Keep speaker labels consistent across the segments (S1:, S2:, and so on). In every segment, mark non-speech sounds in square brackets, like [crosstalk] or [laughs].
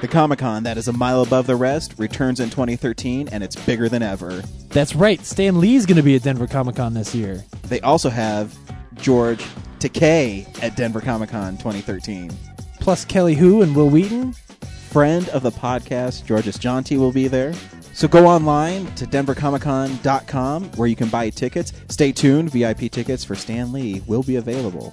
S1: The Comic Con that is a mile above the rest returns in 2013 and it's bigger than ever.
S2: That's right. Stan Lee's going to be at Denver Comic Con this year.
S1: They also have George Takei at Denver Comic Con 2013.
S2: Plus Kelly Who and Will Wheaton.
S1: Friend of the podcast, Georges Jonty, will be there. So go online to denvercomiccon.com where you can buy tickets. Stay tuned, VIP tickets for Stan Lee will be available.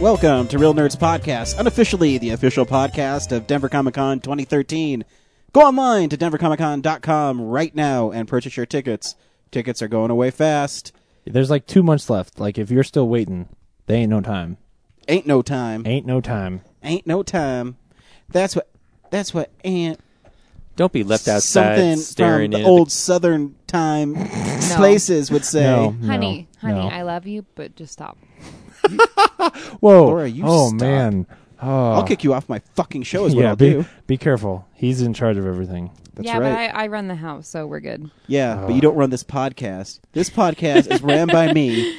S1: Welcome to Real Nerds Podcast, unofficially the official podcast of Denver Comic Con 2013. Go online to denvercomiccon.com right now and purchase your tickets. Tickets are going away fast.
S2: There's like two months left. Like if you're still waiting, they ain't no time.
S1: Ain't no time.
S2: Ain't no time.
S1: Ain't no time. That's what. That's what. Aunt
S3: Don't be left outside
S1: something
S3: staring
S1: from the
S3: in.
S1: old Southern time places would say.
S2: No, no,
S4: honey, honey,
S2: no.
S4: I love you, but just stop.
S2: Whoa.
S1: Laura, you
S2: oh
S1: stop.
S2: man. Oh.
S1: I'll kick you off my fucking show is what
S2: yeah.
S1: I'll
S2: be
S1: do.
S2: be careful. He's in charge of everything.
S1: That's
S4: yeah,
S1: right.
S4: but I, I run the house, so we're good.
S1: Yeah,
S2: Uh.
S1: but you don't run this podcast. This podcast is ran by
S2: [laughs]
S1: me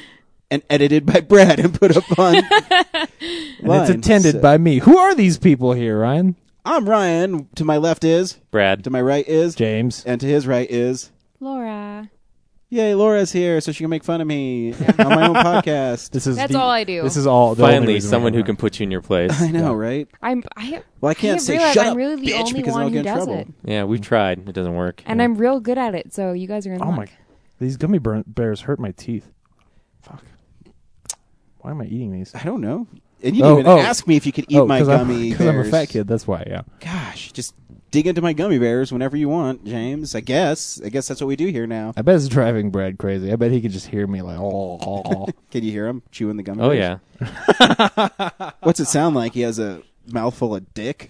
S1: and edited by Brad and put up on.
S2: And it's attended by me. Who are these people here, Ryan?
S1: I'm Ryan. To my left is,
S3: Brad,
S1: to my right is,
S2: James.
S1: and to his right is.
S4: Laura.
S1: Yay, Laura's here, so she can make fun of me on my
S2: [laughs]
S1: own podcast.
S2: This is
S4: That's
S2: the-
S4: all I do.
S2: This is all. the only
S3: finally,
S2: reason we're
S3: someone
S2: here.
S3: who can put you in your place.
S1: [laughs] I know, right?
S4: I'm. I,
S1: Well, I can't say
S4: realize
S1: shut
S4: I'm
S1: up,
S4: really the
S1: bitch,
S4: only
S1: because then
S4: one
S1: I'll
S4: who
S1: get in
S4: does
S1: trouble.
S4: it,
S3: Yeah, we've tried. It doesn't work.
S4: and I'm real good at it. So you guys are in
S2: Oh
S4: luck.
S2: my! These gummy bur- bears hurt my teeth. Fuck. Why am I eating these?
S1: I don't know. And you didn't
S2: Oh,
S1: even
S2: oh.
S1: ask me if you could eat
S2: oh,
S1: my
S2: 'cause
S1: gummy
S2: I'm, [laughs] 'cause I'm a
S1: bears.
S2: fat kid. That's why. Yeah.
S1: Gosh, just dig into my gummy bears whenever you want, James. I guess. I guess that's what we do here now.
S2: I bet it's driving Brad crazy. I bet he could just hear me like, oh, oh, oh.
S1: Can you hear him chewing the gummy
S3: oh
S1: bears?
S3: yeah,
S1: What's it sound like? He has a mouthful of dick.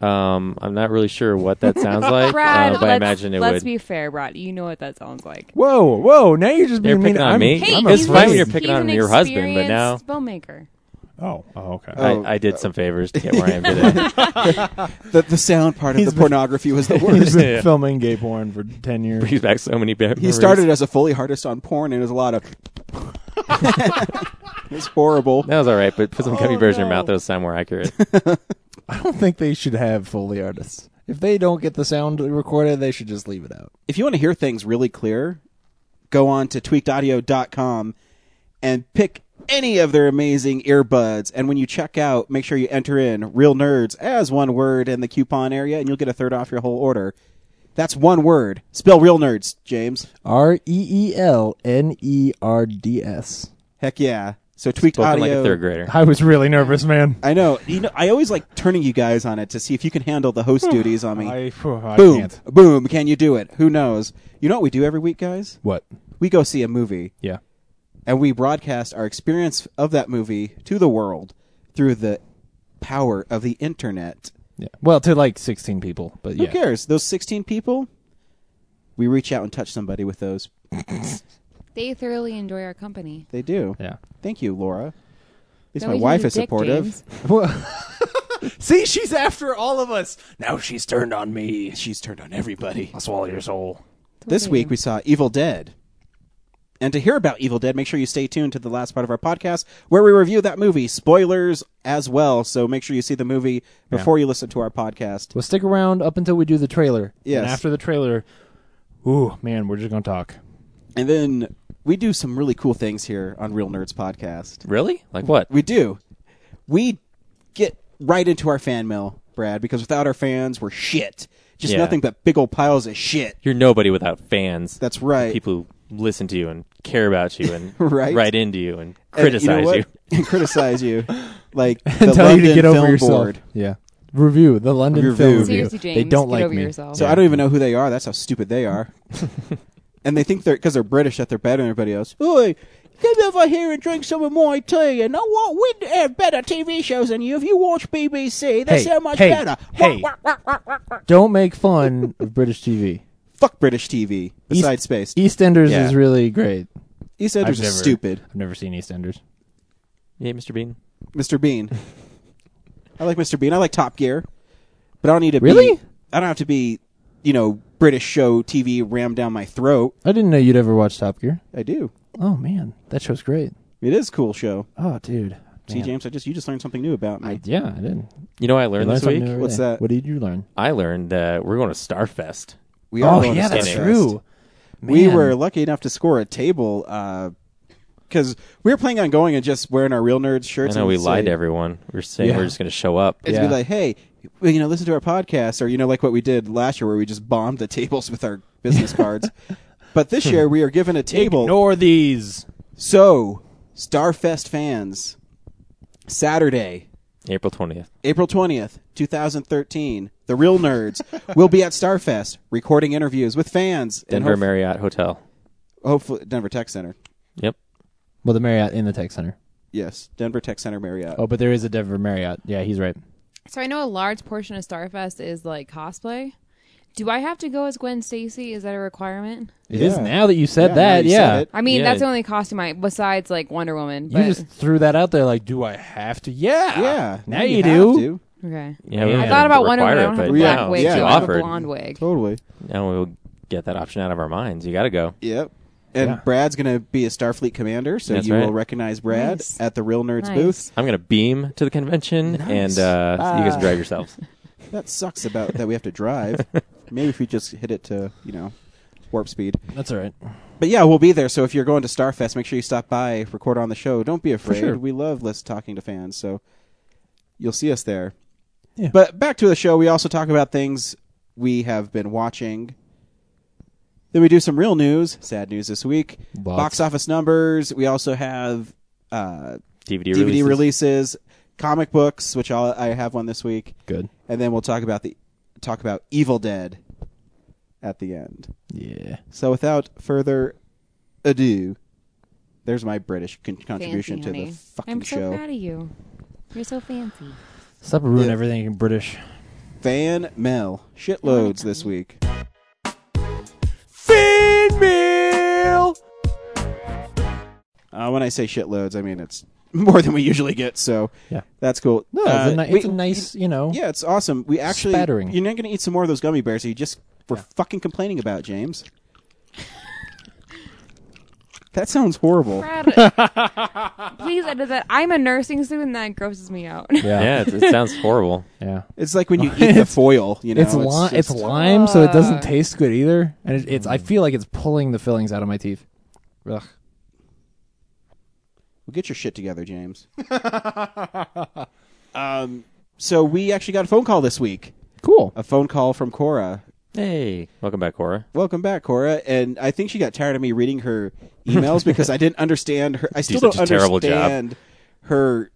S3: um, I'm not really sure what
S4: [laughs]
S3: that sounds like,
S4: Brad,
S3: uh, but I
S4: let's,
S3: imagine it
S4: let's
S3: would.
S4: be fair, Brad. You know what that sounds like.
S2: whoa, whoa! Now you're just
S3: You're
S2: being mean.
S3: picking on
S2: I'm,
S3: me?
S4: Hey,
S2: I'm
S3: It's
S2: afraid.
S4: he's
S3: fine when
S4: an-
S3: you're picking
S4: he's
S3: on
S4: an
S3: your husband, but now-
S4: experienced spellmaker.
S2: Oh, oh, okay.
S1: Oh.
S3: I, I did
S1: [laughs]
S3: some favors to get where I am today.
S1: The, the sound part of
S2: He's
S1: the
S2: been-
S1: pornography was the
S2: [laughs] He's
S1: worst.
S2: been
S3: [laughs] Yeah.
S2: filming gay porn for ten years.
S3: Brings back so many. Memories.
S1: he started as a Foley artist on porn, and it was a lot of. [laughs] it's horrible.
S3: That was all right, but put some gummy
S2: Oh,
S3: bears in your
S2: no.
S3: mouth. Those sound
S1: [laughs]
S3: more accurate.
S2: I don't think they should have Foley artists. If they don't get the sound recorded, they should just leave it out.
S1: If you want to hear things really clear, go on to tweakedaudio.com and pick any of their amazing earbuds. And when you check out, make sure you enter in real nerds as one word in the coupon area, and you'll get a third off your whole order. That's one word. Spell real nerds, James.
S2: R E E L N E R D S.
S1: Heck yeah. So tweaked
S3: Spoken like a
S1: audio-
S3: third grader.
S2: I was really nervous, man.
S1: I know. You know, I always like turning you guys on it to see if you can handle the host duties on me.
S2: Hmm. I, phew, I
S1: boom,
S2: can't.
S1: boom. Can you do it? Who knows? You know what we do every week, guys?
S2: What?
S1: We go see a movie
S2: Yeah.
S1: and we broadcast our experience of that movie to the world through the power of the internet.
S2: Yeah. Well, to like 16 people, but yeah.
S1: Who cares? Those sixteen people. We reach out and touch somebody with those.
S4: They thoroughly enjoy our company.
S1: They do.
S2: Yeah.
S1: Thank you, Laura. At least
S4: Don't
S1: my
S4: be
S1: wife
S4: such a
S1: is
S4: dick,
S1: supportive.
S4: James.
S2: [laughs] See, she's after all of us. Now she's turned on me.
S1: She's turned on everybody.
S2: I'll swallow your soul.
S1: This
S4: Okay.
S1: week we saw Evil Dead. And to hear about Evil Dead, make sure you stay tuned to the last part of our podcast where we review that movie. Spoilers as well, so make sure you see the movie before you listen to our podcast.
S2: Well, stick around up until we do the trailer.
S1: Yes.
S2: And after the trailer, ooh, man, we're just going to talk.
S1: And then we do some really cool things here on Real Nerds Podcast.
S3: Really? Like what?
S1: We do. We get right into our fan mail, Brad, because without our fans, we're shit. Just
S3: Yeah.
S1: nothing but big old piles of shit.
S3: You're nobody without fans.
S1: That's right.
S3: People who listen to you and care about you and
S1: [laughs] Right.
S3: write into you
S1: And
S3: and criticize you.
S1: know what? and [laughs] criticize
S2: [laughs]
S1: you. Like the
S2: And tell you
S1: London
S2: to get over
S1: Film
S2: yourself.
S1: Board.
S2: Yeah. Review the London
S1: Review.
S2: Film Review.
S4: Seriously, James,
S2: they don't
S4: get
S2: like
S4: over
S2: me.
S4: yourself.
S1: So I don't even know who they are. That's how stupid they
S2: [laughs]
S1: are. and they think they're because they're British that they're better than everybody else. Oi, come over here and drink some of my tea. And I want we have better TV shows than you. If you watch BBC, that's
S2: Hey,
S1: how much
S2: hey,
S1: better.
S2: hey. Don't make fun of British TV.
S1: Fuck British TV. Besides space,
S2: EastEnders
S1: Yeah.
S2: is really great.
S1: EastEnders
S2: I've
S1: is
S2: never-
S1: stupid.
S2: I've never seen EastEnders. [laughs]
S3: Yeah, Mr. Bean.
S1: Mr. Bean. I like Mr. Bean. I like Top Gear, but I don't need to
S3: Really?
S1: Be, I don't have to be, you know, British show TV rammed down my throat.
S2: I didn't know you'd ever watch Top Gear.
S1: I do.
S2: Oh man, that show's great.
S1: It is a cool show.
S2: Oh dude,
S1: See, James, I just you just learned something new about me.
S2: Yeah, I did.
S3: You know what I learned this week?
S1: What's that?
S2: What did you learn?
S3: I learned that we're going to Starfest.
S1: We
S2: Oh
S1: going to
S2: yeah, that's
S3: Starfest.
S1: Starfest.
S2: true.
S1: We
S2: Man.
S1: were lucky enough to score a table because we were planning on going and just wearing our real nerds
S3: I
S1: shirts.
S3: know
S1: and
S3: we lied
S1: say-
S3: to everyone. We are saying
S2: Yeah.
S3: we're just going to show up.
S1: It's
S2: Yeah.
S1: be like, hey, well, you know, listen to our podcast, or you know, like what we did last year, where we just bombed the tables with our
S2: [laughs]
S1: business cards. But this year, we are given a table.
S3: Ignore these.
S1: So, Starfest fans, Saturday,
S3: April 20th.
S1: April 20th, 2013, the real nerds will be at Starfest recording interviews with fans. and
S3: Denver
S1: hope-
S3: Marriott Hotel.
S1: hopefully, Denver Tech Center.
S3: Yep.
S2: well the Marriott in the Tech Center.
S1: Yes, Denver Tech Center Marriott.
S2: Oh, but there is a Denver Marriott. Yeah, he's right.
S4: So I know a large portion of Starfest is like cosplay. Do I have to go as Gwen Stacy? Is that a requirement?
S2: It is
S1: Yeah.
S2: now that you said
S1: Yeah, now
S2: that.
S1: you
S2: yeah,
S1: said it.
S4: I mean,
S3: Yeah.
S4: that's the only costume I besides like Wonder Woman.
S2: you
S4: But,
S2: just threw that out there. Like, do I have to? Yeah,
S1: yeah,
S2: Ah, Now you,
S1: have
S2: do.
S1: to.
S4: okay.
S3: Yeah, we
S2: I
S3: don't
S4: I thought about
S3: require
S4: Wonder Woman. I don't
S3: it,
S4: have a
S3: but
S4: black
S1: yeah,
S4: wig.
S1: yeah,
S4: so
S1: you
S4: I have a
S3: offered.
S4: blonde wig.
S1: Totally.
S3: Now we'll get that option out of our minds. You got to go.
S1: Yep. And
S2: Yeah.
S1: Brad's going to be a Starfleet commander, so
S3: That's
S1: you
S3: right.
S1: will recognize Brad
S4: Nice.
S1: at the Real Nerds
S4: Nice.
S1: booth.
S3: I'm going to beam to the convention,
S1: Nice.
S3: and uh, you guys can drive yourselves.
S1: That sucks about that we have to
S2: [laughs]
S1: drive. Maybe if we just hit it to, you know, warp speed.
S2: That's all right.
S1: But yeah, we'll be there. So if you're going to Starfest, make sure you stop by, record on the show. Don't be afraid.
S2: sure.
S1: We love list talking to fans, so you'll see us there.
S2: Yeah.
S1: But back to the show, we also talk about things we have been watching. Then we do some real news, sad news this week.
S2: Lots.
S1: Box office numbers. We also have uh,
S3: DVD,
S1: DVD
S3: releases.
S1: releases. comic books, which I'll, I have one this week,
S2: Good.
S1: and then we'll talk about the talk about Evil Dead at the end.
S2: Yeah.
S1: So without further ado, there's my British con- contribution
S4: fancy,
S1: to
S4: honey.
S1: the fucking
S4: I'm so
S1: show.
S4: proud of you. You're so fancy.
S1: [laughs]
S2: Stop ruining
S1: Yeah.
S2: everything in British.
S1: Van Mel shitloads this week.
S2: Feed meal.
S1: Uh, when I say shitloads, I mean it's [laughs] more than we usually get. So
S2: Yeah.
S1: that's cool.
S2: No, it's, a,
S1: Uh,
S2: ni-
S1: we-
S2: it's a nice, you know.
S1: yeah, it's awesome. We actually
S2: Spattering.
S1: you're not going to eat some more of those gummy bears. that You just were fucking complaining about James. [laughs] that sounds horrible.
S4: Proud of- Please edit that. I'm a nursing student, and that grosses me out.
S2: Yeah.
S3: Yeah, it, it sounds horrible.
S2: Yeah.
S1: It's like when
S2: [laughs]
S1: you eat the foil. You know,
S2: it's li-
S1: just-
S2: it's lime, so it doesn't taste good either, and it, it's I feel like it's pulling the fillings out of my teeth. Ugh.
S1: Well, get your shit together,
S2: [laughs]
S1: James. um, so we actually got a phone call this week.
S2: Cool.
S1: A phone call from Cora.
S3: Hey, welcome back, Cora.
S1: Welcome back, Cora. And I think she got tired of me reading her
S2: [laughs]
S1: emails because I didn't understand her. I still
S3: such
S1: don't
S3: a terrible job.
S1: understand her.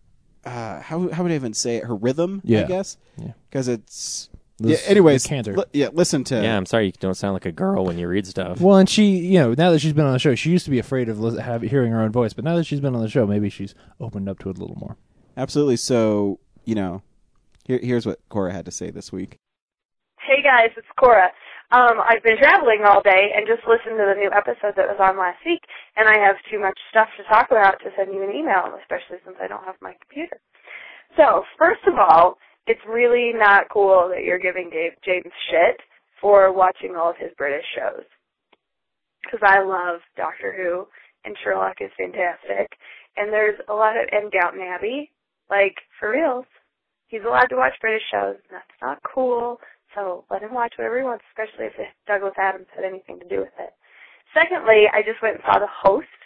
S1: Uh, how how would I even say it? Her rhythm, I
S2: Yeah.
S1: guess.
S2: Yeah.
S1: Because it's.
S2: The
S1: yeah.
S2: s-
S1: Anyways,
S2: the canter.
S1: li- yeah. Listen to.
S3: Yeah, I'm sorry you don't sound like a girl when you read stuff.
S2: Well, and she, you know, now that she's been on the show, she used to be afraid of lis- have, hearing her own voice, but now that she's been on the show, maybe she's opened up to it a little more.
S1: Absolutely. So you know, here, here's what Cora had to say this week.
S5: Hey guys, it's Cora. Um, I've been traveling all day and just listened to the new episode that was on last week, and I have too much stuff to talk about to send you an email, especially since I don't have my computer. So, first of all, it's really not cool that you're giving Dave James shit for watching all of his British shows. Because I love Doctor Who, and Sherlock is fantastic, and there's a lot of, and Downton Abbey, like, for reals he's allowed to watch British shows, and that's not cool. So let him watch whatever he wants, especially if Douglas Adams had anything to do with it. Secondly, I just went and saw The Host,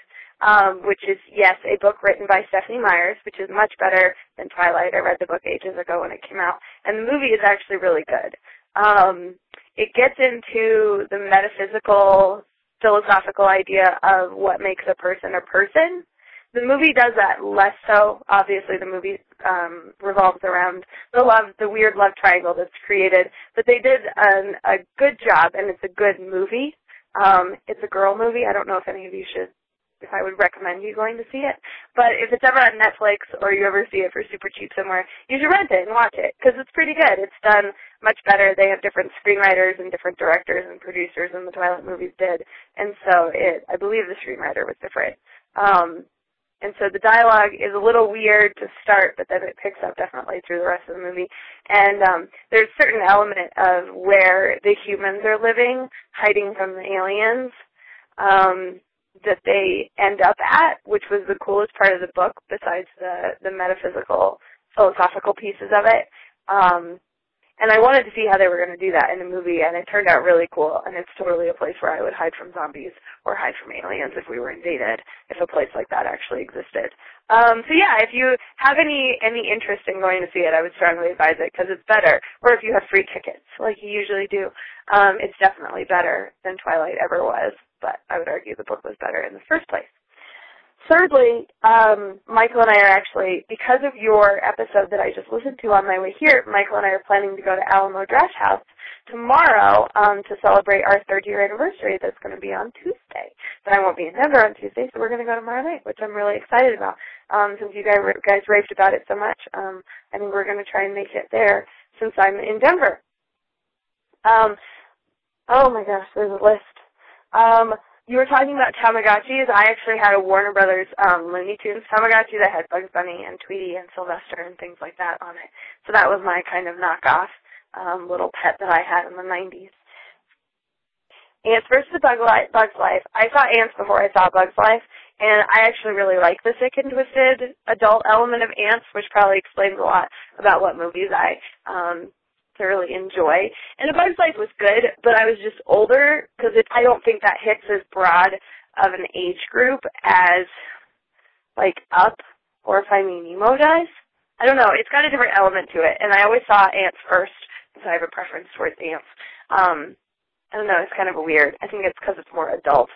S5: um, which is, yes, a book written by Stephanie Myers, which is much better than Twilight. I read the book ages ago when it came out, and the movie is actually really good. Um, it gets into the metaphysical, philosophical idea of what makes a person a person, the movie does that less so. Obviously, the movie um, revolves around the love, the weird love triangle that's created. But they did an, a good job, and it's a good movie. Um, it's a girl movie. I don't know if any of you should, if I would recommend you going to see it. But if it's ever on Netflix or you ever see it for super cheap somewhere, you should rent it and watch it because it's pretty good. It's done much better. They have different screenwriters and different directors and producers than the Twilight movies did, and so it. I believe the screenwriter was different. Um, And so the dialogue is a little weird to start, but then it picks up definitely through the rest of the movie. And um, there's a certain element of where the humans are living, hiding from the aliens, um, that they end up at, which was the coolest part of the book, besides the the metaphysical, philosophical pieces of it. Um, and I wanted to see how they were going to do that in a movie, and it turned out really cool. And it's totally a place where I would hide from zombies or hide from aliens if we were invaded, if a place like that actually existed. Um, so yeah, if you have any any interest in going to see it, I would strongly advise it because it's better. Or if you have free tickets, like you usually do, um, it's definitely better than Twilight ever was. But I would argue the book was better in the first place. Thirdly, um, Michael and I are actually, because of your episode that I just listened to on my way here, Michael and I are planning to go to Alamo Drash House tomorrow um, to celebrate our third year anniversary that's going to be on Tuesday. But I won't be in Denver on Tuesday, so we're going to go tomorrow night, which I'm really excited about. Um, since you guys, guys raved about it so much, um, I think we're going to try and make it there since I'm in Denver. Um, oh my gosh, there's a list. Um, you were talking about Tamagotchis. I actually had a Warner Brothers um, Looney Tunes Tamagotchi that had Bugs Bunny and Tweety and Sylvester and things like that on it. So that was my kind of knockoff um, little pet that I had in the 90s. Ants versus the Bug Li- Bugs Life. I saw Ants before I saw Bugs Life, and I actually really like the sick and twisted adult element of Ants, which probably explains a lot about what movies I um, thoroughly enjoy. And A Bug's Life was good, but I was just older because I don't think that hits as broad of an age group as like Up or Finding Nemo does. I don't know. It's got a different element to it, and I always saw ants first, so I have a preference towards ants. Um, I don't know. It's kind of a weird. I think it's because it's more adult.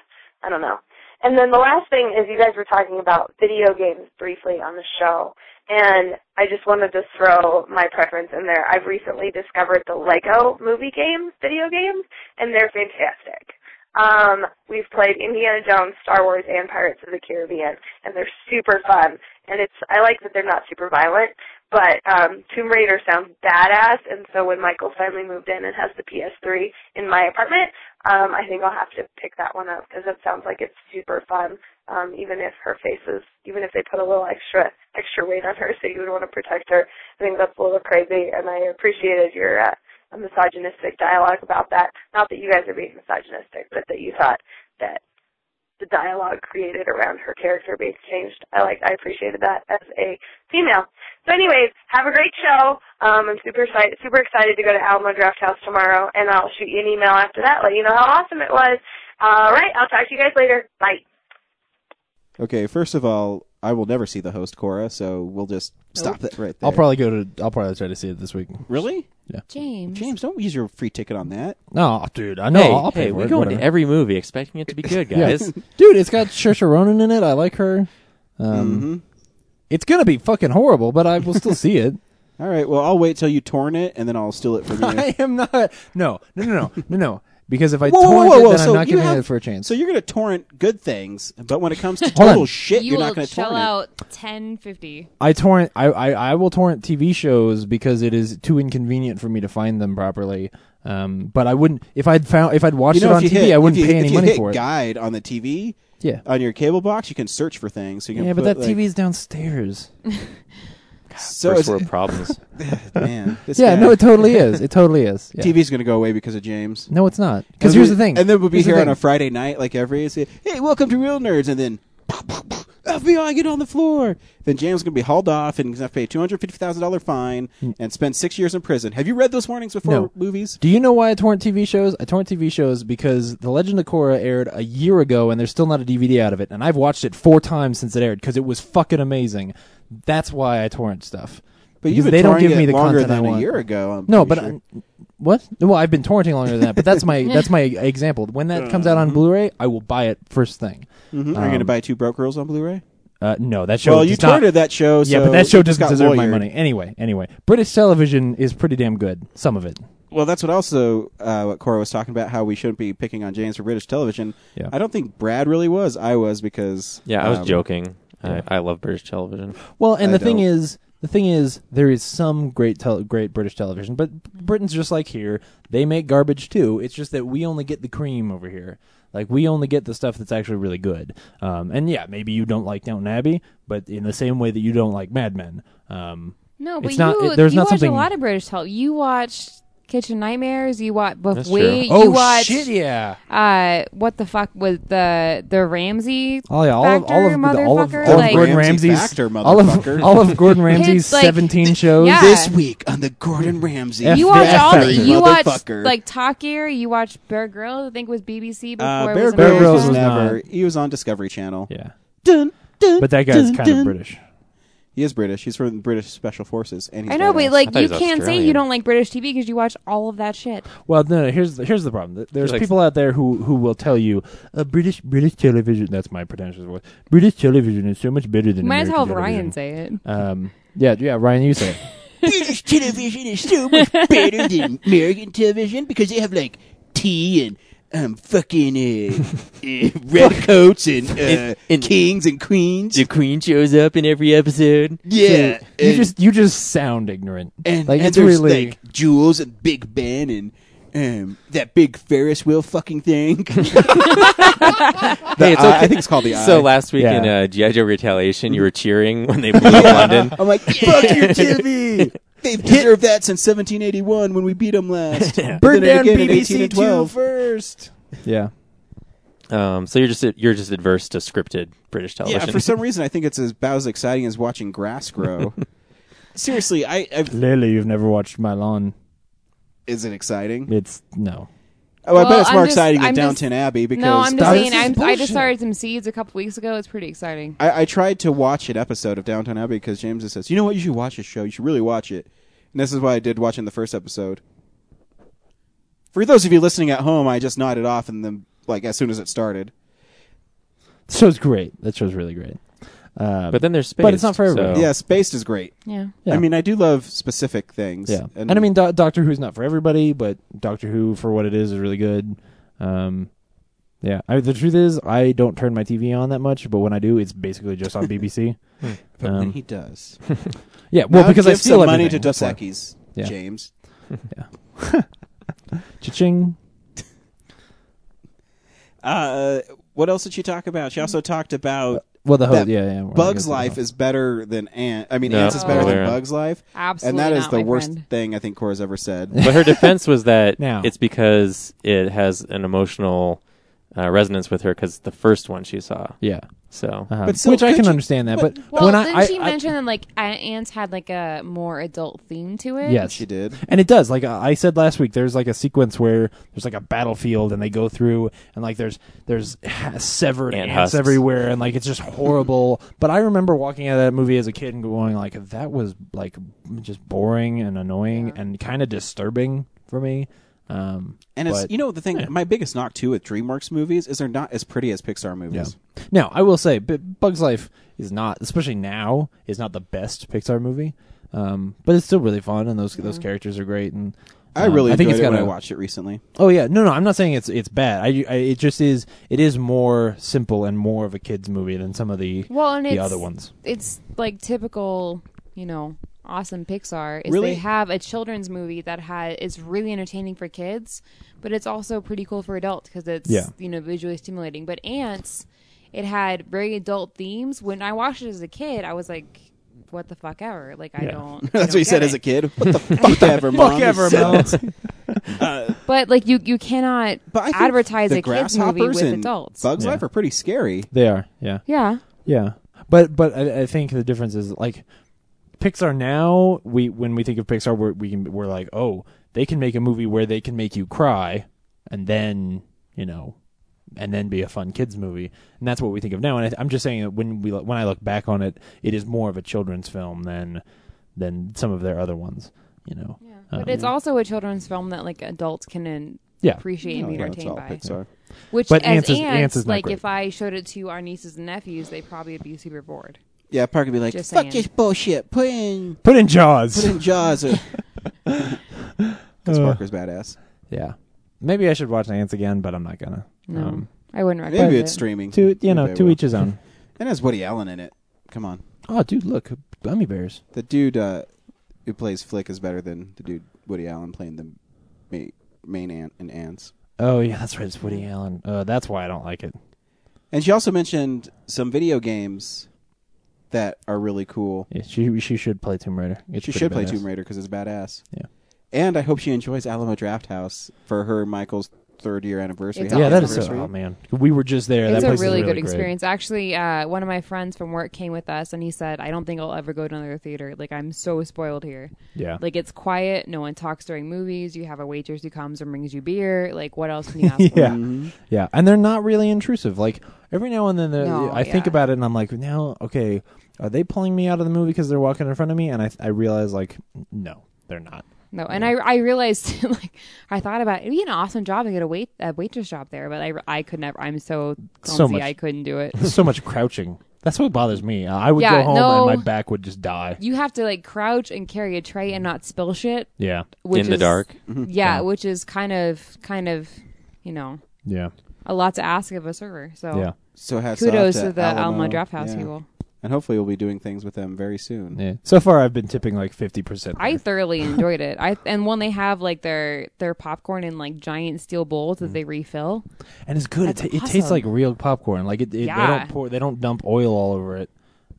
S5: I don't know. And then the last thing is you guys were talking about video games briefly on the show, and I just wanted to throw my preference in there. I've recently discovered the Lego movie games, video games, and they're fantastic. Um, we've played Indiana Jones, Star Wars, and Pirates of the Caribbean, and they're super fun. And it's I like that they're not super violent, but um, Tomb Raider sounds badass. And so when Michael finally moved in and has the PS3 in my apartment, um, I think I'll have to pick that one up because it sounds like it's super fun. Um, even if her face is, even if they put a little extra extra weight on her, so you would want to protect her. I think that's a little crazy, and I appreciated your uh, a misogynistic dialogue about that. Not that you guys are being misogynistic, but that you thought that the dialogue created around her character being changed. I like I appreciated that as a female. So anyways, have a great show. Um, I'm super excited super excited to go to Alamo Draft House tomorrow and I'll shoot you an email after that, let you know how awesome it was. All right, I'll talk to you guys later. Bye.
S1: Okay, first of all, I will never see the host Cora, so we'll just stop that right there.
S2: I'll probably go to. I'll probably try to see it this week.
S1: really,
S4: [laughs] James.
S1: James, don't use your free ticket on that.
S2: No, dude, I know.
S3: hey,
S2: I'll pay
S3: hey,
S2: for
S3: we're
S2: it,
S3: going
S2: whatever.
S3: to every movie expecting it to be good,
S2: Yeah.
S3: guys.
S2: dude, it's got Saoirse Ronan in it. I like her. Um, It's gonna be fucking horrible, but I will still see it.
S1: All right, well, I'll wait till you torn it, and then I'll steal [laughs] it from you.
S2: [laughs] I am not. No, no, no, no, no, no. Because if I
S1: Whoa,
S2: torrent
S1: whoa, whoa,
S2: it,
S1: whoa!
S2: then
S1: so
S2: I'm not
S1: you
S2: giving
S1: have,
S2: it for a chance.
S1: So you're going to torrent good things, but when it comes to
S2: Hold on.
S1: total shit,
S4: you
S1: you're
S4: will
S1: not going to
S4: shell
S1: torrent it.
S4: out ten fifty.
S2: I torrent. I, I I will torrent TV shows because it is too inconvenient for me to find them properly. Um, but I wouldn't if I'd found if I'd watched
S1: You know,
S2: it on
S1: if
S2: TV.
S1: you hit,
S2: I wouldn't
S1: if you,
S2: pay
S1: if
S2: any
S1: you
S2: money
S1: hit
S2: for it.
S1: Guide on the TV,
S2: yeah,
S1: on your cable box, you can search for things. You can
S2: yeah, but
S1: put,
S2: that
S1: like-
S2: TV is downstairs.
S1: So
S3: First
S1: it's,
S3: world problems.
S1: [laughs] man, this
S2: Yeah,
S1: guy.
S2: no,
S1: [laughs]
S2: it totally is. It totally is. Yeah.
S1: TV's going to go away because of James.
S2: No, it's not. Because here's the thing.
S1: and then we'll be
S2: Here's the
S1: here on
S2: thing.
S1: a Friday night, like every. Say, hey, welcome to Real Nerds, and then FBI get on the floor. Then James is going to be hauled off and he's going to pay a two hundred fifty thousand dollar fine and spend six years in prison. Have you read those warnings before
S2: Hmm. No.
S1: movies?
S2: Do you know why I torrent TV shows? I torrent TV shows because The Legend of Korra aired a year ago and there's still not a DVD out of it. And I've watched it four times since it aired because it was fucking amazing. That's why I torrent stuff.
S1: But
S2: Because
S1: you've been
S2: they don't
S1: touring
S2: give me
S1: it
S2: the
S1: longer
S2: content I
S1: than a
S2: want.
S1: year ago. I'm
S2: No, but
S1: pretty sure.
S2: I- what? Well, I've been torrenting longer than that. But that's my that's my example. When that comes out on Blu-ray, I will buy it first thing. Um,
S1: Mhm. Uh-huh. are you going to buy two broke girls on Blu-ray?
S2: Uh, no, that show.
S1: Well, you
S2: does not-
S1: torrented that show.
S2: Yeah,
S1: so
S2: but that
S1: you
S2: show
S1: just
S2: doesn't
S1: got
S2: deserve my
S1: lawyered.
S2: money. Anyway, anyway, British television is pretty damn good. Some of it.
S1: Well, that's what also uh, what Cora was talking about. How we shouldn't be picking on James for British television.
S2: Yeah.
S1: I don't think Brad really was. I was because
S3: Yeah, I was
S1: um,
S3: joking. I, I love British television.
S2: Well, and
S1: I
S2: the thing
S1: don't.
S2: is, The thing is, there is some great, tele- great British television, but Britain's just like here. They make garbage too. It's just that we only get the cream over here. Like we only get the stuff that's actually really good. Um, and yeah, maybe you don't like Downton Abbey, but in the same way that you don't like Mad Men. Um,
S4: No, but
S2: It's not-
S4: you
S2: it- there's
S4: you
S2: not
S4: watch
S2: something-
S4: a lot of British television. You watch Kitchen Nightmares. You watch
S3: That's
S4: Buff
S3: true.
S4: Wait. You
S2: oh
S4: watch
S2: shit, yeah.
S4: uh, what the fuck was the the Ramsey?
S2: Oh yeah, all of
S4: Factor,
S2: all of the- all of,
S4: motherfucker,
S2: all of
S4: like-
S2: Gordon
S1: Ramsay
S2: Ramsay's
S1: Factor,
S2: all of
S1: motherfucker.
S2: all of Gordon
S4: [laughs]
S2: Ramsay's
S4: Kids, like- [laughs]
S2: seventeen shows.
S4: Yeah.
S1: This week on the Gordon Ramsay.
S2: F-
S4: You watch
S2: Factor,
S4: all. The, you watch
S1: motherfucker.
S4: like Top Gear. You watch Bear Grylls. I think was BBC before
S1: Uh,
S4: it
S1: Bear
S4: was
S2: Bear
S1: Grylls
S2: Grylls
S1: was
S2: was
S1: never. He was on Discovery Channel.
S2: yeah.
S1: Dun, dun,
S2: But that guy's
S1: dun,
S2: kind of
S1: dun.
S2: British.
S1: He is British. He's from the British Special Forces. And he's
S4: I know,
S1: badass.
S4: but like
S3: thought
S4: you
S3: he was
S4: can't say you
S3: Australian.
S4: don't like British TV because you watch all of that shit.
S2: Well, no, no here's the, here's the problem. Th- There's
S3: He's like-
S2: people out there who who will tell you uh, British British television. That's my pretentious voice. British television is so much better than
S4: You might as well
S2: American
S4: have Ryan
S2: television.
S4: say it.
S2: Um, yeah, yeah, Ryan, you say. it.
S1: British television is so much better
S2: [laughs]
S1: than American television because they have like tea and um fucking
S2: [laughs]
S1: uh, uh, red coats and, uh,
S3: And- and-
S1: kings and queens.
S3: The queen shows up in every [laughs] episode.
S1: yeah,
S2: you
S1: and,
S2: just you just sound ignorant.
S1: and,
S2: like
S1: and
S2: it's
S1: there's
S2: really
S1: like jewels and Big Ben and. Um, that big Ferris wheel fucking thing.
S2: [laughs]
S3: Hey, it's okay.
S1: I think it's [laughs] called the
S3: So last week
S2: Yeah. Mm-hmm.
S3: in uh, GI Joe Retaliation, you were
S2: [laughs]
S3: cheering when they blew up London.
S1: I'm like, fuck your TV. They've deserved that since 1781 when we beat them
S2: [laughs]
S1: last.
S2: burn
S1: Then
S2: down
S1: again in 18
S2: BBC
S1: and
S2: Two
S1: 12.
S2: first. Yeah.
S3: Um, so you're just you're just adverse to scripted British television.
S1: Yeah, for some reason, I think it's about as exciting as watching grass grow.
S2: [laughs]
S1: Seriously, I, I
S2: Clearly, you've never watched My Lawn.
S1: is it exciting?
S2: It's no.
S1: Oh, I
S4: Well,
S1: bet it's more
S4: I'm just-
S1: exciting than
S4: I'm just-
S1: Downton Abbey because
S4: No, I'm just
S2: Stop-
S4: saying.
S2: This is
S4: I'm, I just
S2: bullshit.
S4: started some seeds a couple weeks ago. It's pretty exciting.
S1: I, I tried to watch an episode of Downton Abbey because James just says, "You know what? You should watch this show. You should really watch it." And this is what I did watching the first episode. For those of you listening at home, I just nodded off and then, like, as soon as it started.
S2: The show's great. That show's really great. Um,
S3: but then there's space.
S2: But it's not for everyone.
S3: So.
S1: Yeah, Spaced is great.
S4: Yeah.
S2: Oh. Yeah.
S1: I mean, I do love specific things.
S2: yeah, and, I mean Do- Doctor Who's not for everybody, but Doctor Who for what it is is really good. Um, yeah, I, the truth is I don't turn my TV on that much, but when I do, it's basically just
S1: [laughs]
S2: on BBC.
S1: but when
S2: um,
S1: he does.
S2: Yeah, [laughs] well,
S1: Now
S2: because I
S1: give
S2: steal
S1: some money to
S2: everything, that's why.
S1: Dos
S2: Yeah.
S1: James.
S2: Cha-ching.
S1: Uh, what else did she talk about? She also talked about
S2: Well, the host,
S1: that
S2: Oh, yeah, yeah. we're not
S1: Bug's
S2: gonna
S1: life
S2: talk
S1: is better than Ant. I mean,
S3: No,
S1: Ant's is better
S4: Oh.
S1: than
S3: yeah.
S1: Bug's life,
S4: Absolutely.
S1: and that is
S4: not,
S1: the
S4: my
S1: worst
S4: friend.
S1: thing I think Cora's ever said.
S3: But her defense was
S2: [laughs]
S3: that
S2: Now.
S3: it's because it has an emotional uh, resonance with her because the first one she saw.
S2: about- Yeah,
S3: So
S2: uh-huh.
S1: But still,
S2: which I
S1: could
S2: can
S1: you-
S2: understand that. But,
S1: but-
S4: Well,
S2: when
S4: didn't
S2: I,
S4: she
S2: I,
S4: mention that like a- ants had like a more adult theme to it?
S1: [laughs]
S2: Yes.
S1: she did.
S2: And it does. Like I I said last week, there's like a sequence where there's like a battlefield, and they go through, and like there's there's [laughs] severed
S3: Ant
S2: ants
S3: husks.
S2: everywhere, and like it's just horrible. but I remember walking out of that movie as a kid and going like, that was like just boring and annoying and kind of disturbing for me. Um,
S1: And it's
S2: but-
S1: you know the thing. My biggest knock too with DreamWorks movies is they're not as pretty as Pixar movies.
S2: Now, I will say, B- Bugs Life is not, especially now, is not the best Pixar movie. Um, but it's still really fun, and those those characters are great. And
S1: Mm-hmm. I really
S2: um, I think
S1: enjoyed
S2: it's
S1: it
S2: got
S1: when I
S2: a-
S1: watched it recently. [laughs]
S2: Oh yeah, no, no, I'm not saying it's it's bad. I, I it just is it is more simple and more of a kids movie than some of the
S4: Well, and
S2: the
S4: it's,
S2: other ones.
S4: It's like typical, you know, awesome Pixar. Is
S1: Really?
S4: They have a children's movie that has is really entertaining for kids, but it's also pretty cool for adults because it's
S2: Yeah.
S4: you know visually stimulating. But ants, it had very adult themes. When I watched it as a kid, I was like, "What the fuck ever!" Like
S1: [laughs]
S4: I
S2: Yeah.
S4: don't. I
S1: That's
S4: don't
S1: what he
S4: get
S1: said
S4: it.
S1: as a
S4: [laughs]
S1: kid. What the fuck ever, mom? You said that.
S4: But like you, you cannot
S1: [laughs] But I think
S4: advertise
S1: the
S4: a kids movie
S1: grasshoppers
S4: with
S1: and
S4: adults.
S1: Bugs
S2: Yeah.
S1: Life are pretty scary.
S2: They are, yeah,
S4: Yeah.
S2: yeah. But but I, I think the difference is like Pixar now. We when we think of Pixar, we're, we can we're like, oh, they can make a movie where they can make you cry, and then you know, and then be a fun kids movie, and that's what we think of now. And I, I'm just saying that when we lo- when I look back on it, it is more of a children's film than than some of their other ones. You know,
S4: Yeah.
S2: Um,
S4: But it's also a children's film that like adults can en-
S2: Yeah.
S4: appreciate and be
S1: No, it's
S4: entertained
S1: Oh, all
S4: by.
S1: Pixar.
S4: Which
S2: But
S4: as
S2: Ants is-
S4: ants,
S2: Ants is not
S4: like
S2: great.
S4: if I showed it to our nieces and nephews, they probably would be super bored.
S1: Yeah, probably be like,
S4: Just
S1: fuck
S4: saying.
S1: this bullshit. Put in
S2: Put in Jaws.
S1: put in
S2: [laughs]
S1: Jaws. [laughs] Because Parker's badass.
S2: yeah. Maybe I should watch Ants again, but I'm not gonna.
S4: No,
S2: Um,
S4: I wouldn't recommend
S1: Maybe
S4: it.
S1: it's streaming.
S2: to you know,
S1: Maybe I
S2: to
S1: will.
S2: each his own.
S1: And it has Woody Allen in it. Come on.
S2: [laughs] Oh, dude, look, gummy bears.
S1: The dude uh, who plays Flick is better than the dude Woody Allen playing the ma- main ant and ants.
S2: Oh yeah, that's right. It's Woody Allen. Uh, that's why I don't like it.
S1: And she also mentioned some video games that are really cool.
S2: Yeah, she she should play Tomb Raider. It's
S1: she
S2: pretty
S1: should play
S2: badass.
S1: Tomb Raider because it's badass.
S2: Yeah.
S1: And I hope she enjoys Alamo Draft House for her and Michael's third year anniversary.
S4: It's
S1: happy
S2: Yeah, that is so.
S1: anniversary.
S2: Oh man, we were just there.
S4: it's
S2: that
S4: a
S2: place is
S4: really, good
S2: great.
S4: experience. Actually, uh, one of my friends from work came with us, and he said, "I don't think I'll ever go to another theater. Like I'm so spoiled here.
S2: Yeah,
S4: Like it's quiet. No one talks during movies. You have a waitress who comes and brings you beer. Like what else can you ask? for?
S2: [laughs] [laughs] yeah, yeah. And they're not really intrusive. Like every now and then, they're-
S4: No,
S2: I think
S4: yeah.
S2: about it and I'm like, now, okay, are they pulling me out of the movie because they're walking in front of me? And I I realize like, no, they're not.
S4: No, and I, I realized [laughs] like I thought about it'd be an awesome job to get a wait a waitress job there, but I, I could never. I'm so clumsy,
S2: So much.
S4: I couldn't do it.
S2: There's so much crouching. That's what bothers me. Uh, I would
S4: Yeah,
S2: go home
S4: no.
S2: and my back would just die.
S4: You have to like crouch and carry a tray and not spill shit,
S2: Yeah,
S4: which
S3: In the
S4: is-
S3: dark.
S1: Mm-hmm.
S4: Yeah, which is kind of kind of you know
S2: yeah,
S4: a lot to ask of a server. So
S2: yeah,
S1: So hats
S4: kudos
S1: off
S4: to the Alamo Draft House
S1: Yeah.
S4: people.
S1: And hopefully we'll be doing things with them very soon.
S2: yeah. So far, I've been tipping like fifty percent.
S4: I thoroughly enjoyed it. I and when they have like their their popcorn in like giant steel bowls
S3: Mm.
S4: that they refill.
S2: and it's good. It,
S4: That's
S2: ta- it tastes
S4: awesome.
S2: like real popcorn. Like it, it they
S4: Yeah.
S2: don't pour, they don't dump oil all over it.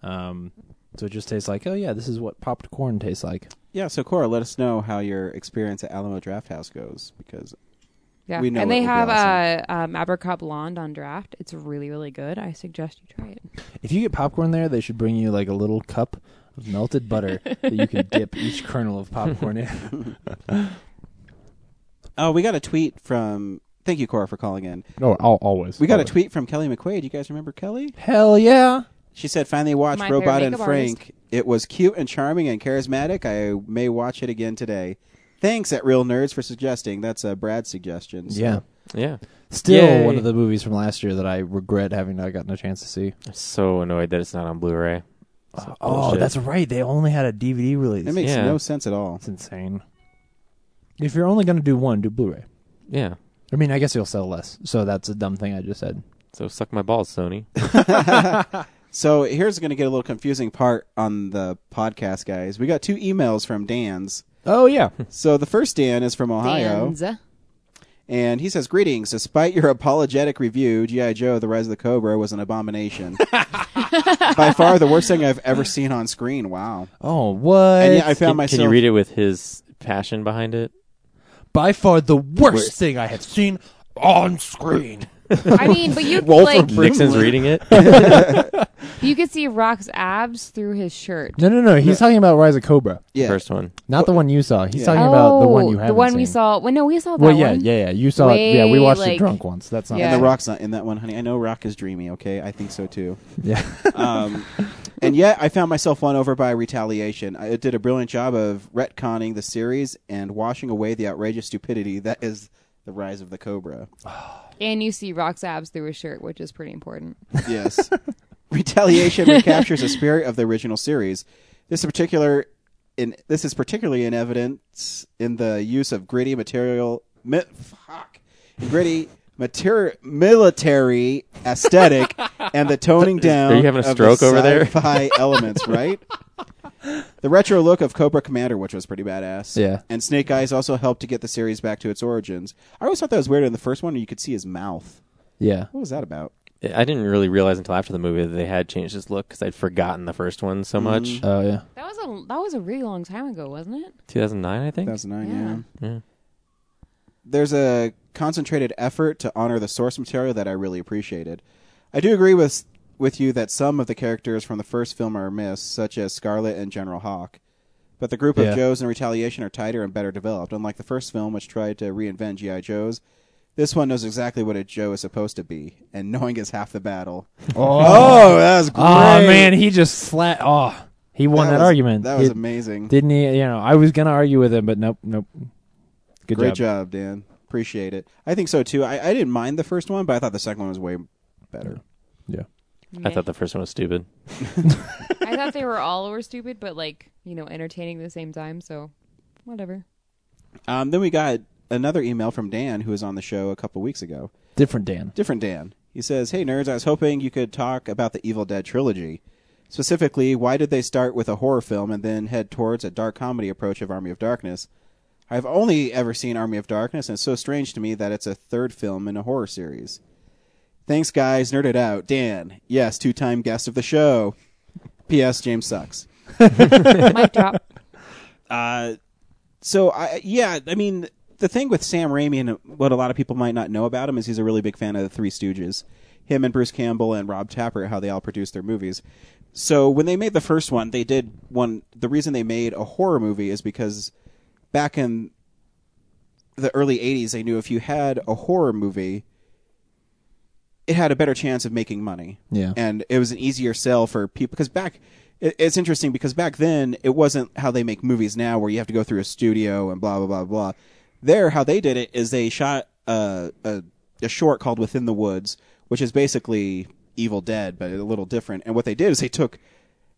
S2: Um, so it just tastes like, oh yeah, this is what popped corn tastes like.
S1: Yeah, so Cora, let us know how your experience at Alamo Draft House goes because
S4: Yeah,
S1: We know
S4: and
S1: it
S4: they
S1: would be
S4: have
S1: awesome.
S4: uh, um, Abercrombie Blonde on draft. It's really really good. I suggest you try it.
S2: If you get popcorn there, they should bring you like a little cup of melted butter that you can
S4: [laughs]
S2: dip each kernel of popcorn in.
S1: Oh, we got a tweet from Thank you Cora for calling in.
S2: no, al- always.
S1: We got a
S2: always.
S1: tweet from Kelly McQuaid. You guys remember Kelly?
S2: Hell yeah!
S1: She said, "Finally watched
S4: My
S1: Robot
S4: favorite
S1: and
S4: makeup
S1: Frank. It was cute and charming and charismatic. I may watch it again today. Thanks at Real Nerds for suggesting. That's a Brad suggestion. so-
S2: Yeah,
S3: Yeah.
S2: still
S3: Yay.
S2: one of the movies from last year that I regret having not gotten a chance to see.
S3: I'm so annoyed that it's not on Blu-ray.
S2: Oh,
S3: bullshit.
S2: that's right. They only had a DVD release.
S1: it makes
S3: Yeah.
S1: no sense at all.
S2: it's insane. If you're only going to do one, do Blu-ray.
S3: Yeah.
S2: I mean, I guess you'll sell less. So that's a dumb thing I just said.
S3: So suck my balls, Sony.
S1: So here's going to get a little confusing part on the podcast, guys. We got two emails from Dan's.
S2: Oh yeah,
S1: So the first Dan is from Ohio, [laughs]
S4: Danza.
S1: and he says, "Greetings. Despite your apologetic review, GI Joe: The Rise of the Cobra was an abomination. By far the worst thing I've ever seen on screen. Wow.
S2: [laughs] Oh, what?
S1: And yeah, I found
S3: can,
S1: myself.
S3: can you read it with his passion behind it?
S2: By far the worst thing I have seen on screen.
S4: I mean, but you like
S3: Nixon's
S1: [laughs]
S3: reading it.
S4: you could see Rock's abs through his shirt.
S2: No, no, no. He's talking about Rise of Cobra,
S1: Yeah.
S3: First one.
S2: not the one you saw. He's
S1: Yeah.
S2: talking about the one you haven't
S4: Oh, the one we
S2: seen.
S4: saw. Well, no, we saw that
S2: Well, yeah,
S4: one.
S2: yeah, yeah. You saw it. Yeah, we
S4: Way,
S2: watched it
S4: like-
S2: drunk once. That's not.
S4: Yeah.
S1: And the rock's not in that one, honey. I know rock is dreamy. Okay, I think so too.
S2: [laughs] Yeah.
S1: Um, [laughs] and yet, I found myself won over by retaliation. I- It did a brilliant job of retconning the series and washing away the outrageous stupidity that is the rise of the Cobra.
S4: And you see Rock's abs through his shirt, which is pretty
S2: [laughs]
S4: important.
S1: Yes, [laughs] retaliation recaptures the spirit of the original series. This in particular, in this is particularly in evidence in the use of gritty material. Mi- fuck, gritty. Materi- military aesthetic and the
S3: [laughs]
S1: toning down
S3: you having a
S1: of
S3: stroke
S1: the
S3: over there? [laughs]
S1: sci-fi elements, right? The retro look of Cobra Commander, which was pretty badass.
S2: Yeah.
S1: And Snake Eyes also helped to get the series back to its origins. I always thought that was weird in the first one where you could see his mouth.
S2: yeah.
S1: What was that about?
S3: I didn't really realize until after the movie that they had changed his look because I'd forgotten the first one
S1: Mm.
S3: so much.
S2: Oh yeah.
S4: That was a that was a really long time ago, wasn't it?
S3: 2009, I think.
S1: 2009, yeah.
S3: Yeah.
S1: There's a concentrated effort to honor the source material that I really appreciated. I do agree with with you that some of the characters from the first film are missed, such as Scarlet and General Hawk. But the group of
S2: Yeah.
S1: Joes in Retaliation are tighter and better developed. Unlike the first film, which tried to reinvent G.I. Joes, this one knows exactly what a Joe is supposed to be, and [laughs] knowing is half the battle. Oh, that was great.
S2: Oh man, he just slat. Oh, he won that,
S1: was-
S2: argument.
S1: That was
S2: He-
S1: amazing.
S2: Didn't he? You know, I was gonna argue with him, but nope, nope. Good
S1: Great job. Dan. Appreciate it. I think so too. I, I didn't mind the first one, but I thought the second one was way better.
S2: Yeah.
S3: I thought the first one was stupid.
S4: I thought they were all were stupid, but like you know, entertaining at the same time. So
S2: [laughs]
S4: whatever.
S1: Um, then we got another email from Dan, who was on the show a couple weeks ago.
S2: Different Dan.
S1: Different Dan. He says, "Hey nerds, I was hoping you could talk about the Evil Dead trilogy. Specifically, why did they start with a horror film and then head towards a dark comedy approach of Army of Darkness? I've only ever seen Army of Darkness, and it's so strange to me that it's a third film in a horror series. Thanks, guys. Nerd it out. Dan, yes, two time guest of the show. P.S. James sucks.
S4: Mic drop.
S1: Uh, so I yeah, I mean the thing with Sam Raimi and what a lot of people might not know about him is he's a really big fan of the Three Stooges. Him and Bruce Campbell and Rob Tapper, how they all produced their movies. So when they made the first one, they did one. The reason they made a horror movie is because back in the early '80s, they knew if you had a horror movie, it had a better chance of making money.
S2: Yeah.
S1: And it was an easier sell for people because back it, it's interesting because back then it wasn't how they make movies now where you have to go through a studio and blah blah blah blah. There how they did it is they shot a a, a short called Within the Woods, which is basically Evil Dead but a little different. And what they did is they took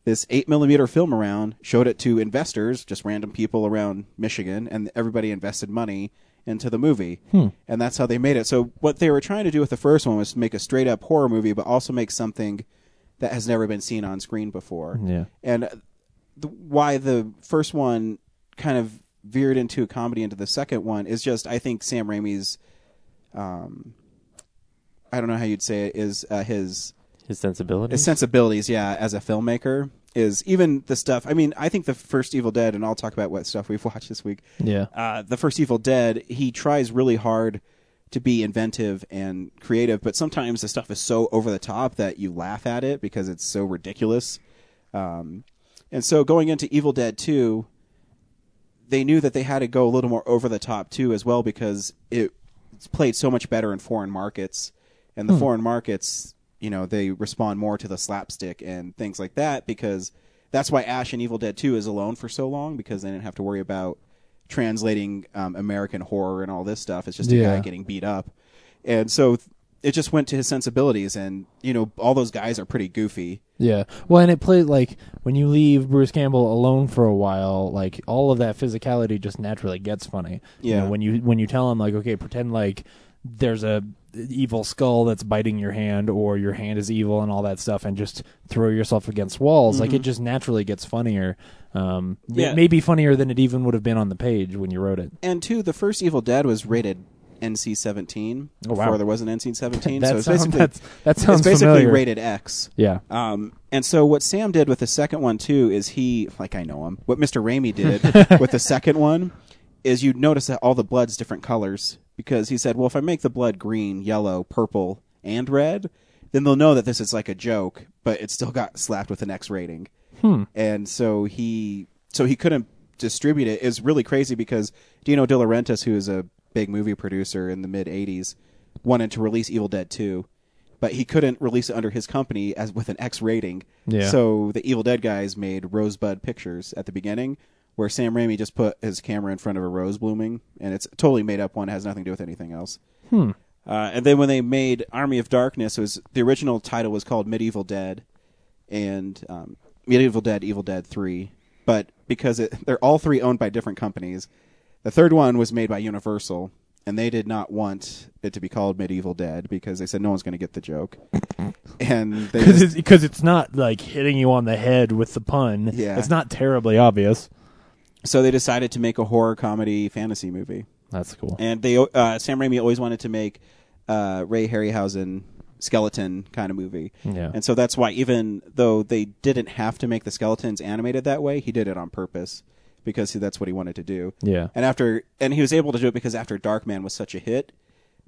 S1: this eight millimeter film around, showed it to investors, just random people around Michigan, and everybody invested money into the movie, and that's how they made it. So what they were trying to do with the first one was to make a straight up horror movie, but also make something that has never been seen on screen before.
S2: Yeah.
S1: and uh, the, why the first one kind of veered into a comedy into the second one is just I think Sam Raimi's, um, I don't know how you'd say it, is uh, his
S3: His sensibility.
S1: his sensibilities, yeah, as a filmmaker is even the stuff. I mean, I think the first Evil Dead, and I'll talk about what stuff we've [laughs] watched this week.
S2: Yeah.
S1: uh, the first Evil Dead, he tries really hard to be inventive and creative, but sometimes the stuff is so over the top that you laugh at it because it's so ridiculous. Um, and so going into Evil Dead Two, they knew that they had to go a little more over the top too, as well, because it it's played so much better in foreign markets, and the foreign markets, you know, they respond more to the slapstick and things like that because that's why Ash and Evil Dead Two is alone for so long because they didn't have to worry about translating um, American horror and all this stuff. It's just a guy
S2: Yeah.
S1: getting beat up, and so th- it just went to his sensibilities, and you know, all those guys are pretty goofy.
S2: Yeah. Well, and it played like when you leave Bruce Campbell alone for a while, like all of that physicality just naturally gets funny. You
S1: Yeah.
S2: know, when you when you tell him like, okay, pretend like there's a evil skull that's biting your hand or your hand is evil and all that stuff and just throw yourself against walls like it just naturally gets funnier um
S1: Mm-hmm. Yeah.
S2: yeah. maybe funnier than it even would have been on the page when you wrote it
S1: and two, the first Evil Dead was rated NC seventeen
S2: Oh, wow.
S1: before there was an NC seventeen.
S2: [laughs] That
S1: so it's
S2: sound-
S1: basically
S2: that's- that sounds
S1: it's basically
S2: familiar.
S1: rated X.
S2: yeah
S1: Um, and so what Sam did with the second one too is he, like I know him, what Mr. Raimi did with the second one is you'd notice that all the blood's different colors because he said, well, if I make the blood green, yellow, purple, and red, then they'll know that this is like a joke, but it still got slapped with an X rating. And so he, so he couldn't distribute it. It's really crazy because Dino De Laurentiis, who is a big movie producer in the mid '80s, wanted to release Evil Dead 2 but he couldn't release it under his company as with an X rating.
S2: Yeah.
S1: So the Evil Dead guys made Rosebud Pictures at the beginning, where Sam Raimi just put his camera in front of a rose blooming, and it's a totally made up one, has nothing to do with anything else. Uh, and then when they made Army of Darkness, it was the original title was called Medieval Dead, and um, Medieval Dead, Evil Dead Three. But because it, they're all three owned by different companies, the third one was made by Universal, and they did not want it to be called Medieval Dead because they said no one's going to get the joke, and
S2: [laughs]
S1: they
S2: because
S1: just,
S2: it's, 'cause it's not like hitting you on the head with the pun
S1: Yeah.
S2: it's not terribly obvious
S1: so they decided to make a horror comedy fantasy movie.
S2: that's cool
S1: And they uh, Sam Raimi always wanted to make uh, Ray Harryhausen skeleton kind of movie.
S2: Yeah.
S1: And so that's why even though they didn't have to make the skeletons animated that way, he did it on purpose because he- that's what he wanted to do.
S2: Yeah.
S1: And after and he was able to do it because after Darkman was such a hit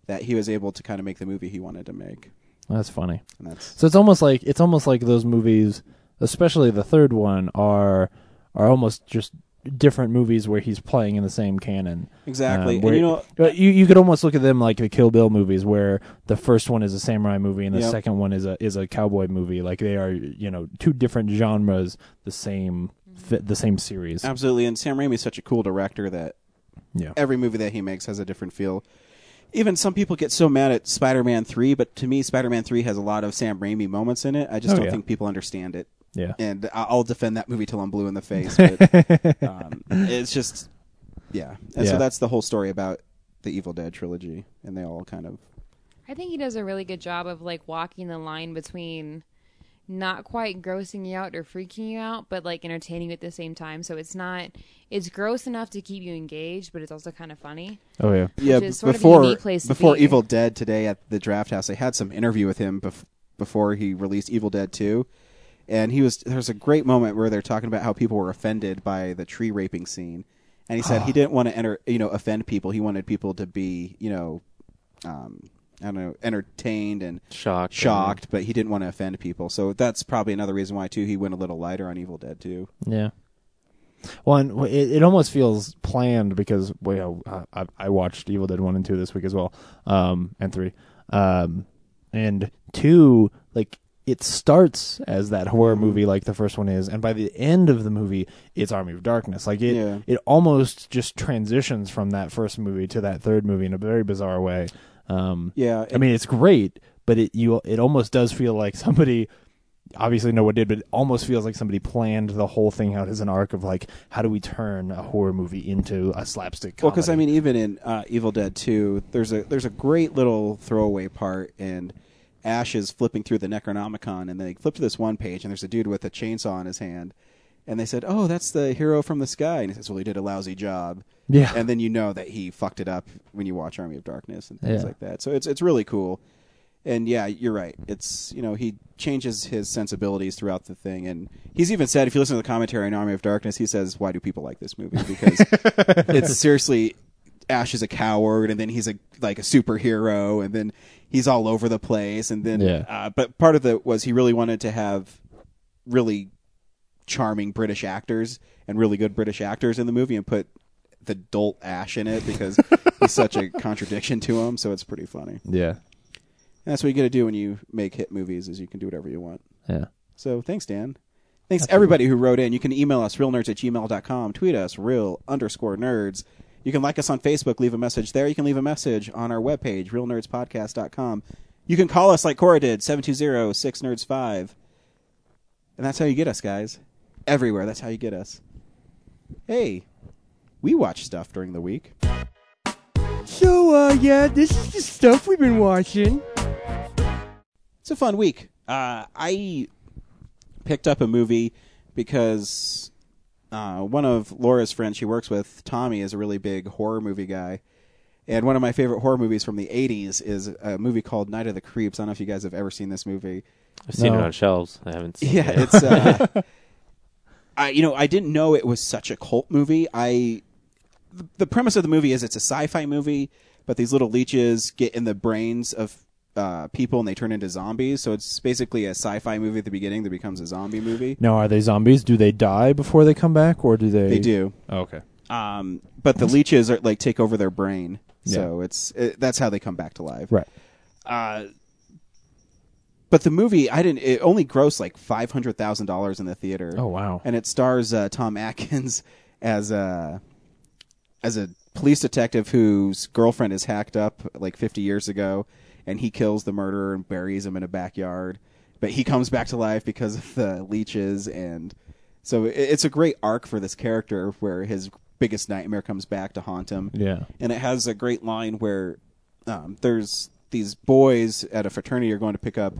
S1: that he was able to kind of make the movie he wanted to make.
S2: that's funny
S1: And that's
S2: So it's almost like it's almost like those movies, especially the third one, are are almost just different movies where he's playing in the same canon. Um,
S1: Exactly. And
S2: where-
S1: you know-
S2: but you you could almost look at them like the Kill Bill movies, where the first one is a samurai movie and the
S1: Yep.
S2: second one is a is a cowboy movie. Like they are, you know, two different genres, the same fi- the same series.
S1: absolutely and Sam Raimi is such a cool director that
S2: Yeah,
S1: every movie that he makes has a different feel. Even some people get so mad at Spider-Man 3, but to me Spider-Man 3 has a lot of Sam Raimi moments in it. I just
S2: Oh,
S1: don't
S2: yeah.
S1: think people understand it.
S2: yeah.
S1: And I- I'll defend that movie till I'm blue in the face,
S2: [laughs]
S1: but um, it's just yeah. And so
S2: Yeah.
S1: that's the whole story about the Evil Dead trilogy and they all kind of
S4: I think he does a really good job of like walking the line between not quite grossing you out or freaking you out, but like entertaining you at the same time. So it's not it's gross enough to keep you engaged, but it's also kind of funny.
S2: Oh yeah.
S1: yeah,
S4: Which is
S1: b-
S4: sort of a
S1: before
S4: unique place to
S1: before
S4: be.
S1: Evil Dead today at the Draft House, they had some interview with him bef- before he released Evil Dead Two, and he was there's a great moment where they're talking about how people were offended by the tree raping scene, and he said he didn't want to enter you know offend people. He wanted people to be you know, um, I don't know, entertained and
S3: Shocked.
S1: shocked, but he didn't want to offend people. So that's probably another reason why too he went a little lighter on Evil Dead Two.
S2: Yeah. Well, and w- it, it almost feels planned because well, you know, I, I- I watched Evil Dead one and two this week as well, um, and three, um, and two like it starts as that horror
S1: Mm-hmm.
S2: movie like the first one is, and by the end of the movie, it's Army of Darkness. Like it,
S1: Yeah.
S2: it almost just transitions from that first movie to that third movie in a very bizarre way. Um,
S1: Yeah,
S2: I
S1: and-
S2: mean, it's great, but it you it almost does feel like somebody obviously no one did, but it almost feels like somebody planned the whole thing out as an arc of like how do we turn a horror movie into a slapstick comedy?
S1: Well, because I mean, even in uh, Evil Dead Two, there's a there's a great little throwaway part, and Ash is flipping through the Necronomicon, and they flip to this one page, and there's a dude with a chainsaw in his hand, and they said, "Oh, that's the hero from the sky," and he says, "Well, he did a lousy job."
S2: Yeah.
S1: and then you know that he fucked it up when you watch Army of Darkness and things
S2: Yeah.
S1: like that. So it's it's really cool. And yeah, you're right. It's you know he changes his sensibilities throughout the thing, and he's even said if you listen to the commentary on Army of Darkness, he says, "Why do people like this movie?"
S2: [laughs]
S1: Because it's seriously Ash is a coward, and then he's a like a superhero, and then he's all over the place, and then
S2: Yeah.
S1: uh, but part of it was he really wanted to have really charming British actors and really good British actors in the movie, and put the dolt Ash in it because he's such a contradiction to him. So it's pretty funny.
S2: yeah,
S1: And that's what you got to do when you make hit movies is you can do whatever you want.
S2: yeah.
S1: So thanks, Dan. Thanks everybody who wrote in. You can email us realnerds at gmail.com, tweet us real underscore nerds. You can like us on Facebook, leave a message there. You can leave a message on our webpage, realnerdspodcast.com. You can call us like Cora did, 720-6nerds5. And that's how you get us, guys. Everywhere, that's how you get us. Hey, we watch stuff during the week.
S6: So, uh, yeah, this is the stuff we've been watching.
S1: it's a fun week. Uh, I picked up a movie because uh, one of Laura's friends she works with, Tommy, is a really big horror movie guy. And one of my favorite horror movies from the 80s is a movie called Night of the Creeps. I don't know if you guys have ever seen this movie.
S3: I've seen
S2: No.
S3: it on shelves. I haven't seen
S1: Yeah,
S3: it.
S1: it's uh, [laughs] I you know I didn't know it was such a cult movie. I the, the premise of the movie is it's a sci-fi movie, but these little leeches get in the brains of uh, people and they turn into zombies. So it's basically a sci-fi movie at the beginning that becomes a zombie movie.
S2: Now, are they zombies? Do they die before they come back, or do they?
S1: They do,
S2: Oh, okay.
S1: um, but the leeches are like take over their brain. So it's it, that's how they come back to life.
S2: Right.
S1: But the movie I didn't. It only grossed like five hundred thousand dollars in the theater.
S2: Oh, wow.
S1: and it stars uh, Tom Atkins [laughs] as a as a police detective whose girlfriend is hacked up like 50 years ago, and he kills the murderer and buries him in a backyard. But he comes back to life because of the leeches, and so it, it's a great arc for this character where his biggest nightmare comes back to haunt him
S2: Yeah.
S1: and it has a great line where um, there's these boys at a fraternity are going to pick up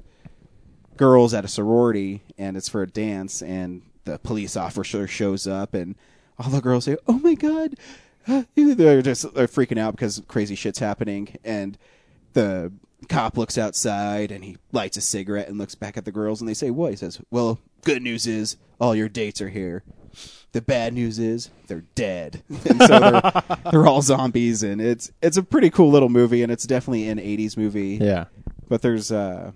S1: girls at a sorority and it's for a dance and the police officer shows up and all the girls say oh my god [laughs] they're just they're freaking out because crazy shit's happening and the cop looks outside and he lights a cigarette and looks back at the girls and they say what he says well good news is all your dates are here the bad news is they're dead [laughs] and so they're, they're all zombies and it's it's a pretty cool little movie and it's definitely an 80s movie
S2: Yeah.
S1: but there's uh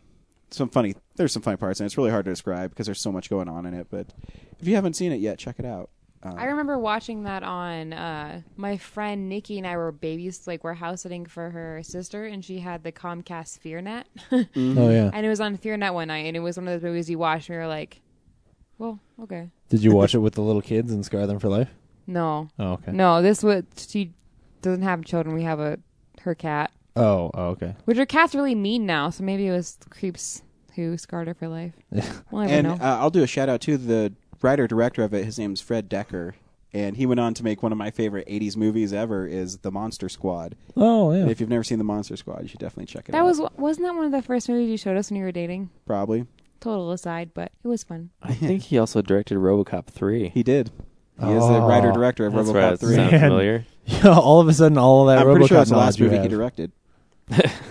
S1: some funny there's some funny parts and it's really hard to describe because there's so much going on in it but if you haven't seen it yet check it out um,
S4: I remember watching that on uh, my friend Nikki and I were babies, like we're house sitting for her sister, and she had the Comcast FearNet, [laughs]
S2: Oh yeah.
S4: and it was on FearNet one night, and it was one of those movies you watched, and we were like, "Well, okay,
S2: Did you watch it with the little kids and scar them for life?
S4: no,
S2: Oh okay.
S4: no, this was she doesn't have children. We have a her cat,
S2: Oh, oh okay.
S4: which her cat's really mean now, so maybe it was creeps who scarred her for life. We'll never
S1: and
S4: know.
S1: uh, i'll do a shout out to the writer director of it his name's fred decker and he went on to make one of my favorite 80s movies ever is the monster squad
S2: Oh yeah.
S1: if you've never seen the monster squad you should definitely check it
S4: that
S1: out
S4: was wasn't that one of the first movies you showed us when you were dating?
S1: probably
S4: Total aside, but it was fun.
S3: I think he also directed RoboCop three.
S1: He did. He is the
S2: Oh,
S1: writer director of
S3: That's
S1: RoboCop
S3: right. that
S1: three.
S3: sounds
S1: [laughs]
S2: Man.
S3: familiar.
S2: Yeah, [laughs] all of a sudden, all of that
S1: I'm pretty sure
S2: RoboCop
S1: that's the last
S2: knowledge you
S1: movie he
S2: have
S1: directed.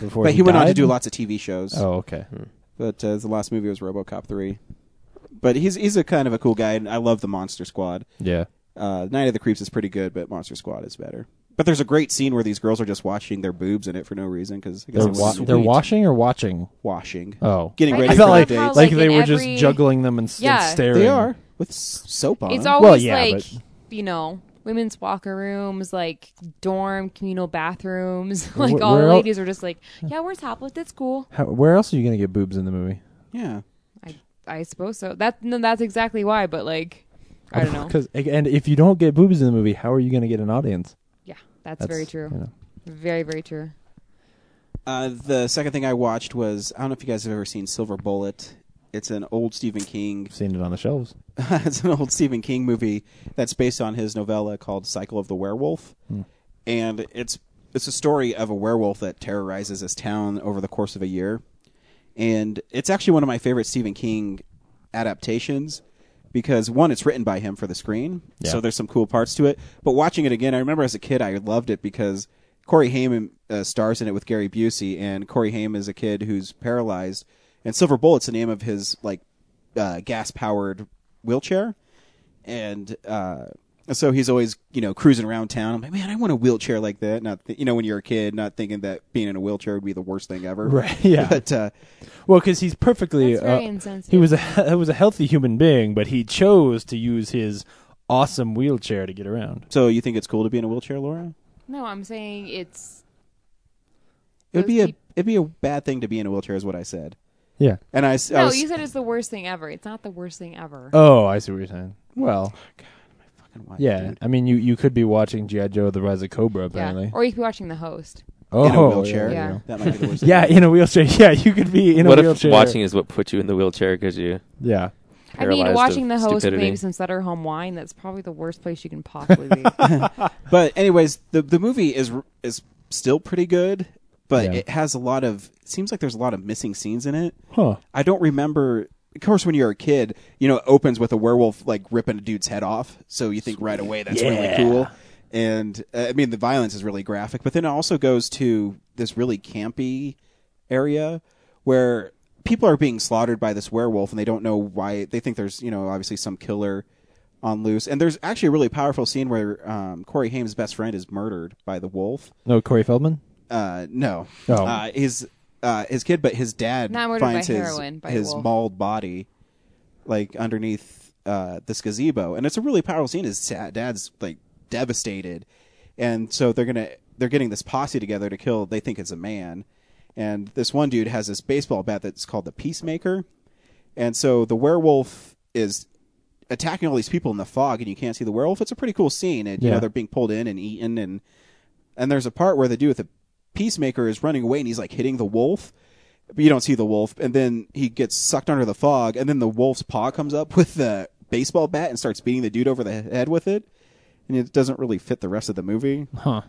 S2: before
S1: But he, went on to
S2: died?
S1: do lots of TV shows.
S2: Oh, okay.
S1: But uh, the last movie was RoboCop three. But he's he's a kind of a cool guy, and I love the Monster Squad.
S2: Yeah.
S1: Uh, Night of the Creeps is pretty good, but Monster Squad is better. But there's a great scene where these girls are just washing their boobs in it for no reason because
S2: They're, wa- they're washing or watching?
S1: washing,
S2: Oh.
S1: getting
S4: I
S1: ready
S2: I
S4: just
S1: for
S2: felt
S4: love
S1: their
S2: like,
S4: how,
S1: dates.
S2: like
S4: like,
S2: they
S4: in
S2: were just
S4: every-
S2: juggling them and, s- and
S4: Yeah. They
S2: staring.
S1: they are with s- soap on.
S4: It's always
S2: Well, yeah,
S4: like
S2: but-
S4: you know, women's locker rooms, like dorm communal bathrooms. [laughs]
S2: Where-
S4: like all
S2: where
S4: the
S2: el-
S4: ladies are just like, yeah, we're topless at school.
S2: How, where else are you going to get boobs in the movie?
S1: yeah,
S4: I I suppose so. That no, that's exactly why. But like, I don't know.
S2: [laughs] 'Cause- and if you don't get boobs in the movie, how are you going to get an audience?
S4: Yeah, that's, very
S2: you
S4: true.
S2: know.
S4: Very very true.
S1: Uh, the second thing I watched was I don't know if you guys have ever seen Silver Bullet. It's an old Stephen King.
S2: Seen it on the shelves.
S1: [laughs] it's an old Stephen King movie that's based on his novella called Cycle of the Werewolf, and it's it's a story of a werewolf that terrorizes this town over the course of a year, and it's actually one of my favorite Stephen King adaptations because one it's written by him for the screen
S2: Yeah.
S1: so there's some cool parts to it but watching it again i remember as a kid i loved it because corey haim uh, stars in it with gary busey and corey haim is a kid who's paralyzed and silver bullet's the name of his like uh, gas powered wheelchair and uh, so he's always you know cruising around town i'm like man i want a wheelchair like that not th- you know when you're a kid not thinking that being in a wheelchair would be the worst thing ever
S2: [laughs] Right, yeah.
S1: [laughs] but uh,
S2: Well, because he's perfectly.
S4: That's very
S2: uh,
S4: insensitive.
S2: he was a [laughs] he was a healthy human being, but he chose to use his awesome wheelchair to get around.
S1: so you think it's cool to be in a wheelchair laura
S4: No, I'm saying it's
S1: It would
S4: Those
S1: be a
S4: peop-
S1: it'd be a bad thing to be in a wheelchair, is what I said.
S2: Yeah.
S1: And I, s- I
S4: no.
S1: was
S4: You said it's the worst thing ever. It's not the worst thing ever.
S2: Oh, I see what you're saying. Well,
S1: fucking white,
S2: yeah.
S1: dude.
S2: I mean, you, you could be watching GI Joe: The Rise of Cobra, apparently.
S4: yeah, or you could be watching The Host.
S2: oh,
S1: in a wheelchair.
S2: Yeah,
S4: Yeah.
S1: That might be
S2: [laughs]
S1: the worst. thing.
S2: Yeah, in a wheelchair. Yeah, you could be in
S3: what
S2: a
S3: if
S2: wheelchair.
S3: watching is what put you in the wheelchair because you?
S2: Yeah.
S4: I mean,
S3: Paralyzed
S4: watching
S3: of
S4: The Host with
S3: stupidity.
S4: maybe some Sutter Home wine. That's probably the worst place you can
S2: [laughs]
S4: possibly be.
S1: But anyways, the the movie is r- is still pretty good, but
S2: Yeah.
S1: it has a lot of seems like there's a lot of missing scenes in it.
S2: Huh.
S1: I don't remember. Of course, when you're a kid, you know, it opens with a werewolf like ripping a dude's head off, so you think right away that's really cool. And uh, I mean, the violence is really graphic, but then it also goes to this really campy area where people are being slaughtered by this werewolf, and they don't know why. They think there's, you know, obviously some killer on loose. And there's actually a really powerful scene where um, Corey Haim's best friend is murdered by the wolf.
S2: No,
S1: [laughs]
S2: Corey Feldman.
S1: Uh, no.
S2: Oh.
S1: Uh, his uh, his kid, but his dad
S4: Not murdered
S1: finds
S4: by
S1: his
S4: heroin, by
S1: his
S4: wolf.
S1: mauled body, like underneath uh, this gazebo, and it's a really powerful scene. His da- dad's like devastated, and so they're gonna they're getting this posse together to kill. They think it's a man, and this one dude has this baseball bat that's called the Peacemaker, and so the werewolf is attacking all these people in the fog, and you can't see the werewolf. It's a pretty cool scene, and you
S2: Yeah.
S1: know they're being pulled in and eaten, and and there's a part where the dude with the peacemaker is running away, and he's like hitting the wolf, but you don't see the wolf, and then he gets sucked under the fog, and then the wolf's paw comes up [laughs] with the baseball bat and starts beating the dude over the head with it, and it doesn't really fit the rest of the movie.
S2: Huh.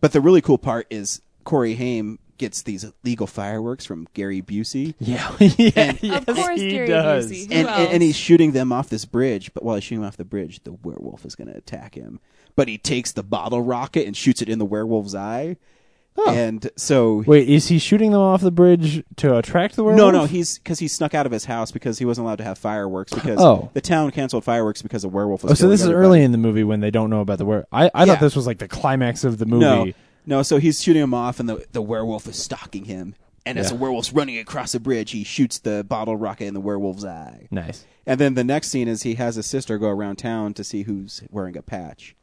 S1: But the really cool part is Corey Haim gets these legal fireworks from Gary Busey.
S2: Yeah. yeah. [laughs] yes,
S4: of course,
S2: he
S4: Gary
S2: does.
S4: Busey. Who
S1: and, and,
S4: else?
S1: and he's shooting them off this bridge. But while he's shooting them off the bridge, the werewolf is going to attack him. But he takes the bottle rocket and shoots it in the werewolf's eye. And so,
S2: Wait, is he shooting them off the bridge to attract the werewolf?
S1: no, no, he's because he snuck out of his house because he wasn't allowed to have fireworks because
S2: Oh.
S1: the town canceled fireworks because a werewolf was.
S2: Oh, so
S1: killing
S2: this is
S1: everybody.
S2: early in the movie when they don't know about the werewolf. I, I
S1: Yeah.
S2: thought this was like the climax of the movie.
S1: No, no. So he's shooting him off, and the the werewolf is stalking him. And as the werewolf's running across the bridge, he shoots the bottle rocket in the werewolf's eye.
S2: Nice.
S1: And then the next scene is he has his sister go around town to see who's wearing a patch.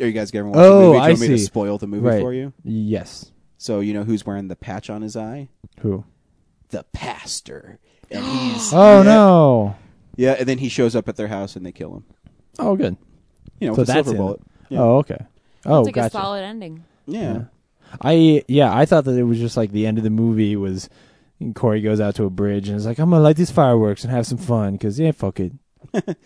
S1: Are you guys going to watch the
S2: Oh,
S1: movie? Do you
S2: I
S1: want me to
S2: see.
S1: spoil the movie
S2: right.
S1: for you?
S2: Yes.
S1: So you know who's wearing the patch on his eye?
S2: Who?
S1: The pastor.
S2: [gasps]
S1: And he's
S2: Oh
S1: yeah.
S2: no.
S1: Yeah, and then he shows up at their house and they kill him.
S2: Oh, good.
S1: You know,
S2: So
S1: with a
S2: that's
S1: silver
S2: in
S1: bullet.
S2: it.
S1: Yeah.
S2: Oh, okay. Oh,
S4: it's like
S2: gotcha.
S4: a solid ending.
S1: Yeah.
S2: I yeah, I thought that it was just like the end of the movie was Corey goes out to a bridge and is like, "I'm gonna light these fireworks and have some fun," because yeah, fuck it.
S1: [laughs]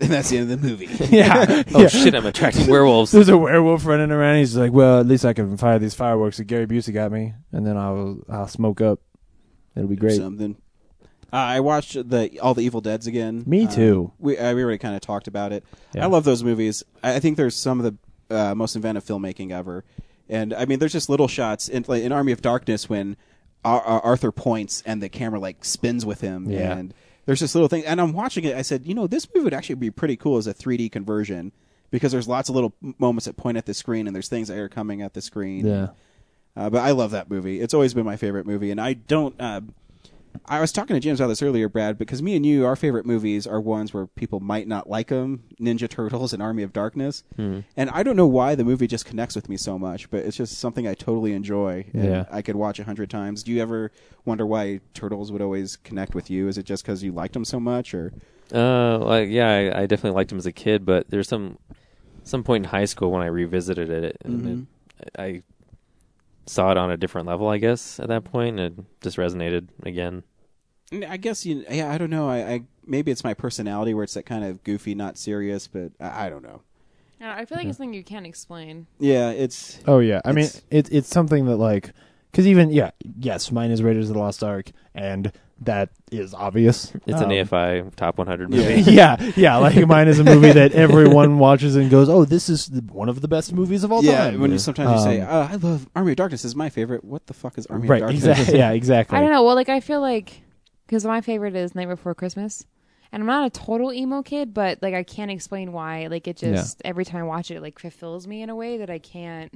S1: And that's the end of the movie.
S2: [laughs] Yeah.
S3: Oh shit! I'm attracting
S2: [laughs]
S3: werewolves.
S2: There's a werewolf running around. He's like, "Well, at least I can fire these fireworks that Gary Busey got me, and then I'll I'll smoke up. It'll be great."
S1: Something. Uh, I watched the all the Evil Dead's again.
S2: Me
S1: Uh,
S2: too.
S1: we uh, we already kind of talked about it.
S2: Yeah.
S1: I love those movies. I, I think there's some of the uh, most inventive filmmaking ever. And I mean, there's just little shots in like, in Army of Darkness when Ar- Ar- Arthur points and the camera like spins with him.
S2: Yeah.
S1: And there's this little thing. And I'm watching it. I said, you know, this movie would actually be pretty cool as a 3D conversion because there's lots of little m- moments that point at the screen and there's things that are coming at the screen.
S2: Yeah.
S1: Uh, but I love that movie. It's always been my favorite movie, and I don't. Uh, I was talking to James about this earlier, Brad, because me and you, our favorite movies are ones where people might not like them: Ninja Turtles and Army of Darkness. And I don't know why the movie just connects with me so much, but it's just something I totally enjoy. And
S2: Yeah.
S1: I could watch a hundred times. Do you ever wonder why Turtles would always connect with you? Is it just because you liked them so much, or
S3: Uh, like yeah, I, I definitely liked him as a kid, but there's some some point in high school when I revisited it, and
S2: Mm-hmm.
S3: it, I saw it on a different level, I guess, at that point, and it just resonated again.
S1: And I guess you. Yeah, I don't know. I, I maybe it's my personality where it's that kind of goofy, not serious, but I, I don't know.
S4: I, don't know, I feel like it's something you can't explain.
S1: Yeah, it's
S2: Oh yeah, I mean
S1: It's-
S2: it, it's something that like because even yeah yes mine is Raiders of the Lost Ark and that is obvious.
S3: It's
S2: Um,
S3: an AFI top 100
S1: Yeah.
S3: movie.
S2: [laughs] yeah, yeah. Like mine is a movie that everyone watches and goes, "Oh, this is the- one of the best movies of all
S1: yeah,
S2: time."
S1: when you sometimes you say,
S2: Um,
S1: "Oh, I love Army of Darkness is my favorite." What the fuck is Army
S2: right,
S1: of Darkness?
S2: exactly. [laughs] Yeah, exactly.
S4: I don't know. Well, like I feel like because my favorite is Night Before Christmas, and I'm not a total emo kid, but like I can't explain why. Like it
S2: Yeah.
S4: just every time I watch it, it, like fulfills me in a way that I can't.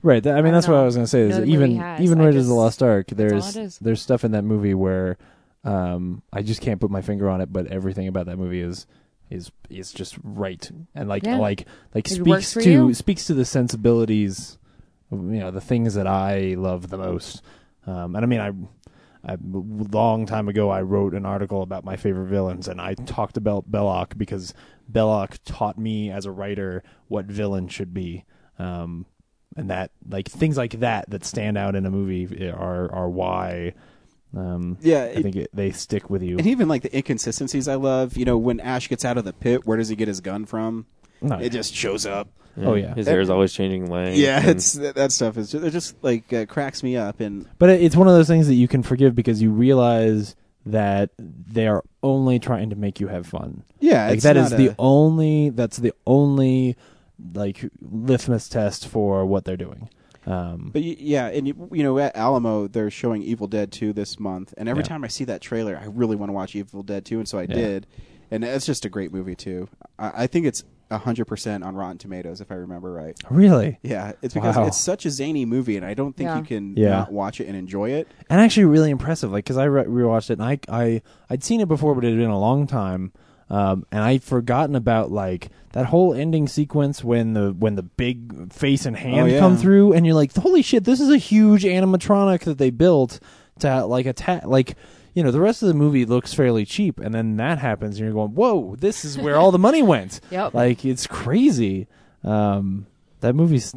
S2: Right. That, I mean,
S4: I
S2: that's
S4: don't
S2: what
S4: know.
S2: I was going to say. Is
S4: No,
S2: that
S4: the movie
S2: even
S4: has.
S2: even
S4: I
S2: Raiders of the
S4: just-
S2: Lost Ark,
S4: all
S2: there's
S4: it is.
S2: there's stuff in that movie where um, I just can't put my finger on it, but everything about that movie is is is just right and like
S4: Yeah.
S2: like like
S4: It
S2: speaks
S4: works for
S2: to
S4: you.
S2: speaks to the sensibilities, of, you know, the things that I love the most. Um, and I mean, I. I, long time ago, I wrote an article about my favorite villains, and I talked about Belloc because Belloc taught me as a writer what villain should be, um, and that like things like that that stand out in a movie are are why um,
S1: [laughs] Yeah,
S2: I
S1: it-
S2: think it, they stick with
S1: [laughs]
S2: you.
S1: and even like the inconsistencies I love. You know, when Ash gets out of the pit, where does he get his gun from?
S2: No,
S1: It just shows up.
S2: [laughs] oh yeah,
S3: His hair is always changing length.
S1: Yeah,
S3: and-
S1: it's that that stuff is just, it just like uh, cracks me up. And
S2: But it- it's one of those things that you can forgive because you realize that they are only trying to make you have fun.
S1: Yeah,
S2: like
S1: it's
S2: that is
S1: not
S2: the
S1: a-
S2: only that's the only like litmus test for what they're doing. Um,
S1: but y- yeah, and you, you know at Alamo they're showing Evil Dead Two this month, and every
S2: Yeah.
S1: time I see that trailer, I really want to watch Evil Dead Two, and so I did. And it's just a great movie too. I, I think it's hundred percent on Rotten Tomatoes, if I remember right.
S2: really,
S1: Yeah, it's because
S2: Wow.
S1: it's such a zany movie, and I don't think
S4: Yeah.
S1: you can
S2: Yeah.
S1: not watch it and enjoy it.
S2: and actually really impressive. Like because I re- rewatched it and I I I'd seen it before, but it had been a long time, um, and I'd forgotten about like that whole ending sequence when the when the big face and hand
S1: yeah.
S2: come through, and you're like, holy shit, this is a huge animatronic that they built to like attack like. You know, the rest of the movie looks fairly cheap, and then that happens, and you're going, "Whoa, this is where all the money went!"
S4: Yep.
S2: Like it's crazy. Um, that movie's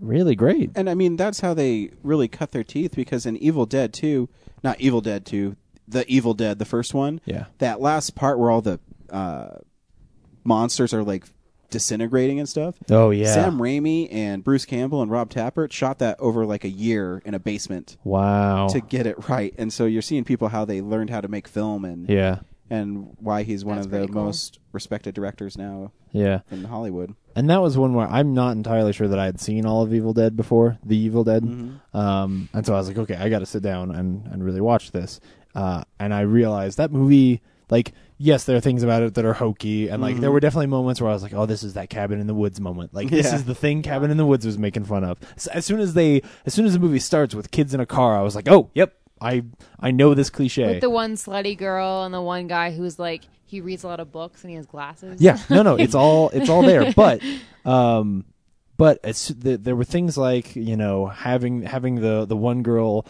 S2: really great.
S1: And I mean, that's how they really cut their teeth because in Evil Dead 2, not Evil Dead 2, the Evil Dead, the first one,
S2: Yeah.
S1: that last part where all the uh, monsters are like disintegrating and stuff.
S2: Oh yeah,
S1: Sam Raimi and Bruce Campbell and Rob Tappert shot that over like a year in a basement
S2: wow.
S1: to get it right. And so you're seeing people how they learned how to make film and
S2: yeah,
S1: and why he's one
S4: That's
S1: of the
S4: pretty cool.
S1: most respected directors now
S2: yeah.
S1: in Hollywood.
S2: and that was one where I'm not entirely sure that I had seen all of Evil Dead before, the Evil Dead. Um, and so I was like, okay, I got to sit down and, and really watch this. Uh, and I realized that movie, like, yes, there are things about it that are hokey, and like, there were definitely moments where I was like, oh, this is that Cabin in the Woods moment. Like, this
S1: Yeah.
S2: is the thing Cabin in the Woods was making fun of. So as soon as they, as soon as the movie starts with kids in a car, I was like, oh, yep, I I know this cliche.
S4: With the one slutty girl and the one guy who's like he reads a lot of books and he has glasses.
S2: Yeah, no, no, it's all it's all there. But, um, but it's, the, there were things like you know having having the the one girl,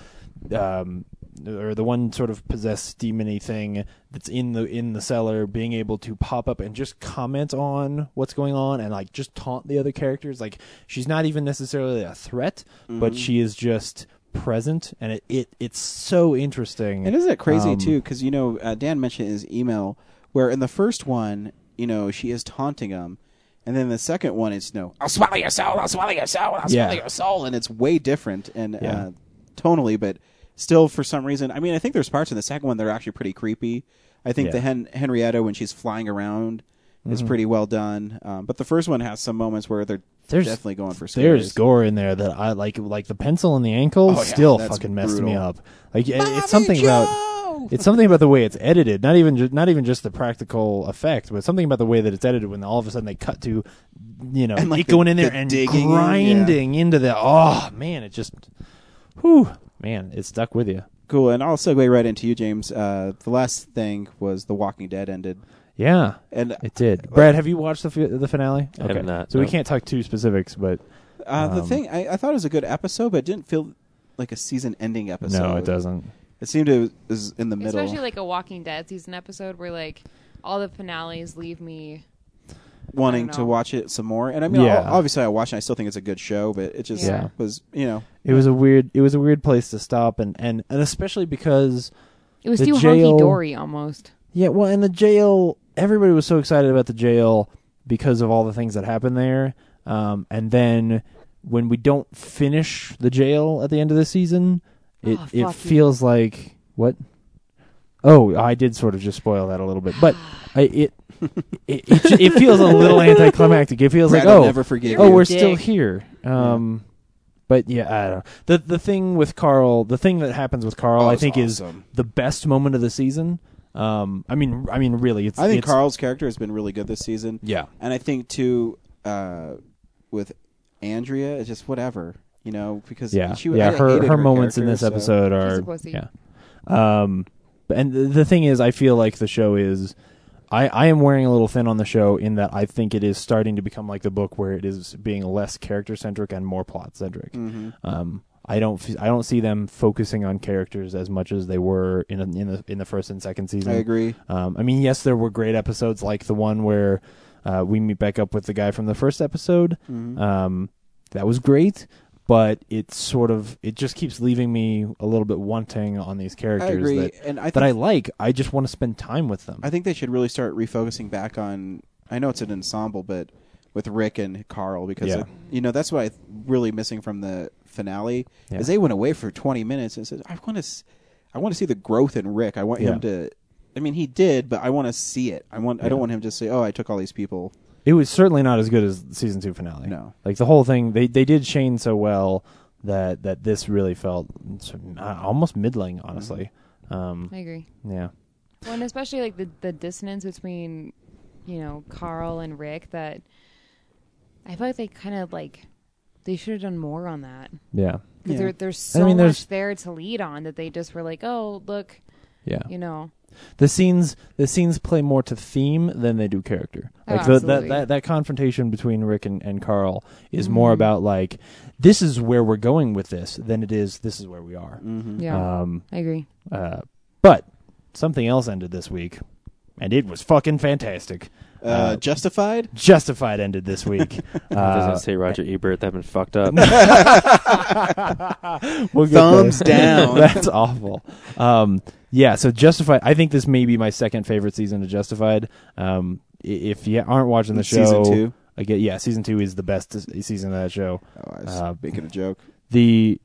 S2: um, or the one sort of possessed demony thing that's in the in the cellar, being able to pop up and just comment on what's going on and like just taunt the other characters. Like she's not even necessarily a threat, but she is just present, and it, it it's so interesting.
S1: And isn't it crazy
S2: Um,
S1: too? Because you know, uh, Dan mentioned in his email where in the first one, you know, she is taunting him, and then the second one, it's no, I'll swallow your soul, I'll swallow your soul, I'll
S2: Yeah.
S1: swallow your soul, and it's way different and
S2: Yeah.
S1: uh, tonally, but still for some reason. I mean, I think there's parts in the second one that are actually pretty creepy. I think
S2: Yeah. Mm-hmm.
S1: the Hen- Henrietta when she's flying around is pretty well done. Um, but the first one has some moments where they're
S2: There's-
S1: definitely going for scares.
S2: There's gore in there that I like, like the pencil in the ankle
S1: Oh, yeah,
S2: still
S1: that's
S2: fucking messed me
S1: brutal.
S2: up. Like it- it's something
S1: Joe!
S2: about it's something about the way it's edited. Not even ju- not even just the practical effect, but something about the way that it's edited. When all of a sudden they cut to, you know,
S1: And, like,
S2: it going
S1: the-
S2: in there
S1: the
S2: and
S1: digging in, yeah.
S2: grinding into the oh man, it just, whew, man, it stuck with you.
S1: Cool, and I'll segue right into you, James. Uh, the last thing was The Walking Dead ended,
S2: Yeah,
S1: and
S2: it did. Brad, have you watched the fi- the finale?
S3: I have not,
S2: So we
S3: no.
S2: can't talk too specifics, but
S1: uh, the
S2: Um,
S1: thing I, I thought it was a good episode, but it didn't feel like a season-ending episode.
S2: no, it doesn't.
S1: It seemed it was in the middle.
S4: Especially like a Walking Dead season episode where like all the finales leave me.
S1: wanting
S4: I don't
S1: to
S4: know.
S1: watch it some more. And I mean,
S2: Yeah.
S1: ob- obviously, I watch and I still think it's a good show, but it just
S2: Yeah.
S1: was, you know,
S2: It was a weird. It was a weird place to stop, and and, and especially because
S4: It was
S2: The
S4: too
S2: jail-
S4: hunky dory almost.
S2: yeah, well, and the jail. Everybody was so excited about the jail because of all the things that happened there. Um, and then when we don't finish the jail at the end of the season, it
S4: Oh,
S2: it
S4: fuck you.
S2: feels like what? Oh, I did sort of just spoil that a little bit,
S4: [sighs]
S2: but I, it, it it ju- it feels a
S4: [laughs]
S2: little anticlimactic. It feels
S1: Brad
S2: like
S1: will
S2: oh,
S1: never forgive
S2: oh,
S1: you.
S2: we're
S4: Dick.
S2: still here. Um, but yeah, I don't know. the the thing with Carl, the thing that happens with Carl,
S1: Oh,
S2: I
S1: it's
S2: think
S1: awesome.
S2: is the best moment of the season. Um, I mean, I mean, really, it's
S1: I think
S2: it's,
S1: Carl's character has been really good this season.
S2: Yeah.
S1: And I think, too, uh, with Andrea, it's just whatever, you know, because
S2: yeah,
S1: she,
S2: yeah.
S1: I
S2: Her
S1: hated
S2: her, moments in
S1: character,
S2: this
S1: so-
S2: episode
S4: She's
S2: are
S4: a pussy.
S2: yeah. Um, but- and the, the thing is, I feel like the show is. I, I am wearing a little thin on the show in that I think it is starting to become like the book where it is being less character centric and more plot centric.
S1: Mm-hmm.
S2: Um, I don't f- I don't see them focusing on characters as much as they were in in the in the first and second season.
S1: I agree.
S2: Um, I mean, yes, there were great episodes like the one where uh, we meet back up with the guy from the first episode.
S1: Mm-hmm.
S2: Um, that was great, but it sort of it just keeps leaving me a little bit wanting on these characters
S1: agree,
S2: that
S1: and I
S2: that
S1: think-
S2: I like. I just want to spend time with them.
S1: I think they should really start refocusing back on. I know it's an ensemble, but with Rick and Carl because
S2: Yeah.
S1: it- you know that's what I really missing from the finale
S2: Yeah.
S1: is they went away for 20 minutes and said, "I want to, I want to see the growth in Rick. I want
S2: Yeah.
S1: him to." I mean, he did, but I want to see it. I want. I don't want him to say, "Oh, I took all these people."
S2: it was certainly not as good as the season two finale.
S1: No.
S2: like the whole thing they they did Shane so well that that this really felt sort of, uh, almost middling, honestly.
S1: Mm-hmm.
S2: Um,
S4: I agree.
S2: yeah.
S4: Well, and especially like the the dissonance between, you know, Carl and Rick. That I feel like they kind of like they should have done more on that
S2: Yeah.
S4: because
S1: Yeah.
S4: there, there's so
S2: mean, there's-
S4: much there to lead on that they just were like, oh look,
S2: Yeah.
S4: you know,
S2: the scenes the scenes play more to theme than they do character.
S4: Oh,
S2: Like the, that,
S4: absolutely.
S2: that that confrontation between Rick and, and Carl is more about like this is where we're going with this than it is this is where we are.
S1: Mm-hmm.
S4: yeah,
S2: Um,
S4: I agree.
S2: uh, but something else ended this week, and it was fucking fantastic.
S1: Uh, justified.
S2: Justified ended this week.
S3: I was
S2: Uh,
S3: gonna say Roger Ebert. That been
S2: [laughs]
S3: fucked up.
S2: we'll get
S1: Thumbs
S2: there.
S1: down.
S2: [laughs] That's awful. Um, yeah, so Justified. I think this may be my second favorite season of Justified. Um, i- if you aren't watching the show,
S1: Season two?
S2: I get yeah, season two is the best s- season of that show.
S1: Oh, I was
S2: Uh,
S1: making a joke.
S2: The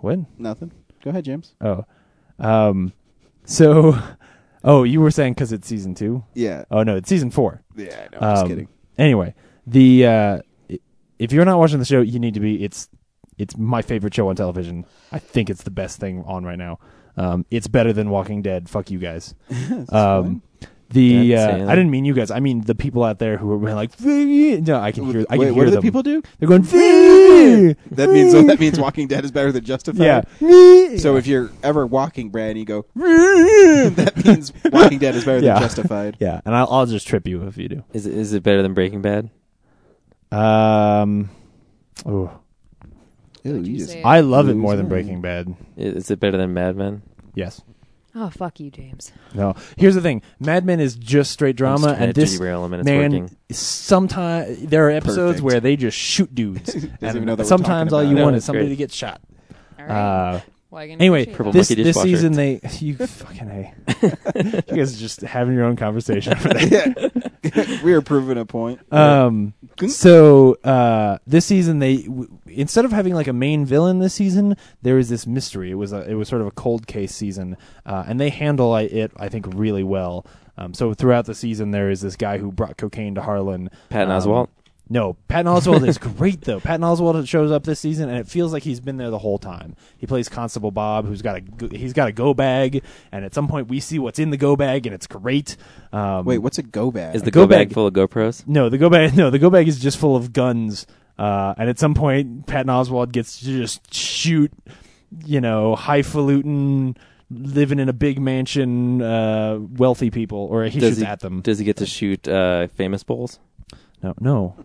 S2: what?
S1: Nothing. Go ahead, James.
S2: Oh, um, so [laughs] oh, you were saying because it's season two?
S1: Yeah.
S2: Oh no, it's season four.
S1: Yeah. No, I'm just
S2: Um,
S1: kidding.
S2: Anyway, the uh, i- if you're not watching the show, you need to be. It's it's my favorite show on television. I think it's the best thing on right now. Um, it's better than Walking Dead. Fuck
S1: [laughs]
S2: you guys. um, the
S3: Yeah,
S2: uh,
S3: say that.
S2: I didn't mean you guys. I mean the people out there who are like. "Fuck." No, I can hear. I can
S1: Wait,
S2: hear
S1: what do
S2: them.
S1: the people
S2: [laughs]
S1: do?
S2: They're going. "Fuck."
S1: That means that means Walking Dead is better than Justified.
S2: [laughs] Yeah.
S1: So [laughs] if you're ever walking, Brad, and you go, [laughs] "Hmm, that means Walking Dead is better
S2: Yeah.
S1: than
S2: [laughs]
S1: Justified.
S2: Yeah, and I'll, I'll just trip you if you do.
S3: Is it, is it better than Breaking Bad?
S2: Um, oh,
S1: Ew,
S4: you
S1: you just-
S4: say?
S2: I love it more
S1: Loser.
S2: than Breaking Bad.
S3: I- Is it better than Mad Men?
S2: Yes.
S4: Oh fuck you, James.
S2: No. Here's the thing: Mad Men is just straight drama,
S3: just trying
S2: and
S3: to
S2: this
S3: derail 'em and it's
S2: man.
S3: working.
S2: Sometimes there are episodes
S1: Perfect.
S2: where they just shoot
S1: [laughs]
S2: dudes,
S1: even know that
S2: and
S1: we're
S2: sometimes
S1: talking
S2: all
S1: about
S2: you
S1: it.
S2: want is
S3: No, it's
S2: somebody
S3: great.
S2: to get shot.
S4: All right.
S2: Uh,
S4: well, I can
S2: anyway,
S4: appreciate
S3: Purple
S4: that.
S2: this,
S3: Monkey
S1: [laughs]
S2: this [laughs]
S3: Dishwasher. [laughs]
S2: season they you fucking hey, you guys are just having your own conversation over there.
S1: we are proving a point.
S2: Um, so uh, this season they w- instead of having like a main villain this season, there is this mystery. It was a, it was sort of a cold case season, uh, and they handle I- it I think really well. Um, so throughout the season, there is this guy who brought cocaine to Harlan.
S3: Patton
S2: Um,
S3: Oswalt?
S2: No, Patton Oswald
S3: [laughs]
S2: is great though. Patton Oswald shows up this season, and it feels like he's been there the whole time. He plays Constable Bob, who's got a g- he's got a go bag, and at some point we see what's in the go bag, and it's great. Um,
S1: Wait, what's a go bag?
S3: Is the
S2: Go
S3: go bag
S2: bag.
S3: full of GoPros?
S2: no, the go bag. [laughs] No, the go bag is just full of guns. Uh, and at some point, Patton Oswald gets to just shoot, you know, highfalutin, living in a big mansion, uh, wealthy people, or he
S3: does
S2: shoots
S3: he,
S2: at them.
S3: Does he get to shoot uh, famous bulls?
S2: no, no.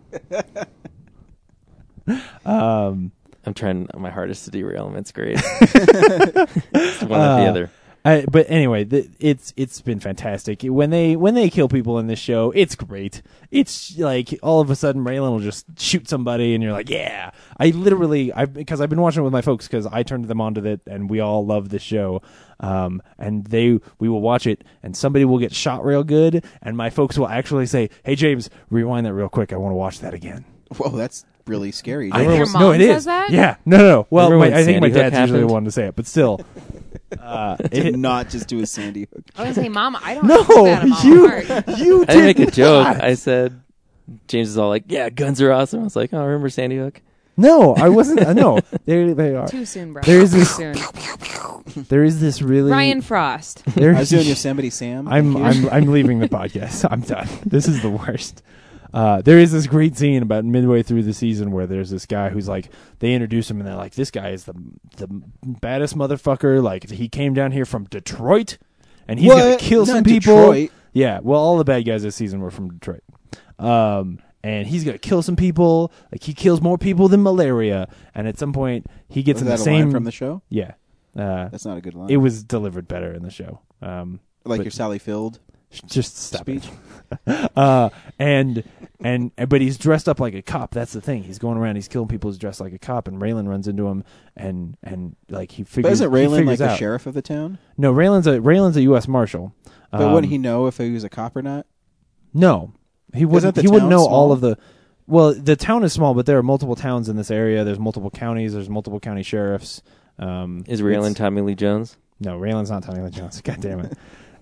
S3: [laughs]
S2: um,
S3: I'm trying my hardest to derail him.
S2: [laughs]
S3: It's great. it's one or the
S2: Uh,
S3: other.
S2: I, but anyway, the, it's it's been fantastic. When they when they kill people in this show, it's great. It's like all of a sudden Raylan will just shoot somebody, and you're like, yeah. I literally, I because I've been watching it with my folks because I turned them onto it, and we all love the show. Um, and they we will watch it, and somebody will get shot real good, and my folks will actually say, hey James, rewind that real quick. I want to watch that again.
S1: [laughs] Whoa, that's really scary.
S2: I
S1: dude.
S4: Your
S2: almost-
S4: mom
S2: no, it is.
S4: says that?
S2: Yeah, no, no. no. Well,
S3: Remember
S2: my,
S3: when
S2: I think my
S3: Sandy Hook
S2: dad's usually the
S3: happened?
S2: one to say it, but
S3: [laughs]
S2: still. Uh, it,
S1: Did not just do a
S2: [laughs]
S1: Sandy Hook.
S4: I was gonna say, Mom, I don't. think
S2: No,
S4: that about
S2: you
S4: art.
S2: you
S3: I didn't
S2: [laughs]
S3: make a
S2: not.
S3: joke. I said James is all like, "Yeah, guns are awesome." I was like, "Oh, remember Sandy Hook?"
S2: no, I wasn't.
S1: [laughs]
S2: uh, No, there they are.
S4: [laughs] Too soon, bro.
S2: There is
S4: Too
S2: this- [laughs]
S4: soon. [laughs]
S2: There is this really.
S4: Ryan Frost.
S2: there-
S1: I was doing Yosemite Sam.
S2: [laughs]
S1: [laughs]
S2: I'm I'm I'm leaving the podcast. I'm done. This is the worst. Uh, there is this great scene about midway through the season where there's this guy who's like they introduce him and they're like this guy is the the baddest motherfucker like he came down here from Detroit and he's gonna
S1: What?
S2: kill
S1: Not
S2: some people.
S1: Detroit.
S2: Yeah, well, all the bad guys this season were from Detroit. Um, and he's gonna kill some people. Like he kills more people than malaria. And at some point, he gets
S1: Was
S2: in
S1: that
S2: the
S1: a
S2: same
S1: line from the show?
S2: yeah. Uh,
S1: That's not a good line.
S2: it was delivered better in the show. Um,
S1: like
S2: but-
S1: your Sally Field
S2: just stop
S1: speech.
S2: it. [laughs] Uh, and and but he's dressed up like a cop. That's the thing. He's going around. He's killing people. He's dressed like a cop. And Raylan runs into him, and and like he
S1: But
S2: figures.
S1: isn't
S2: he
S1: Raylan like
S2: figures
S1: the
S2: out-
S1: sheriff of the town?
S2: No, Raylan's a Raylan's a U.S. marshal.
S1: But
S2: Um,
S1: wouldn't he know if he was a cop or not?
S2: No, he wouldn't.
S1: the
S2: He wouldn't know
S1: town
S2: all
S1: small?
S2: of the. Well, the town is small, but there are multiple towns in this area. There's multiple counties. There's multiple county sheriffs. Um,
S3: Is Raylan
S2: it's-
S3: Tommy
S2: [laughs]
S3: Lee Jones?
S2: No, Raylan's not Tommy Lee Jones. [laughs] God damn it.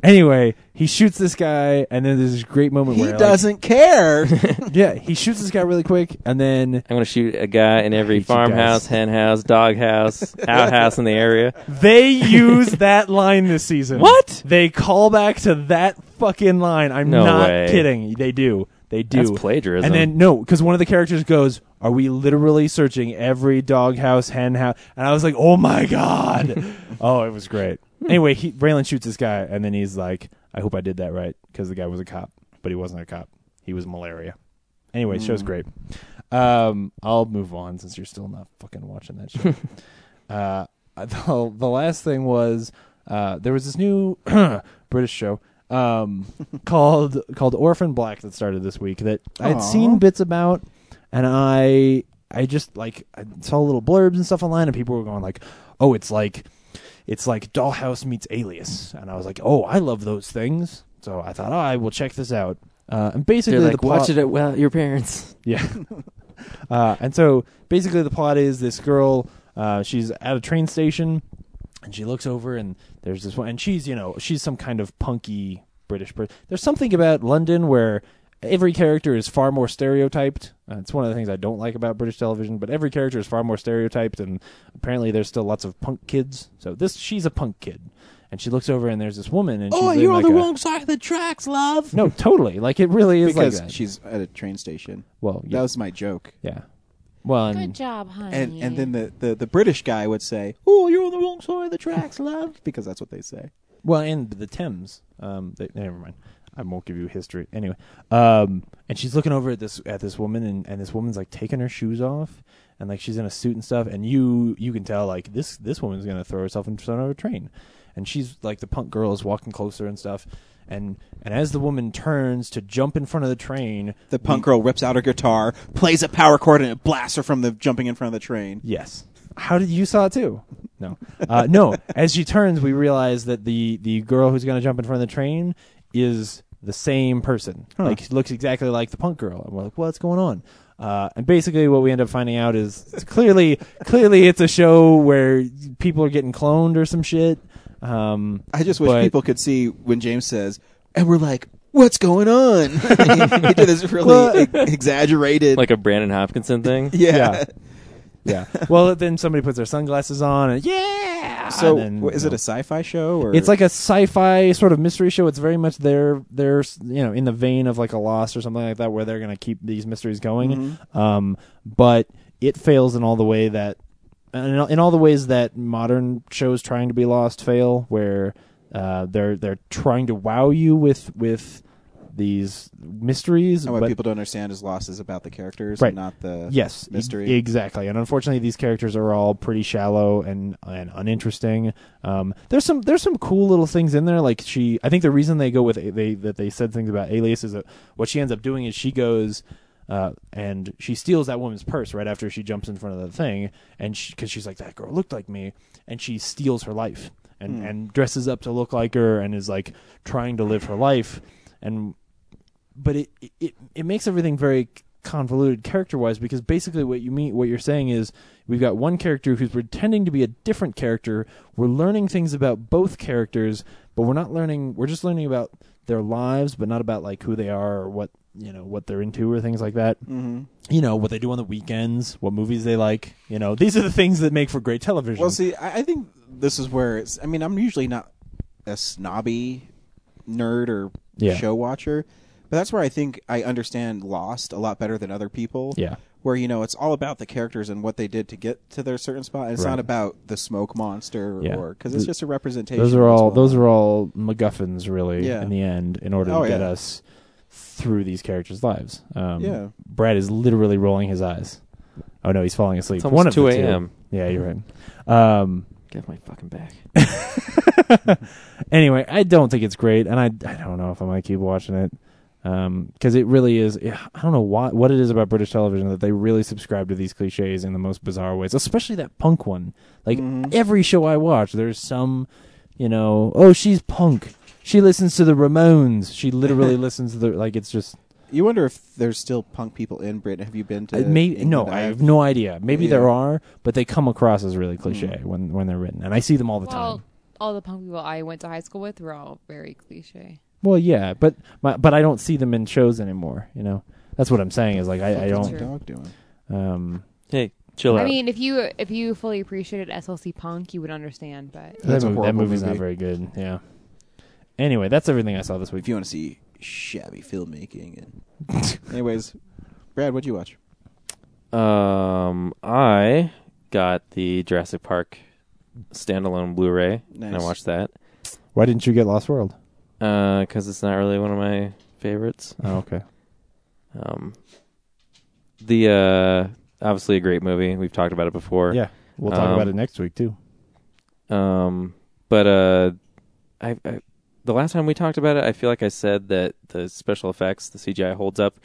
S2: Anyway, he shoots this guy, and then there's this great moment
S1: He
S2: where like,
S1: doesn't
S2: [laughs]
S1: care.
S2: yeah, he shoots this guy really quick, and then
S3: I'm gonna shoot a guy in
S2: I
S3: every
S2: hate you
S3: farmhouse,
S2: guys.
S3: hen house,
S2: [laughs]
S3: dog house, outhouse in the area.
S2: they use [laughs] that line this season.
S3: What?
S2: They call back to that fucking line. I'm
S3: No
S2: not
S3: way.
S2: kidding. They do. They do.
S3: That's plagiarism.
S2: And then no, because one of the characters goes, "Are we literally searching every doghouse, hen house?" And I was like, "Oh my
S3: [laughs]
S2: god!" oh, it was great. Anyway, he, Raylan shoots this guy, and then he's like, "I hope I did that right," because the guy was a cop, but he wasn't a cop. He was malaria. Anyway, show's
S3: Hmm.
S2: great. Um, I'll move on since you're still not fucking watching that show. uh, [laughs] the, the last thing was uh, there was this new [clears throat] British show
S3: [laughs]
S2: um, called called Orphan Black that started this week that I had
S1: Aw.
S2: seen bits about, and I I just like I saw little blurbs and stuff online, and people were going like, "Oh, it's like it's like Dollhouse meets Alias," and I was like, "Oh, I love those things," so I thought, "Oh, I will check this out." Uh, and basically,
S3: They're like,
S2: the plot,
S3: "Watch it at well, your parents."
S2: yeah. [laughs] uh, and so basically, the plot is this girl. Uh, she's at a train station, and she looks over, and there's this one, and she's you know she's some kind of punky British person. There's something about London where every character is far more stereotyped. Uh, it's one of the things I don't like about British television, but every character is far more stereotyped, and apparently there's still lots of punk kids. So this she's a punk kid, and she looks over, and there's this woman, and she's in like a-
S1: side of Oh, the tracks, love.
S2: No, totally. Like it really is
S1: Because
S2: like that.
S1: she's at a train station.
S2: well,
S1: That
S2: yeah,
S1: was my joke.
S2: yeah. Well, and-
S4: Good job, honey.
S1: And and then the, the, the British guy would say, "Oh, you're on the wrong side of the tracks, love," because that's what they say.
S2: Well, and the Thames. Um, they, never mind. I won't give you history anyway. Um, and she's looking over at this at this woman, and, and this woman's like taking her shoes off, and like she's in a suit and stuff. And you you can tell like this this woman's gonna throw herself in front of a train, and she's like the punk girl is walking closer and stuff. And and as the woman turns to jump in front of the train,
S1: The punk girl rips out her guitar, plays a power chord, and it blasts her from the jumping in front of the train.
S2: Yes. How did you saw it too? No, uh, no. As she turns, we realize that the the girl who's going to jump in front of the train is the same person.
S1: Huh.
S2: Like she looks exactly like the punk girl, and we're like, what's going on? Uh, and basically, what we end up finding out is it's clearly, clearly, it's a show where people are getting cloned or some shit. Um,
S1: I just wish
S2: but-
S1: people could see when James says, and we're like, what's going on?
S2: [laughs]
S1: he did this really
S2: Well-
S1: ex- exaggerated.
S3: like a Brandon Hopkinson thing.
S1: yeah.
S2: Yeah. well, then somebody puts their sunglasses on, and yeah.
S1: So
S2: and then,
S1: wh- is
S2: you
S1: it a
S2: know.
S1: sci-fi show or
S2: It's like a sci-fi sort of mystery show. It's very much their their you know in the vein of like a Lost or something like that, where they're going to keep these mysteries going. Um, but it fails in all the way that in all- in all the ways that modern shows trying to be Lost fail, where uh, they're they're trying to wow you with with these mysteries,
S1: and what
S2: but
S1: people don't understand is Lost is about the characters
S2: Right.
S1: and not the
S2: yes e-
S1: mystery.
S2: exactly and unfortunately these characters are all pretty shallow and and uninteresting um there's some there's some cool little things in there like she i think the reason they go with a- they that they said things about alias is that what she ends up doing is she goes uh, and she steals that woman's purse right after she jumps in front of the thing and because she's like that girl looked like me and she steals her life and and dresses up to look like her and is like trying to live her life and but it it it makes everything very convoluted character wise because basically what you mean what you're saying is we've got one character who's pretending to be a different character we're learning things about both characters but we're not learning we're just learning about their lives but not about like who they are or what you know what they're into or things like that mm-hmm. you know what they do on the weekends what movies they like you know these are the things that make for great television
S1: Well, see, I, I think this is where it's. I mean, I'm usually not a snobby nerd or
S2: Yeah.
S1: show watcher, but that's where I think I understand Lost a lot better than other people.
S2: Yeah.
S1: Where, you know, it's all about the characters and what they did to get to their certain spot. And it's
S2: Right.
S1: not about the smoke monster
S2: Yeah.
S1: or. Because it's just a representation.
S2: Those are
S1: of what's
S2: all
S1: going
S2: those
S1: on.
S2: are all MacGuffins, really,
S1: Yeah.
S2: in the end, in order
S1: Oh,
S2: to get
S1: yeah.
S2: us through these characters' lives. Um,
S1: Yeah.
S2: Brad is literally rolling his eyes. Oh no, he's falling asleep.
S3: It's almost
S2: One of the
S3: 2
S2: two.
S3: a.m..
S2: Yeah, you're right. Um,
S3: Get my fucking back.
S2: [laughs] anyway, I don't think it's great, and I, I don't know if I'm gonna keep watching it because it really is. I don't know why, what it is about British television that they really subscribe to these cliches in the most bizarre ways, especially that punk one. Like every show I watch, there's some, you know, oh she's punk. She listens to the Ramones. She literally listens to the like. It's just
S1: You wonder if there's still punk people in Britain. Have you been to.
S2: uh, maybe no.
S1: England?
S2: I have no idea. Maybe
S1: Yeah.
S2: there are, but they come across as really cliche when when they're written, and I see them all the
S4: Well,
S2: time.
S4: all the punk people I went to high school with were all very cliche.
S2: Well, yeah, but my, but I don't see them in shows anymore. You know, that's what I'm saying is like I, I
S1: What's
S2: don't.
S1: the dog doing?
S2: Um,
S3: Hey, chill
S4: I
S3: out.
S4: mean, if you if you fully appreciated SLC punk, you would understand. But
S2: that,
S1: That's a
S2: movie, that
S1: horrible
S2: movie's not
S1: movie.
S2: very good. Yeah. Anyway, that's everything I saw this
S1: If
S2: week.
S1: you want to see shabby filmmaking. And...
S2: [laughs]
S1: Anyways, Brad, what'd you watch?
S3: um, I got the Jurassic Park standalone Blu-ray, and I
S1: Nice.
S3: watched that
S2: Why didn't you get Lost World?
S3: because Uh, it's not really one of my favorites.
S2: Oh, okay.
S3: Um, the uh, obviously a great movie. We've talked about it
S2: [laughs]
S3: before.
S2: Yeah, we'll talk
S3: Um,
S2: about it next week too.
S3: Um, but uh, I, I the last time we talked about it, I feel like I said that the special effects, the CGI holds up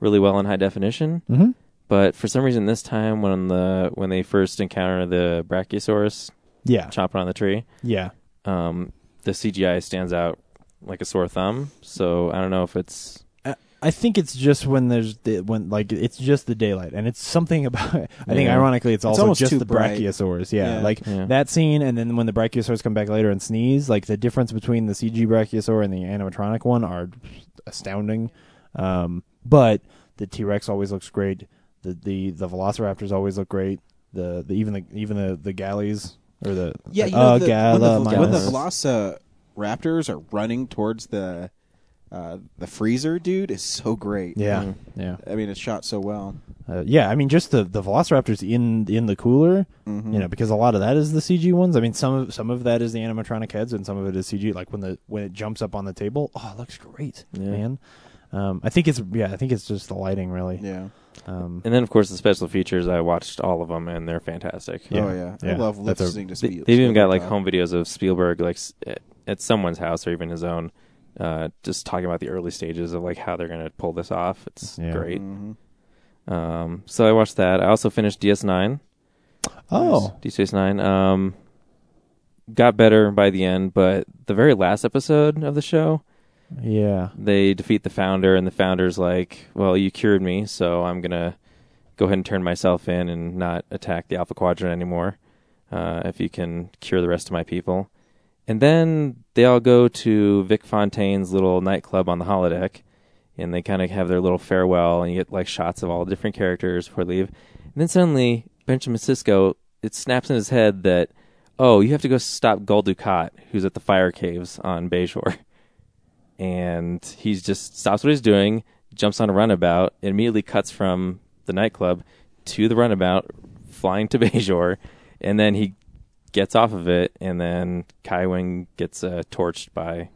S3: really well in high definition.
S2: Mhm.
S3: But for some reason, this time when the when they first encounter the Brachiosaurus
S2: Yeah,
S3: chopping on the tree,
S2: yeah.
S3: um, the CGI stands out like a sore thumb. So I don't know if it's
S2: I- I think it's just when there's the, when like it's just the daylight, and it's something [laughs] about. I think
S3: Yeah.
S2: ironically, it's also
S1: almost
S2: just
S1: too
S2: the
S1: bright.
S2: brachiosaurs. Yeah,
S1: Yeah.
S2: like
S3: Yeah.
S2: that scene, and then when the brachiosaurs come back later and sneeze, like the difference between the CG brachiosaur and the animatronic one are astounding. Um, but the T Rex always looks great. The, the the velociraptors always look great. The, the even the even the the galleys or the
S1: Yeah, you know,
S2: uh,
S1: the,
S2: gala
S1: when, the, when the
S2: minus-
S1: Velociraptors are running towards the uh, the freezer, dude, is so great.
S2: yeah
S3: Mm-hmm.
S2: yeah
S1: I mean, it's shot so well.
S2: Uh, yeah, I mean, just the, the Velociraptors in in the cooler, you know, because a lot of that is the CG ones. I mean, some of some of that is the animatronic heads, and some of it is CG. Like when the when it jumps up on the table, oh, it looks great, man. Um, I think it's yeah, I think it's just the lighting, really.
S1: Yeah.
S2: Um,
S3: and then of course the special features. I watched all of them and they're fantastic.
S2: Yeah.
S1: Oh yeah. I
S2: Yeah.
S1: love
S2: That's a-
S1: listening to
S3: They,
S1: speech.
S3: they've even got like home videos of Spielberg, like s- at- at someone's house or even his own, uh, just talking about the early stages of like how they're gonna pull this off. It's
S2: Yeah.
S3: great.
S1: Mm-hmm.
S3: Um, so I watched that. I also finished DS9,
S2: oh,
S3: DS9. Um, got better by the end, but the very last episode of the show
S2: Yeah.
S3: they defeat the founder, and the founder's like, "Well, you cured me, so I'm gonna go ahead and turn myself in and not attack the Alpha Quadrant anymore. Uh, if you can cure the rest of my people." And then they all go to Vic Fontaine's little nightclub on the holodeck, and they kind of have their little farewell, and you get like shots of all the different characters before they leave. And then suddenly, Benjamin Cisco, it snaps in his head that, "Oh, you have to go stop Gul Dukat, who's at the fire caves on Bejor." and he just stops what he's doing, jumps on a runabout, and immediately cuts from the nightclub to the runabout, flying to [laughs] Bejor, and then he gets off of it, and then Kai Wing gets uh, torched by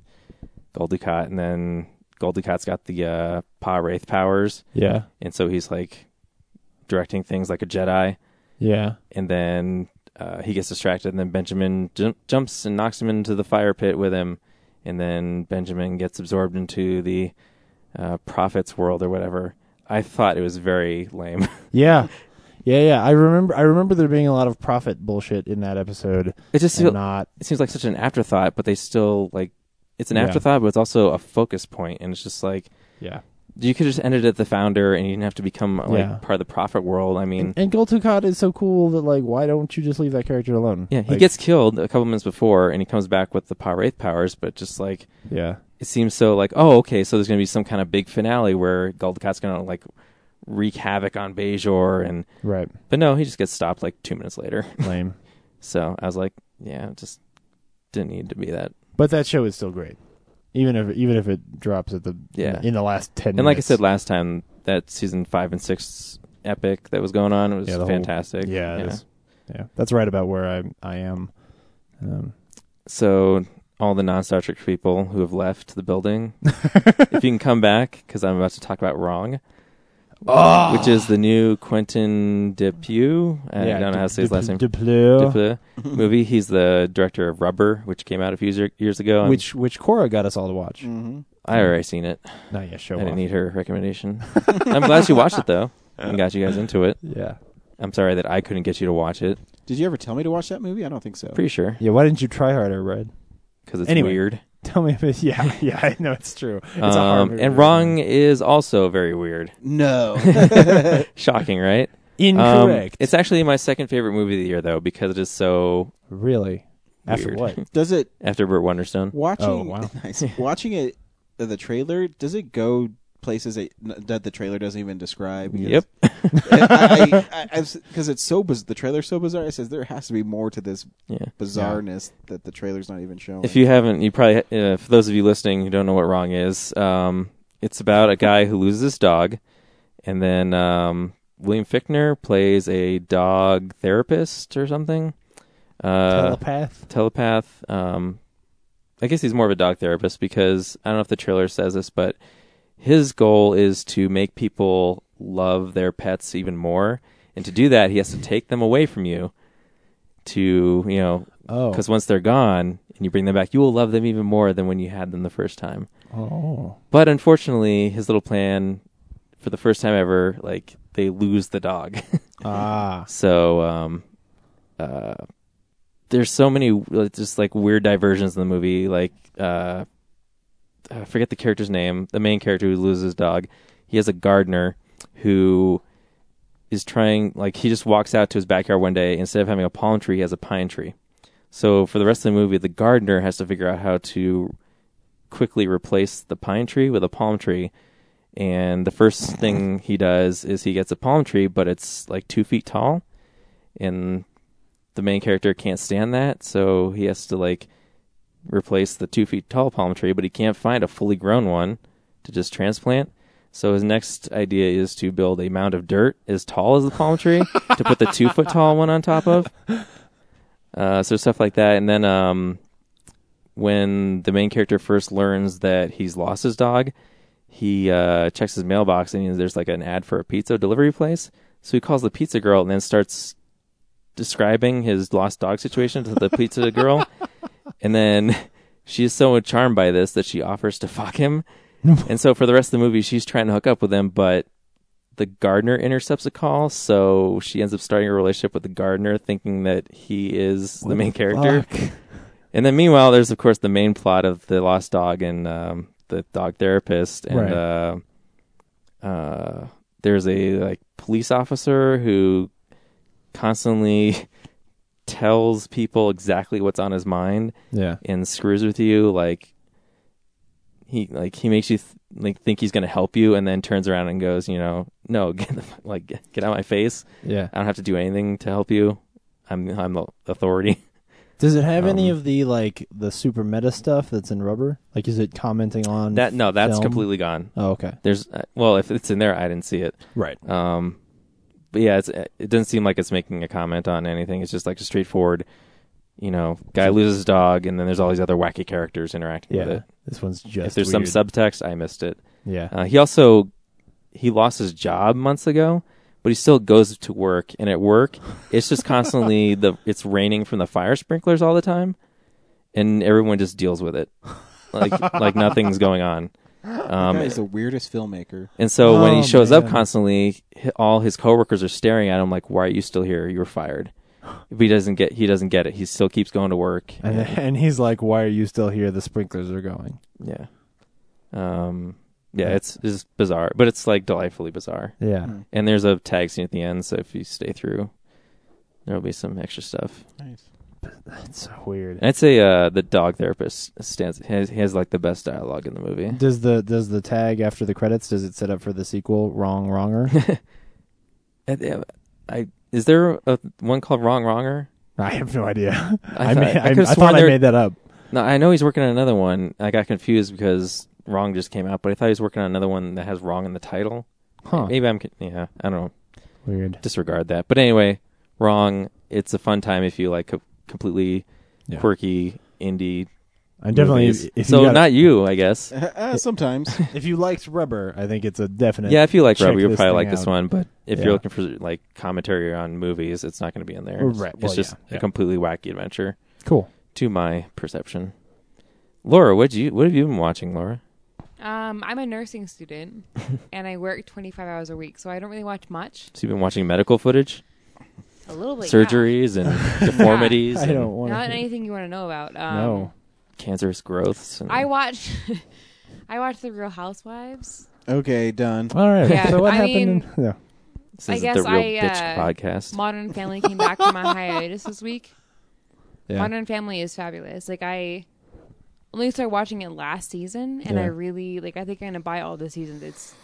S3: Goldicott, and then Goldicott's got the uh, Pa Wraith powers,
S2: Yeah.
S3: and so he's like directing things like a Jedi,
S2: Yeah.
S3: and then uh, he gets distracted, and then Benjamin jump, jumps and knocks him into the fire pit with him, and then Benjamin gets absorbed into the uh, prophet's world or whatever. I thought it was very lame. [laughs]
S2: Yeah. Yeah, yeah. I remember I remember there being a lot of profit bullshit in that episode.
S3: It just
S2: and
S3: feel,
S2: not
S3: it seems like such an afterthought, but they still like it's an
S2: Yeah.
S3: afterthought, but it's also a focus point, and it's just like
S2: Yeah.
S3: you could just end it at the founder, and you didn't have to become like
S2: Yeah.
S3: part of the prophet world. I mean,
S2: And, and Gul Dukat is so cool that like why don't you just leave that character alone?
S3: yeah, he
S2: Like,
S3: gets killed a couple minutes before, and he comes back with the Pa Wraith powers, but just like
S2: Yeah.
S3: it seems so like oh okay so there's going to be some kind of big finale where Goldcott's going to like wreak havoc on Bejor and
S2: Right.
S3: but no he just gets stopped like two minutes later [laughs]
S2: Lame.
S3: so I was like yeah it just didn't need to be that
S2: But that show is still great. Even if even if it drops at the
S3: Yeah.
S2: in the last ten
S3: and like I
S2: minutes.
S3: said last time that season five and six epic that was going on it was
S2: Yeah, the whole-
S3: fantastic
S2: yeah, it is. yeah. That's right about where I I am. Um,
S3: so all the non Star Trek people who have left the
S2: [laughs]
S3: building if you can come back because I'm about to talk about Wrong.
S2: Ah!
S3: Which is the new Quentin Depew? I don't know how to say his last
S2: [laughs]
S3: name. Diplo movie. He's the director of Rubber, which came out a few years- years ago. and
S2: which Oh, which Cora got us all to watch.
S3: I already seen it.
S2: Not yet. Show
S3: I
S2: off.
S3: didn't need her
S2: [laughs]
S3: recommendation. I'm glad she watched it though, and got you guys into it.
S2: yeah.
S3: I'm sorry that I couldn't get you to watch it.
S1: Did you ever tell me to watch that movie? I don't think so.
S3: Pretty sure
S2: Yeah. Why didn't you try harder, Red? [laughs]
S3: because it's
S2: Anyway.
S3: weird.
S2: Tell me if it, yeah, [laughs] yeah, I know it's true. It's a hard
S3: Um,
S2: movie.
S3: and Wrong is also very weird. [laughs]
S1: No.
S3: Shocking, right? Um,
S2: Incorrect.
S3: it's actually my second favorite movie of the year though, because it is so
S2: really after
S3: Weird.
S2: what?
S1: Does it
S3: after Burt Wonderstone.
S1: watching
S2: Oh, wow.
S1: [laughs] nice. watching it uh, the trailer? Does it go places that, that the trailer doesn't even describe? Because-
S3: Yep. [laughs]
S1: I- I- I- because it's so biz- the trailer's so bizarre. It says there has to be more to this
S3: Yeah.
S1: bizarreness that the trailer's not even showing.
S3: If you haven't, you probably uh, for those of you listening who don't know what wrong is, um, it's about a guy who loses his dog, and then um, William Fickner plays a dog therapist or something, uh,
S2: Telepath.
S3: telepath. Um, I guess he's more of a dog therapist because I don't know if the trailer says this, but his goal is to make people love their pets even more, and to do that, he has to take them away from you. To you know,
S2: Oh.
S3: because once they're gone and you bring them back, you will love them even more than when you had them the first time.
S2: Oh.
S3: But unfortunately, his little plan, for the first time ever, like they lose the dog. [laughs]
S2: Ah.
S3: so um, uh, there's so many like, just like weird diversions in the movie. Like uh, I forget the character's name, the main character who loses his dog. He has a gardener who is trying like he just walks out to his backyard one day instead of having a palm tree he has a pine tree so for the rest of the movie the gardener has to figure out how to quickly replace the pine tree with a palm tree and the first thing he does is he gets a palm tree but it's like two feet tall and the main character can't stand that so he has to like replace the two feet tall palm tree but he can't find a fully grown one to just transplant so his next idea is to build a mound of dirt as tall as the palm tree to put the two foot tall one on top of. Uh, so stuff like that, and then um, when the main character first learns that he's lost his dog, he uh, checks his mailbox and there's like an ad for a pizza delivery place. So he calls the pizza girl and then starts describing his lost dog situation to the pizza girl, and then she is so charmed by this that she offers to fuck him. and so for the rest of the movie, she's trying to hook up with him, but the gardener intercepts a call, so she ends up starting a relationship with the gardener, thinking that he is the main character.
S2: Fuck.
S3: And then meanwhile, there's of course the main plot of the lost dog and um, the dog therapist, and
S2: Right.
S3: uh, uh, there's a like police officer who constantly [laughs] tells people exactly what's on his mind
S2: Yeah.
S3: and screws with you. Like he like he makes you th- like think he's gonna help you, and then turns around and goes, you know, no, [laughs] get the, f- like get get out of my face.
S2: Yeah.
S3: I don't have to do anything to help you. I'm I'm the authority. [laughs]
S2: Does it have any
S3: Um,
S2: of the like the super meta stuff that's in rubber? Like, is it commenting on
S3: That no, that's
S2: Film.
S3: completely gone.
S2: Oh, okay.
S3: There's uh, well, if it's in there, I didn't see it.
S2: Right.
S3: Um, but yeah, it's, it doesn't seem like it's making a comment on anything. It's just like a straightforward, you know, guy loses his dog, and then there's all these other wacky characters interacting
S2: Yeah.
S3: with it.
S2: This one's just.
S3: if there's
S2: weird.
S3: some subtext, I missed it.
S2: Yeah.
S3: Uh, he also he lost his job months ago, but he still goes to work, and at work, it's just constantly the it's raining from the fire sprinklers all the time, and everyone just deals with it, like like nothing's going on. Um,
S1: that is the weirdest filmmaker. [laughs]
S3: and so when
S2: Oh,
S3: he shows up
S2: man.
S3: constantly, hi- all his coworkers are staring at him like, "Why are you still here? You were fired." If he doesn't get, he doesn't get it. He still keeps going to work.
S2: and and he's like, "Why are you still here? The sprinklers are going."
S3: yeah, um, yeah, it's it's bizarre, but it's like delightfully bizarre.
S2: Yeah.
S1: Hmm.
S3: And there's a tag scene at the end, so if you stay through, there'll be some extra stuff.
S1: Nice.
S2: That's so weird.
S3: And I'd say uh, the dog therapist stands. He has, he has like the best dialogue in the movie.
S2: Does the does the tag after the credits does it set up for the sequel? Wrong,
S3: [laughs]
S2: wronger. [laughs]
S3: And, uh, I is there a, one called Wrong Wronger?
S2: I have no idea. [laughs] I
S3: thought-
S2: made, I,
S3: I could've
S2: I
S3: sworn
S2: thought I
S3: there-
S2: made that up.
S3: No, I know he's working on another one. I got confused because Wrong just came out, but I thought he was working on another one that has Wrong in the title.
S2: Huh.
S3: Maybe I'm, con- yeah, I don't know.
S2: Weird.
S3: Disregard that. But anyway, Wrong, it's a fun time if you like co- completely
S2: Yeah.
S3: quirky indie.
S2: I definitely.
S3: movies.
S2: If
S3: so
S2: you got-
S3: not you,
S2: [laughs]
S3: I guess.
S1: Uh,
S3: [laughs]
S1: sometimes
S2: if you liked rubber, I think it's a definite.
S3: Yeah, if you like
S2: check
S3: Rob, you'll
S2: this
S3: probably
S2: thing
S3: like
S2: out.
S3: this one. But if
S2: Yeah.
S3: you're looking for like commentary on movies, it's not going to be in there. It's,
S2: Right,
S3: it's
S2: well,
S3: just
S2: yeah,
S3: a
S2: yeah.
S3: completely wacky adventure,
S2: Cool.
S3: to my perception. Laura, what you what have you been watching, Laura?
S4: Um, I'm a
S2: [laughs]
S4: nursing student, and I work 25 hours a week, so I don't really watch much.
S3: So you've been watching medical footage?
S4: A little bit. [laughs] yeah.
S3: surgeries and deformities
S2: I
S3: and
S2: don't want
S4: Not
S2: to.
S4: anything you want to know about. Um,
S2: no.
S3: cancerous growths. And
S4: I watch. [laughs] I watch The Real Housewives.
S1: okay, done.
S2: All right.
S4: Yeah,
S2: so what
S4: I
S2: happened? in- yeah.
S3: this
S4: I
S3: is
S4: guess
S3: the real
S4: I,
S3: bitch
S4: uh,
S3: podcast.
S4: Modern Family came back from a hiatus this week.
S2: Yeah.
S4: Modern Family is fabulous. Like I only started watching it last season, and
S2: Yeah.
S4: I really like. I think I'm gonna buy all the seasons. It's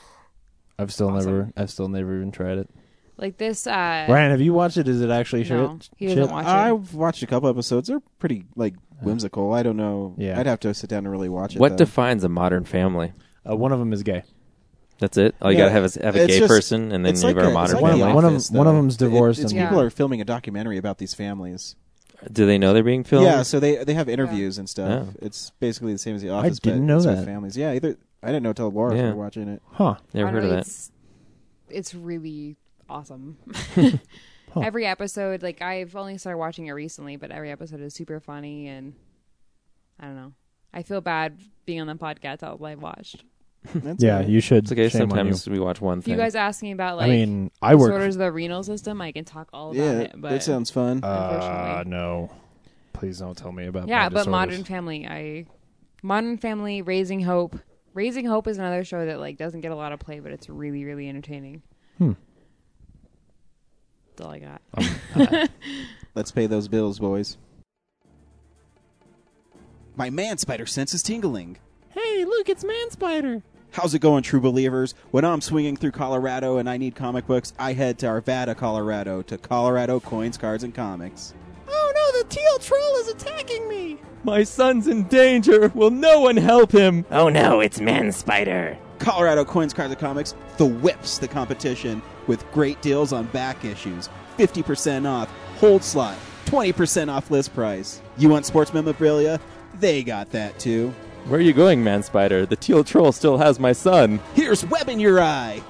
S2: I've still never. I've still never even tried it.
S4: like this. uh
S2: Ryan, have you watched it? Is it actually
S4: No,
S2: shit?
S4: he doesn't
S2: shit?
S4: watch it.
S1: I've watched a couple episodes. They're pretty like whimsical. I don't know.
S2: Yeah.
S1: I'd have to sit down and really watch it.
S3: Uh. What
S1: though.
S3: defines a modern family?
S2: Uh, one of them is gay.
S3: That's it. All you
S1: Yeah,
S3: gotta have is have a
S1: it's
S3: gay
S1: just-
S3: person, and then
S1: it's
S3: you've
S1: like
S3: got a,
S1: it's
S3: modern
S1: like
S2: one of-
S1: The
S3: family.
S2: one of-
S1: Office,
S2: one
S1: though.
S2: of 'em's
S1: It- it-
S2: divorced
S1: it's
S4: and-
S1: people
S4: Yeah.
S1: are filming a documentary about these families.
S3: Do they know they're being filmed?
S1: Yeah, so they they have interviews and stuff. It's basically the same as the office.
S2: didn't
S1: but
S2: know
S1: it's with
S2: that.
S1: Families, yeah. Either I didn't know till Laura
S3: Yeah.
S1: started watching
S3: [laughs]
S1: it.
S2: Huh.
S3: Never
S4: I
S3: heard
S4: don't
S3: of
S4: know,
S3: that.
S4: It's, it's really
S3: [laughs]
S4: awesome. Every episode, like I've only started watching it recently, but every episode is super funny, and I don't know. I feel bad being on the podcast all I've watched.
S1: That's
S2: Yeah.
S1: alright.
S2: You should.
S3: It's okay.
S2: Shame on you.
S3: Sometimes we watch one
S4: If
S3: thing.
S4: you guys ask me about
S2: I
S4: like
S2: mean, I work.
S4: disorders of the renal system, I can talk all about
S1: yeah,
S4: it. But
S1: that sounds fun.
S2: Uh,
S4: unfortunately.
S2: no. Please don't tell me about.
S4: yeah,
S2: my
S4: but
S2: disorders.
S4: Modern Family, I Modern Family, Raising Hope, Raising Hope is another show that like doesn't get a lot of play, but it's really really entertaining.
S2: Hmm.
S4: That's all I got.
S1: Let's pay those bills, boys. My man spider sense is tingling.
S2: Hey, look, it's Man Spider.
S1: How's it going, true believers? When I'm swinging through Colorado and I need comic books, I head to Arvada, Colorado, to Colorado Coins, Cards, and Comics.
S2: Oh no, the teal troll is attacking me.
S3: My son's in danger. Will no one help him?
S7: Oh no, it's Man Spider.
S1: Colorado Coins Cards and Comics the whips the competition with great deals on back issues, 50% off, hold slot, 20% off list price. You want sports memorabilia? They got that too.
S3: Where are you going, man? Spider. The teal troll still has my son.
S1: Here's web in your eye.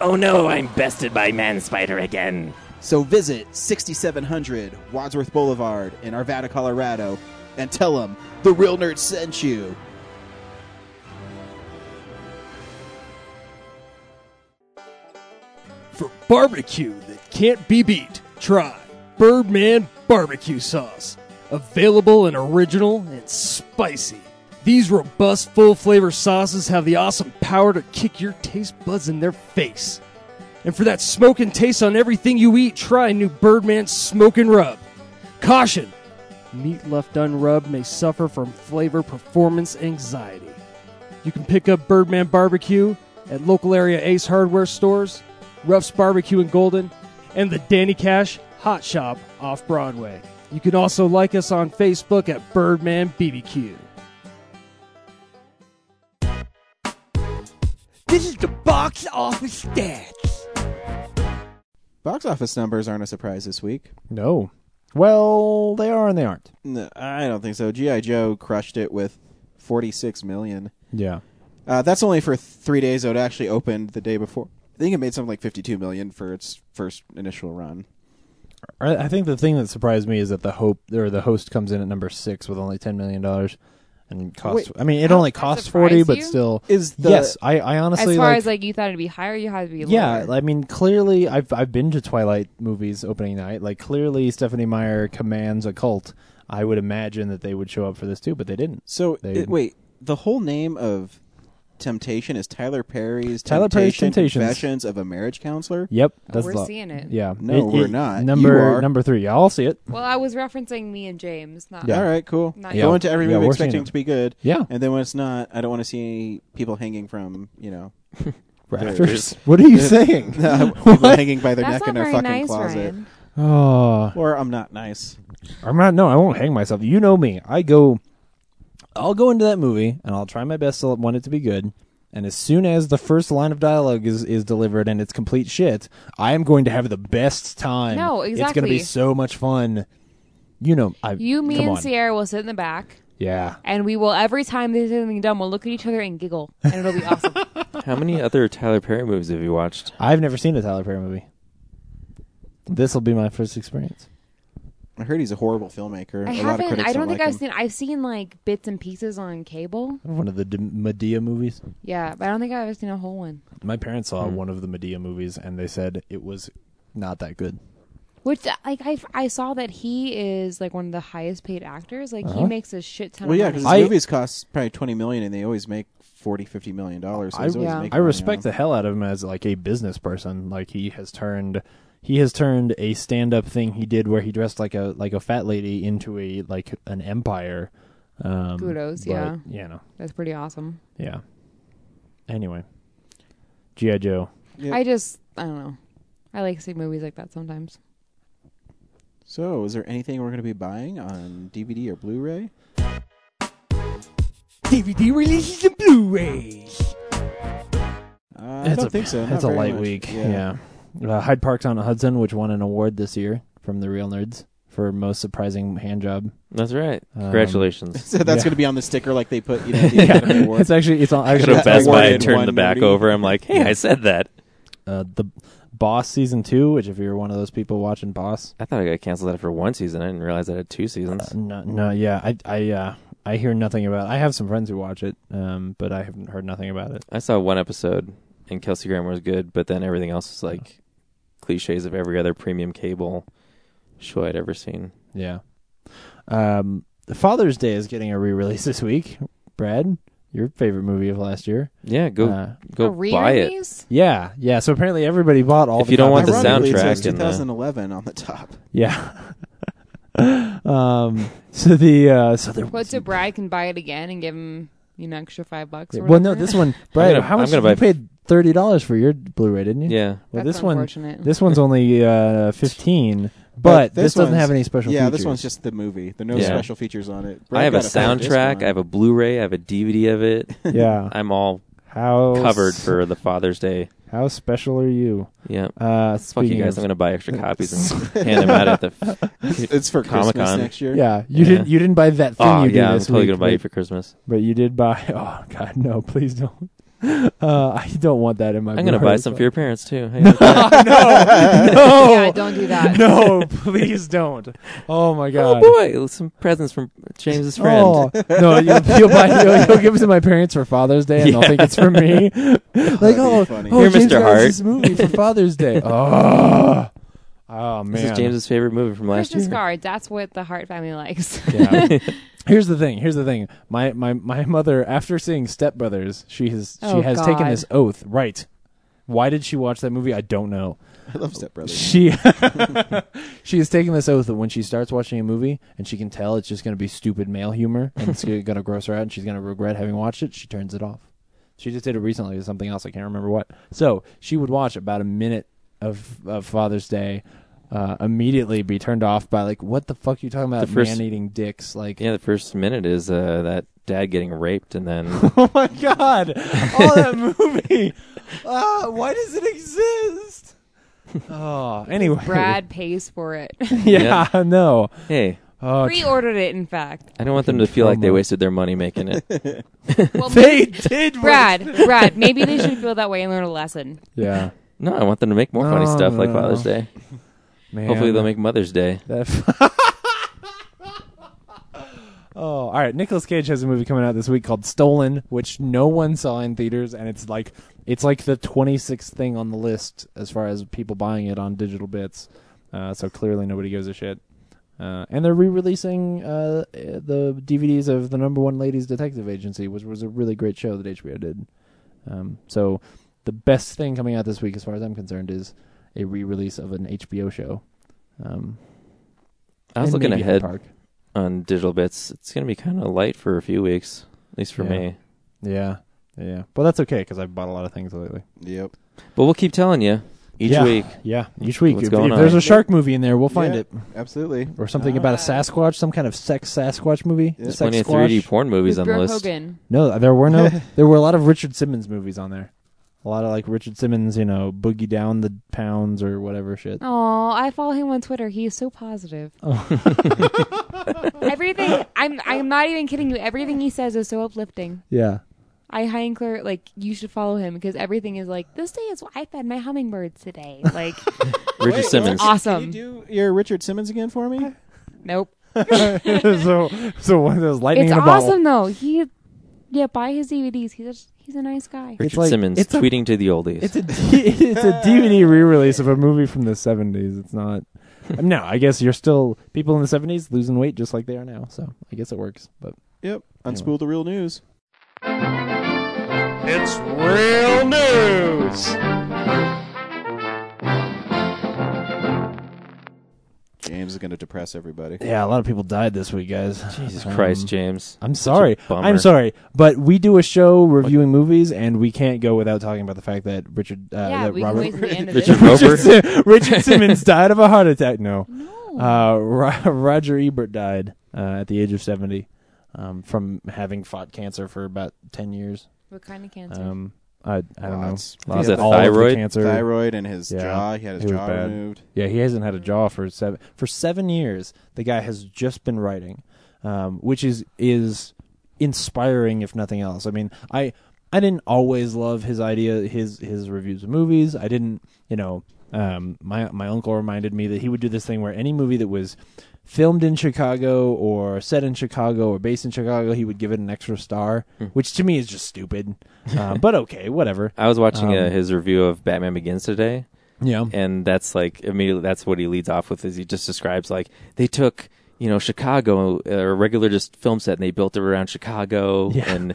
S7: Oh no, I'm bested by Man Spider again.
S1: So visit 6700 Wadsworth Boulevard in Arvada, Colorado, and tell them the real nerd sent you.
S8: For barbecue that can't be beat, try Birdman Barbecue Sauce. Available and original and spicy. These robust, full flavor sauces have the awesome power to kick your taste buds in their face. And for that smoking taste on everything you eat, try new Birdman Smoke and Rub. Caution! Meat left unrubbed may suffer from flavor performance anxiety. You can pick up Birdman Barbecue at local area Ace Hardware stores, Ruff's Barbecue in Golden, and the Danny Cash Hot Shop off Broadway. You can also like us on Facebook at Birdman BBQ.
S6: This is the box office stats.
S1: Box office numbers aren't a surprise this week.
S2: No. Well, they are and they aren't.
S1: No, I don't think so. GI Joe crushed it with 46 million.
S2: Yeah.
S1: Uh, that's only for three days. Though it actually opened the day before. I think it made something like 52 million for its first initial run.
S2: I I think the thing that surprised me is that the hope or the host comes in at number six with only ten million dollars, and costs.
S1: Wait,
S2: I mean, it only
S4: that
S2: costs
S4: surprised
S2: forty, but
S4: you?
S2: still
S1: Is the-
S2: yes. I, I honestly
S4: as far
S2: like,
S4: as like you thought it'd be higher, you had to be lower.
S2: yeah. I mean, clearly, I've I've been to Twilight movies opening night. Like clearly, Stephanie Meyer commands a cult. I would imagine that they would show up for this too, but they didn't.
S1: So
S2: They-
S1: it, wait, the whole name of Temptation is Tyler Perry's
S2: Tyler Perry's Temptations.
S1: Confessions of a Marriage Counselor.
S2: Yep, that's
S4: We're
S2: the-
S4: seeing it.
S2: Yeah,
S1: No, we're not.
S2: Number
S1: You are.
S2: number three. I'll see it.
S4: Well, I was referencing me and James. Not
S1: All right, cool.
S4: Not
S1: Go
S4: yet.
S1: into every
S2: Yeah,
S1: movie
S2: we're seeing
S1: expecting
S2: it.
S1: it to be good.
S2: Yeah.
S1: and then when it's not, I don't want to see any people hanging from you know
S2: [laughs] Rafters. [laughs] What
S1: [laughs]
S2: are you saying?
S1: people hanging by their neck
S4: That's not
S1: in their
S4: very
S1: fucking
S4: nice,
S1: closet.
S4: Ryan.
S2: Oh,
S1: Or I'm not nice.
S2: I'm not. No, I won't hang myself. You know me. I go. I'll go into that movie and I'll try my best to want it to be good. And as soon as the first line of dialogue is, is delivered and it's complete shit, I am going to have the best time.
S4: No,
S2: It's going to be
S4: exactly.
S2: so much fun. You know, I
S4: You, me,
S2: come
S4: and
S2: on.
S4: Sierra will sit in the back,
S2: Yeah,
S4: and we will every time they say something dumb, we'll look at each other and giggle, and it'll be awesome.
S3: How
S1: [laughs]
S3: many other Tyler Perry movies have you watched?
S2: I've never seen a Tyler Perry movie. This will be my first experience.
S1: I heard he's a horrible filmmaker.
S4: I
S1: A lot of
S4: haven't.
S1: critics
S4: I don't
S1: like
S4: think I've
S1: him.
S4: seen. I've seen like bits and pieces on cable.
S2: One of the D- Medea movies.
S4: Yeah, but I don't think I've ever seen a whole one.
S2: My parents saw one of the Medea movies and they said it was not that good.
S4: Which uh, like I I saw that he is like one of the highest paid actors. Like he makes a shit ton.
S1: Well, yeah,
S4: of
S1: because
S4: money.
S1: his
S2: I-
S1: movies cost probably twenty million, and they always make 40, 50 million dollars. So
S2: I-
S1: he's always
S4: Yeah.
S1: making
S2: I
S1: money
S2: respect
S1: on
S2: the hell out of him as like a business person. Like he has turned he has turned a stand up thing he did where he dressed like a like a fat lady into a like an empire. Um,
S4: Kudos,
S2: but,
S4: yeah.
S2: You know.
S4: That's pretty awesome.
S2: Yeah. Anyway. G.I. Joe.
S1: Yep.
S4: I just I don't know. I like seeing movies like that sometimes.
S1: them. So, is there anything we're going to be buying on DVD or Blu-ray?
S6: DVD releases and Blu-rays.
S1: Uh, I
S2: It's
S1: don't
S2: a-
S1: think so.
S2: That's
S1: Not
S2: a
S1: very
S2: light
S1: much.
S2: week. Yeah. Uh, Hyde Park's on Hudson, which won an award this year from the Real Nerds for most surprising
S1: [laughs]
S2: hand job.
S3: That's right.
S2: Um,
S3: Congratulations.
S1: So that's
S2: Yeah.
S1: going to be on the sticker, like they put, you
S2: [laughs]
S1: know, the Academy Award.
S2: it's actually it's on
S3: I
S2: actually
S3: go to
S1: got
S3: Best Buy
S1: awarded
S3: and turn
S1: one
S3: the back
S1: movie.
S3: over. I'm like, hey, I said that.
S2: uh, the Boss season two, which if you're one of those people watching Boss,
S3: I thought I got canceled after one season. I didn't realize I had two seasons.
S2: Uh, no, no, yeah, I, I, uh, I hear nothing about. I have some friends who watch it, um, but I haven't heard nothing about it.
S3: I saw one episode, and Kelsey Grammer was good, but then everything else was like cliches of every other premium cable show I'd ever seen.
S2: Yeah, um, Father's Day is getting a re-release [laughs] this week. Brad, your favorite movie of last year?
S3: Yeah, go
S2: Uh,
S3: go
S4: A re-
S3: buy it.
S4: release?
S2: yeah, yeah. So apparently everybody bought all.
S3: If
S2: the
S3: you don't want the
S2: copies.
S1: Ironically,
S3: soundtrack
S1: It says
S3: and the-
S1: 2011 on the top.
S2: yeah. [laughs] um. So the uh. So the.
S4: What so Brad can buy it again and give him you know extra five bucks? Or
S2: Well, no,
S4: whatever?
S2: this one, Brad.
S3: gonna-
S2: how much?
S3: I'm gonna
S2: you
S3: buy-
S2: paid thirty dollars for your Blu-ray, didn't you?
S3: Yeah,
S2: Well,
S4: That's
S2: this one,
S4: unfortunate.
S2: this one's only uh, fifteen, but, this, doesn't
S1: one's-
S2: have any special.
S1: Yeah, this
S2: features.
S1: one's just the movie. There are no
S3: Yeah.
S1: special features on it.
S3: I
S1: Brad
S3: have a
S1: got a fat disc
S3: soundtrack. I have a Blu-ray. I have a DVD of it.
S1: [laughs]
S2: yeah.
S3: I'm all
S2: How
S3: covered
S2: Uh, oh, s-
S3: for the Father's Day.
S2: how special are you?
S3: Yeah.
S2: Uh,
S3: Fuck you
S2: speaking
S3: guys!
S2: of-
S3: I'm gonna buy extra copies
S2: [laughs]
S3: and [laughs] hand them out at the.
S1: one.
S3: [laughs]
S1: It's for Christmas
S3: Comic-Con.
S1: next year.
S2: yeah, you
S3: Yeah.
S2: didn't you didn't buy that thing
S3: Oh
S2: you did
S3: yeah, I'm
S2: this
S3: totally
S2: week,
S3: gonna buy
S2: but,
S3: you for Christmas.
S2: but you did buy. [laughs] Oh God, no! Please don't. [laughs] Uh, I don't want that in my.
S3: I'm gonna
S2: Blu-ray
S3: buy
S2: as
S3: some
S2: well. [laughs]
S3: for your parents too. Hey, look at that. [laughs]
S2: No,
S4: Yeah, don't do that.
S2: Oh! [laughs] no, please don't. Oh my
S3: [laughs] oh
S2: God.
S3: boy, some presents from James's friend.
S2: Oh, no, you'll, you'll, buy, you'll, you'll give it to my parents for Father's Day, and they'll think it's for me. like, oh,
S1: funny.
S2: oh
S3: Here,
S2: James
S3: Mr.
S2: got us
S3: Hart.
S2: this movie for Father's
S3: [laughs]
S2: Day. Oh, oh man.
S3: This is James's favorite movie from last
S4: Christmas
S3: year.
S4: cards. That's what the Hart family likes.
S2: [laughs] Yeah. Here's the thing. Here's the thing. My my my mother, after seeing Step Brothers, she has
S4: Oh,
S2: she has taken
S4: God.
S2: this oath. Right. Why did she watch that movie? I don't know.
S1: I love Step Brothers.
S2: She [laughs] she has taken this oath that when she starts watching a movie and she can tell it's just going to be stupid male humor and it's going to gross her out and she's going to regret having watched it, she turns it off. She just did it recently to something else. I can't remember what. So she would watch about a minute of, of Father's Day, uh, immediately be turned off by like, what the fuck you talking about?
S3: The first-
S2: Man eating dicks, like.
S3: Yeah, the first minute is uh, that dad getting raped, and then
S2: [laughs]
S3: [laughs]
S2: Oh my god! Oh, that movie. Uh, why does it exist? Oh, anyway.
S4: [laughs] Brad pays for it.
S2: [laughs] Yeah, no.
S3: hey,
S2: Oh,
S4: Pre-ordered it,
S2: [laughs]
S4: in fact.
S3: I don't want them to feel like they
S2: Trauma.
S3: wasted their money making [laughs] it.
S4: Well,
S2: they did. what-
S4: [laughs] Brad, Brad, maybe
S2: [laughs]
S4: they should feel that way and learn a lesson.
S2: Yeah,
S3: no, I want them to make more funny
S2: No,
S3: stuff like
S2: no.
S3: Father's Day.
S2: man.
S3: Hopefully, they'll make Mother's Day.
S2: that. [laughs] oh, all right. Nicolas Cage has a movie coming out this week called Stolen, which no one saw in theaters, and it's like it's like the twenty sixth thing on the list as far as people buying it on digital bits. Uh, so clearly, nobody gives a shit. Uh, and they're re-releasing uh, the DVDs of the number one ladies detective agency, which was a really great show that HBO did. Um, so the best thing coming out this week, as far as I'm concerned, is a re-release of an HBO show. Um,
S3: I was
S2: and
S3: looking
S2: maybe
S3: ahead
S2: Park.
S3: on digital bits. It's gonna be kind of light for a few weeks, at least for
S2: Yeah.
S3: me.
S2: Yeah, yeah. Well, that's okay because I've bought a lot of things lately.
S1: Yep.
S3: But we'll keep telling you each
S2: Yeah.
S3: week.
S2: Yeah, each week.
S3: What's
S2: If,
S3: going
S2: if there's
S3: on?
S2: a shark movie in there, we'll find
S1: Yeah.
S2: it,
S1: Absolutely.
S2: or something about a
S4: Alright.
S2: Sasquatch, some kind of sex Sasquatch movie.
S1: There's
S3: There's Ah. plenty of
S2: Sexquatch.
S3: 3D porn movies
S4: With
S3: on the
S4: Brooke
S3: list.
S4: Hogan.
S2: No, there were
S3: [laughs]
S2: no. there were a lot of Richard Simmons movies on there. A lot of like Richard Simmons, you know, boogie down the pounds or whatever shit.
S4: Oh, I follow him on Twitter. He is so positive.
S2: Oh. [laughs]
S4: Everything I'm I'm not even kidding you. Everything he says is so uplifting.
S2: Yeah. [laughs]
S4: I Heinkler, like you should follow him because everything is like this day is what I fed my hummingbirds today.
S2: [laughs]
S4: Like
S3: Richard Simmons.
S4: awesome.
S1: Can you do your Richard Simmons again for me?
S4: nope.
S2: so, so one of those lightning
S4: it's
S2: in a
S4: awesome though. He yeah, buy his DVDs. He's a, he's a nice guy.
S3: Richard
S2: It's like-
S3: Simmons
S2: it's a-
S3: tweeting to the oldies.
S2: It's a [laughs] it's a DVD re-release of a movie from the seventies. It's not. [laughs] I mean, no, I guess you're still people in the seventies losing weight just like they are now. So I guess it works. But
S1: Yep. Unspool the real news.
S8: It's real news.
S1: James is going to depress everybody.
S2: yeah, a lot of people died this week, guys. Um,
S3: Jesus Christ, James.
S2: I'm sorry.
S3: bummer.
S2: I'm sorry, but we do a show reviewing movies, and we can't go without talking about the fact that Richard, uh,
S4: yeah,
S2: that
S4: we
S2: Robert, [laughs]
S4: can wait till the end of
S3: [laughs] Richard
S4: this.
S3: Roper.
S2: Richard, Richard Simmons died of a heart attack.
S4: [laughs]
S2: No,
S4: No.
S2: uh, Ro- [laughs] Roger Ebert died uh, at the age of seventy um, from having fought cancer for about ten years.
S4: what kind of cancer?
S2: Um, I, I don't know.
S1: Lots.
S3: Was
S1: Yeah,
S3: it
S2: all of the
S3: thyroid?
S2: cancer.
S1: Thyroid and his
S2: Yeah.
S1: jaw. He had his
S2: He was
S1: jaw
S2: bad.
S1: removed.
S2: Yeah, he hasn't had a jaw for seven for seven years. The guy has just been writing, um, which is is inspiring if nothing else. I mean, I I didn't always love his idea his his reviews of movies. I didn't, you know. Um, my my uncle reminded me that he would do this thing where any movie that was filmed in Chicago or set in Chicago or based in Chicago, he would give it an extra star, which to me is just stupid. Uh, but okay, whatever.
S3: I was watching uh,
S2: Um,
S3: his review of Batman Begins today,
S2: Yeah.
S3: and that's like immediately that's what he leads off with is he just describes like they took you know Chicago uh, a regular just film set and they built it around Chicago
S2: Yeah.
S3: and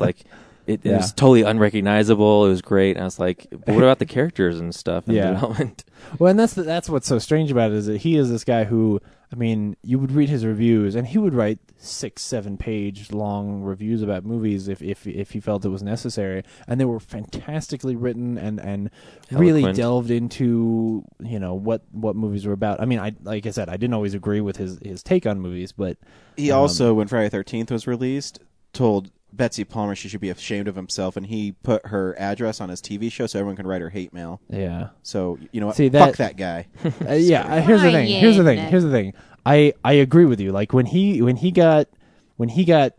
S2: [laughs]
S3: like it, it
S2: Yeah.
S3: was totally unrecognizable. It was great. And I was like, but what about the characters and stuff and
S2: Yeah.
S3: development? [laughs]
S2: Well, and that's the, that's what's so strange about it is that he is this guy who, I mean, you would read his reviews and he would write six, seven page long reviews about movies if if if he felt it was necessary, and they were fantastically written and and really
S3: Eloquent.
S2: delved into you know what what movies were about. I mean, I like I said, I didn't always agree with his his take on movies, but
S1: He
S2: Um,
S1: also, when Friday Thirteenth was released, told Betsy Palmer she should be ashamed of himself, and he put her address on his TV show so everyone could write her hate mail.
S2: yeah.
S1: So you know what?
S2: See,
S1: Fuck that
S2: that- [laughs]
S1: guy.
S2: Uh, yeah, uh, here's the thing. Here's the thing.
S4: Ryan.
S2: Here's the thing. I I agree with you. Like when he when he got when he got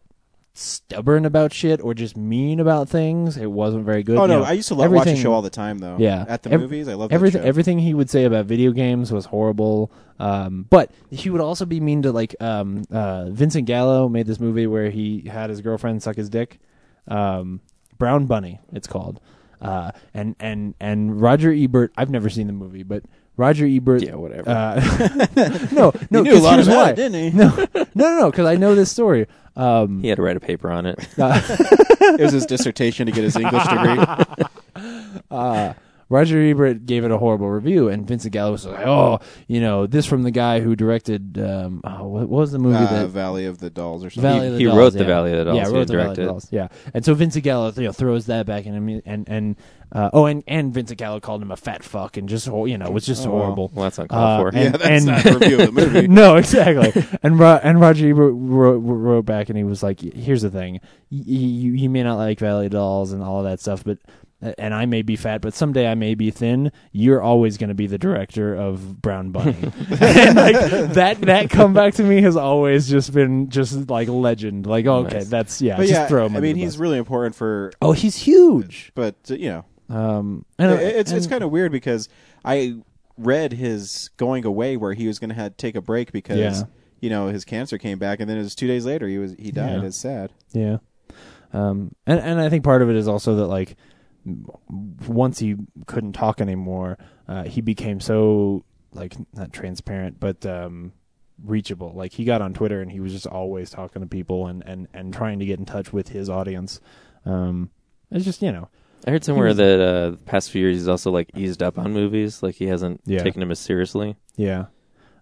S2: stubborn about shit or just mean about things, it wasn't very good.
S1: oh no,
S2: You know,
S1: I used to love watch the
S2: everything-
S1: show all the time though.
S2: Yeah.
S1: Oh, at the
S2: Ev-
S1: movies, I love
S2: Everything
S1: That show.
S2: everything he would say about video games was horrible. Um, but he would also be mean to like um, uh, Vincent Gallo made this movie where he had his girlfriend suck his dick. Um, Brown Bunny, it's called. Uh, and and and Roger Ebert, I've never seen the movie, but Roger Ebert.
S3: Yeah, whatever.
S2: Uh, [laughs] no, no,
S1: you knew a
S2: 'cause
S1: lot
S2: here's
S1: about
S2: why.
S1: it, didn't he?
S2: [laughs] No, no, no, no, because I know this story. Um,
S3: he had to write a paper on
S2: [laughs]
S3: it.
S1: It was his dissertation to get his English degree.
S2: Roger Ebert gave it a horrible review, and Vincent Gallo was like, "Oh, you know, this from the guy who directed um, oh, what, what was the movie
S1: Uh,
S2: that
S1: Valley of the Dolls or something. [laughs]
S2: Valley of the
S3: he
S2: Dolls,
S3: wrote the
S2: yeah.
S3: Valley of the
S2: Yeah,
S3: Dolls,
S2: wrote the Valley
S3: he
S2: of the
S3: directed.
S2: Dolls. Yeah, and so Vincent Gallo you know, throws that back in him, and and uh, oh, and and Vincent Gallo called him a fat fuck, and just hor- you know was just horrible.
S3: Oh, Well, that's not called
S2: Uh,
S3: for.
S2: and-
S1: yeah, that's not a review of the
S2: [laughs]
S1: movie.
S2: no, exactly. and Ro- and Roger Ebert wrote, wrote back, and he was like, "Here's the thing: Y- y- you you may not like Valley Dolls and all of that stuff, but and I may be fat, but someday I may be thin. You're always going to be the director of
S1: [laughs]
S2: Brown Bunny." and like that that comeback to me has always just been just like legend. Like oh, okay,
S3: Nice.
S2: that's yeah,
S1: But
S2: just
S1: yeah,
S2: throw him.
S1: I
S2: under
S1: mean,
S2: the
S1: he's
S2: bus.
S1: really important for.
S2: oh, he's huge.
S1: But uh, you know,
S2: Um, and
S1: It- it's it's
S2: and-
S1: kind of weird because I read his going away where he was going to take a break because
S2: Yeah.
S1: you know his cancer came back, and then it was two days later he was he died.
S2: Yeah.
S1: It's sad.
S2: Yeah. Um, and, and I think part of it is also that, like, m- once he couldn't talk anymore, uh, he became so, like, not transparent, but um, reachable. Like, he got on Twitter and he was just always talking to people and, and, and trying to get in touch with his audience. Um, it's just, you know,
S3: I heard somewhere
S2: was-
S3: that uh, the past few years he's also like eased up on movies. Like he hasn't
S2: Yeah.
S3: taken them as seriously.
S2: yeah.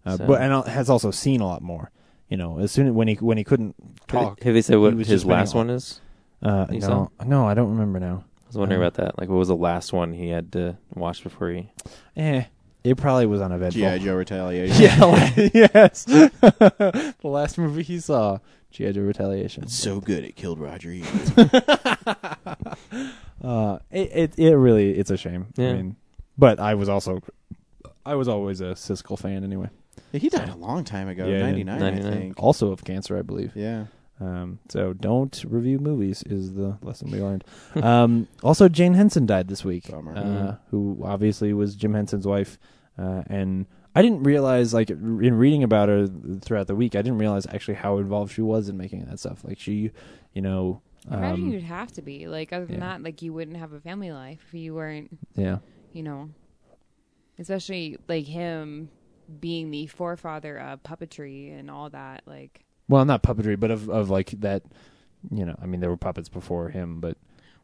S2: Uh,
S3: So-
S2: But, and al- has also seen a lot more. You know, as soon when he when he couldn't talk,
S3: Have they said
S2: he
S3: what
S2: was
S3: his
S2: just banging
S3: last
S2: on.
S3: one is?
S2: Uh,
S3: he
S2: no, no, I don't remember now.
S3: I was wondering
S2: Um,
S3: about that. Like, what was the last one he had to watch before he?
S2: Eh, it probably was uneventful.
S1: GI Joe retaliation.
S2: Yeah, la- [laughs] yes. the last movie he saw, G.I. Joe Retaliation.
S1: So good it killed Roger Ebert.
S2: Uh, it, it it really it's a shame. I
S3: Yeah.
S2: mean, but I was also I was always a Siskel fan anyway.
S1: Yeah, he died a long time ago,
S2: Yeah, yeah.
S1: 99, I
S3: 99.
S1: think.
S2: Also of cancer, I believe.
S1: Yeah.
S2: Um, so don't review movies is the lesson we learned. um, [laughs] also Jane Henson died this week,
S1: Bummer.
S2: uh, who obviously was Jim Henson's wife, uh, and. I didn't realize, like, r- in reading about her throughout the week, I didn't realize actually how involved she was in making that stuff. Like, she, you know,
S4: Imagine
S2: um,
S4: you'd have to be like other than
S2: yeah.
S4: that, like you wouldn't have a family life if you weren't,
S2: yeah,
S4: you know, especially like him being the forefather of puppetry and all that. Like,
S2: Well, not puppetry, but of of like that. You know, I mean, there were puppets before him, but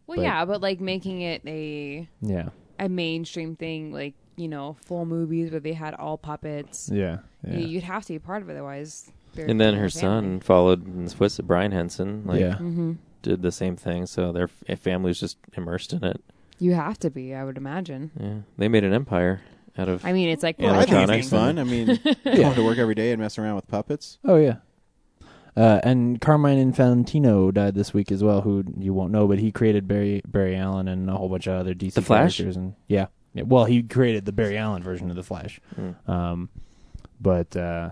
S4: well,
S2: But-
S4: yeah, but like making it a
S2: yeah,
S4: a mainstream thing, like you know, full movies where they had all puppets.
S2: yeah,
S4: You know, you'd have to be part of it, otherwise. they're
S3: And then
S4: killing
S3: her
S4: the family.
S3: son followed in his footsteps. Brian Henson, like,
S2: yeah.
S4: Mm-hmm.
S3: did the same thing. So their f- family was just immersed in it.
S4: You have to be, I would imagine.
S3: Yeah, they made an empire out of.
S4: I mean, it's like
S3: Yeah,
S1: I think
S3: electronics
S1: it's fun. I
S2: [laughs]
S1: mean, going to work every day and messing around with puppets.
S2: Oh yeah. Uh, and Carmine Infantino died this week as well, who you won't know, but he created Barry Barry Allen and a whole bunch of other DC
S3: The Flash?
S2: characters. And yeah, Yeah, well, he created the Barry Allen version of the Flash,
S1: Hmm.
S2: um, but uh,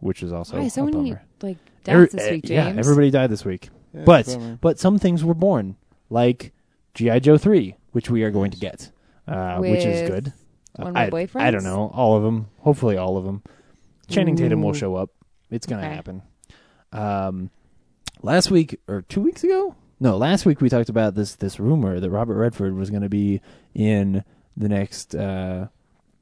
S2: which is also
S4: Why so
S2: a
S4: many
S2: bummer.
S4: like
S2: Every-
S4: deaths this
S2: eh,
S4: week,
S2: Yeah,
S4: James?
S2: everybody died this week,
S1: Yeah, it's a
S2: but
S1: bummer.
S2: but some things were born, like GI Joe three, which we are going to get, uh, which is
S4: With
S2: good.
S4: one of
S2: Uh,
S4: my
S2: I, I don't
S4: boyfriends?
S2: know all of them. Hopefully, all of them. Channing Tatum will show up. It's gonna
S4: Okay.
S2: happen. Um, last week or two weeks ago? No, last week we talked about this this rumor that Robert Redford was going to be in the next uh,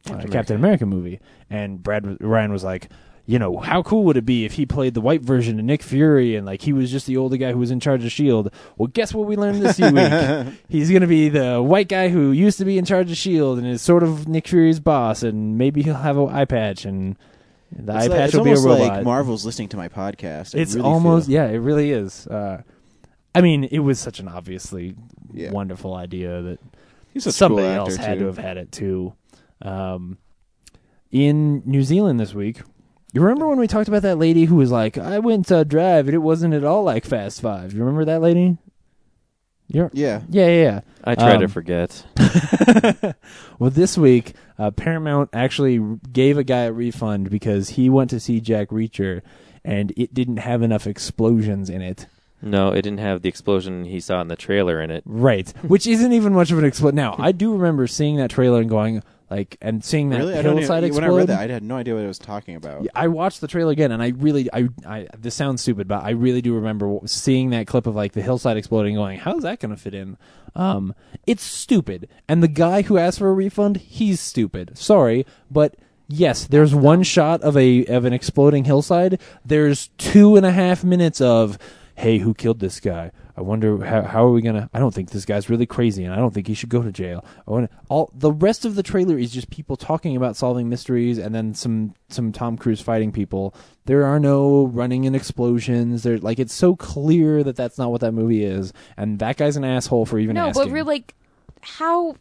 S2: Captain, uh, Captain America movie, and Brad was- Ryan was like, you know, how cool would it be if he played the white version of Nick Fury and like he was just the older guy who was in charge of Shield? E Well, guess what we
S1: [laughs]
S2: learned this week? He's gonna be the white guy who used to be in charge of Shield E and is sort of Nick Fury's boss, and maybe he'll have an eye patch and the
S1: It's
S2: eye
S1: like-
S2: patch
S1: it's
S2: will be a
S1: almost
S2: robot.
S1: like Marvel's listening to my podcast. I
S2: It's
S1: really
S2: almost
S1: feel.
S2: yeah, it really is. Uh, I mean, it was such an obviously
S1: Yeah.
S2: wonderful idea that
S1: He's such a
S2: somebody
S1: cool
S2: else
S1: actor,
S2: had
S1: too.
S2: to have had it too. Um, in New Zealand this week, you remember when we talked about that lady who was like, "I went to drive and it wasn't at all like Fast Five. You remember that lady? You're,
S1: Yeah.
S2: yeah, yeah, yeah.
S3: I try to
S2: Um,
S3: forget.
S1: [laughs]
S2: Well, this week, uh, Paramount actually gave a guy a refund because he went to see Jack Reacher, and it didn't have enough explosions in it.
S3: No, it didn't have the explosion he saw in the trailer in it.
S1: [laughs]
S2: Right, which isn't even much of an explosion. Now, I do remember seeing that trailer and going, Like and seeing that
S1: really, I don't.
S2: hillside
S1: Even, when I
S2: explode.
S1: read that, I had no idea what it was talking about.
S2: Yeah, I watched the trailer again, and I really, I, I, this sounds stupid, but I really do remember w- seeing that clip of like the hillside exploding, going, "How's that going to fit in?" Um, it's stupid, and the guy who asked for a refund, he's stupid. Sorry, but yes, there's one shot of a of an exploding hillside. There's two and a half minutes of, "Hey, who killed this guy?" I wonder how, how are we gonna. I don't think this guy's really crazy, and I don't think he should go to jail. I want all the rest of the trailer is just people talking about solving mysteries, and then some some Tom Cruise fighting people. There are no running and explosions. There, like it's so clear that that's not what that movie is, and that guy's an asshole for even
S4: No,
S2: asking.
S4: but we're like, how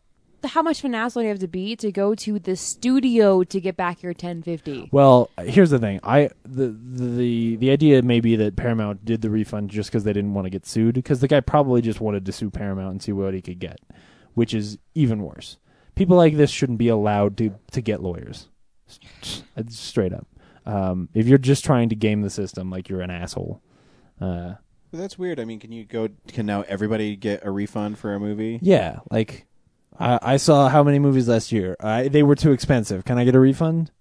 S4: how much of an asshole do you have to be to go to the studio to get back your 1050?
S2: Well, here's the thing. I the the the idea may be that Paramount did the refund just because they didn't want to get sued because the guy probably just wanted to sue Paramount and see what he could get, which is even worse. People like this shouldn't be allowed to to get lawyers. It's Straight up, um, if you're just trying to game the system, like you're an asshole. Uh,
S1: But that's weird. I mean, can you go? Can now everybody get a refund for a movie?
S2: yeah, like I, I saw how many movies last year. I, they were too expensive. Can I get a refund?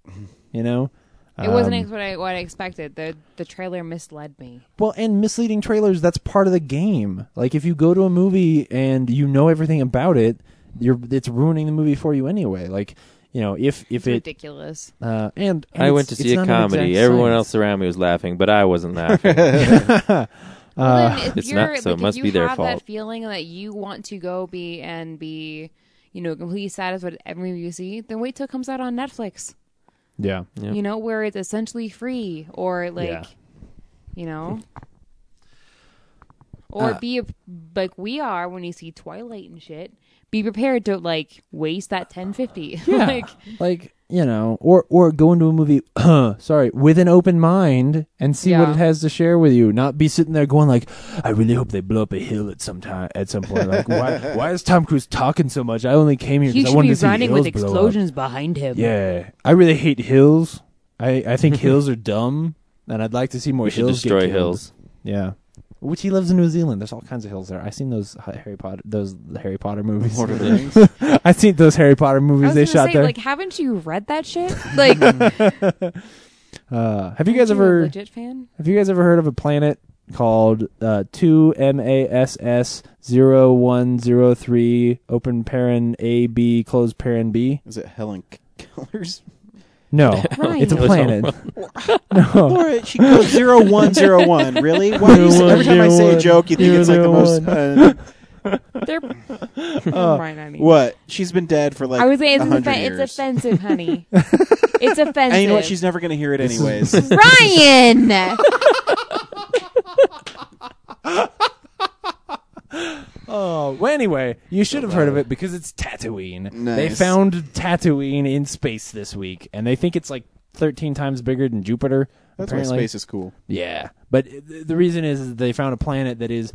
S2: You know,
S4: It wasn't
S2: Um,
S4: ex- what I what I expected. The the trailer misled me.
S2: Well, and misleading trailers, that's part of the game. Like if you go to a movie and you know everything about it, you're it's ruining the movie for you anyway. Like, you know, if if
S4: It's
S2: it
S4: ridiculous.
S2: uh and, and
S3: I
S2: it's-
S3: went to
S2: it's
S3: see
S2: not
S3: a
S2: an
S3: comedy.
S2: exact
S3: Everyone
S2: science.
S3: else around me was laughing, but I
S2: [laughs]
S3: wasn't laughing.
S2: Uh,
S4: Well, then if
S3: it's
S4: you're-
S3: not, so
S4: like,
S3: it
S4: if
S3: must
S4: you
S3: be their
S4: have
S3: fault.
S4: That feeling that you want to go be and be, you know, completely satisfied with every movie you see, then wait till it comes out on Netflix.
S2: Yeah.
S3: Yep.
S4: You know, where it's essentially free, or like, you
S3: [laughs]
S4: know, or
S3: Uh,
S4: be a, like we are when you see Twilight and shit. Be prepared to like waste that ten fifty. [laughs]
S2: Yeah.
S4: like,
S2: like, you know, or or go into a movie [clears throat] sorry, with an open mind and see what
S4: Yeah.
S2: it has to share with you. Not be sitting there going like, I really hope they blow up a hill at some time at some point. Like
S4: [laughs]
S2: why why is Tom Cruise talking so much? I only came here
S4: he
S2: because I
S4: should
S2: wanted
S4: be
S2: to see
S4: running with
S2: hills blow up."
S4: explosions behind him.
S2: Yeah, I really hate hills. I I think hills are dumb, and I'd like to see more
S3: we should
S2: hills. get
S3: destroy
S2: killed.
S3: hills.
S2: Yeah, which he lives in New Zealand. There's all kinds of hills there. I've seen those Hi- Harry Potter those Harry Potter movies.
S1: Lord of the Rings.
S2: [laughs] I've seen those Harry Potter
S4: I
S2: movies
S4: was
S2: they
S4: gonna
S2: shot
S4: say,
S2: there.
S4: like, haven't you read that
S2: [laughs]
S4: shit? Like,
S2: uh, have you guys
S4: [laughs] aren't a
S2: ever
S4: legit fan?
S2: have you guys ever heard of a planet called uh, two M A S S zero one zero three open paren A B closed paren B?
S1: Is it Helen Keller's?
S4: [laughs]
S2: No,
S4: Ryan.
S2: it's a
S4: No.
S2: planet. no,
S1: Laura, she goes zero one zero [laughs] one. Really? Why do you, say- every time I say a joke, you think it's like the most? Uh,
S4: [laughs] They're Never mind, I mean.
S1: what? She's been dead for like.
S4: I would say it's,
S1: 100
S4: offen-
S1: years.
S4: it's
S1: [laughs]
S4: offensive, honey. it's offensive.
S1: And you know what? She's never going to hear it [laughs] anyways. [laughs]
S4: Ryan.
S2: Oh, well, anyway, you should have heard of it because it's Tatooine. They
S1: Nice.
S2: found Tatooine in space this week, and they think it's like 13 times bigger than Jupiter.
S1: That's why
S2: apparently.
S1: space is cool.
S2: Yeah, but th- the reason is, is they found a planet that is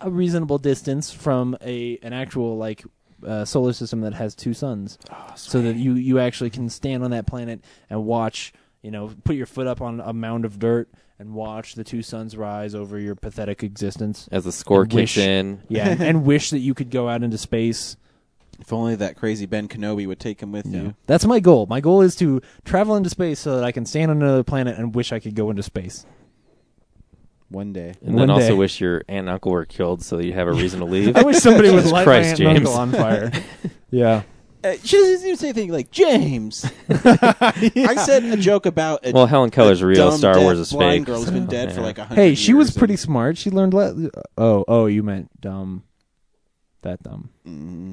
S2: a reasonable distance from a an actual like uh, solar system that has two suns,
S1: Oh,
S2: so that you you actually can stand on that planet and watch. You know, put your foot up on a mound of dirt and watch the two suns rise over your pathetic existence.
S3: As the score
S2: And wish-
S3: kicks in,
S2: Yeah, [laughs] and, and wish that you could go out into space.
S1: If only that crazy Ben Kenobi would take him with you.
S2: That's my goal. My goal is to travel into space so that I can stand on another planet and wish I could go into space.
S1: One day.
S3: and
S2: One
S3: then also
S2: day.
S3: wish your aunt and uncle were killed so you have
S2: [laughs]
S3: a reason to
S2: [laughs]
S3: leave.
S2: I wish somebody would
S3: Jesus
S2: light
S3: Christ,
S2: my aunt and
S3: James.
S2: uncle on [laughs] fire. yeah.
S1: Uh, she doesn't even say anything like, James. I said a joke about a
S3: well, Helen Keller's real.
S1: dumb,
S3: Star
S1: dead
S3: Wars is
S1: blind
S3: fake.
S1: girl who's been dead
S3: [laughs]
S1: for like a hundred
S2: Hey, she was
S1: years and-
S2: pretty smart. She learned. Le- oh, oh, you meant dumb. That dumb.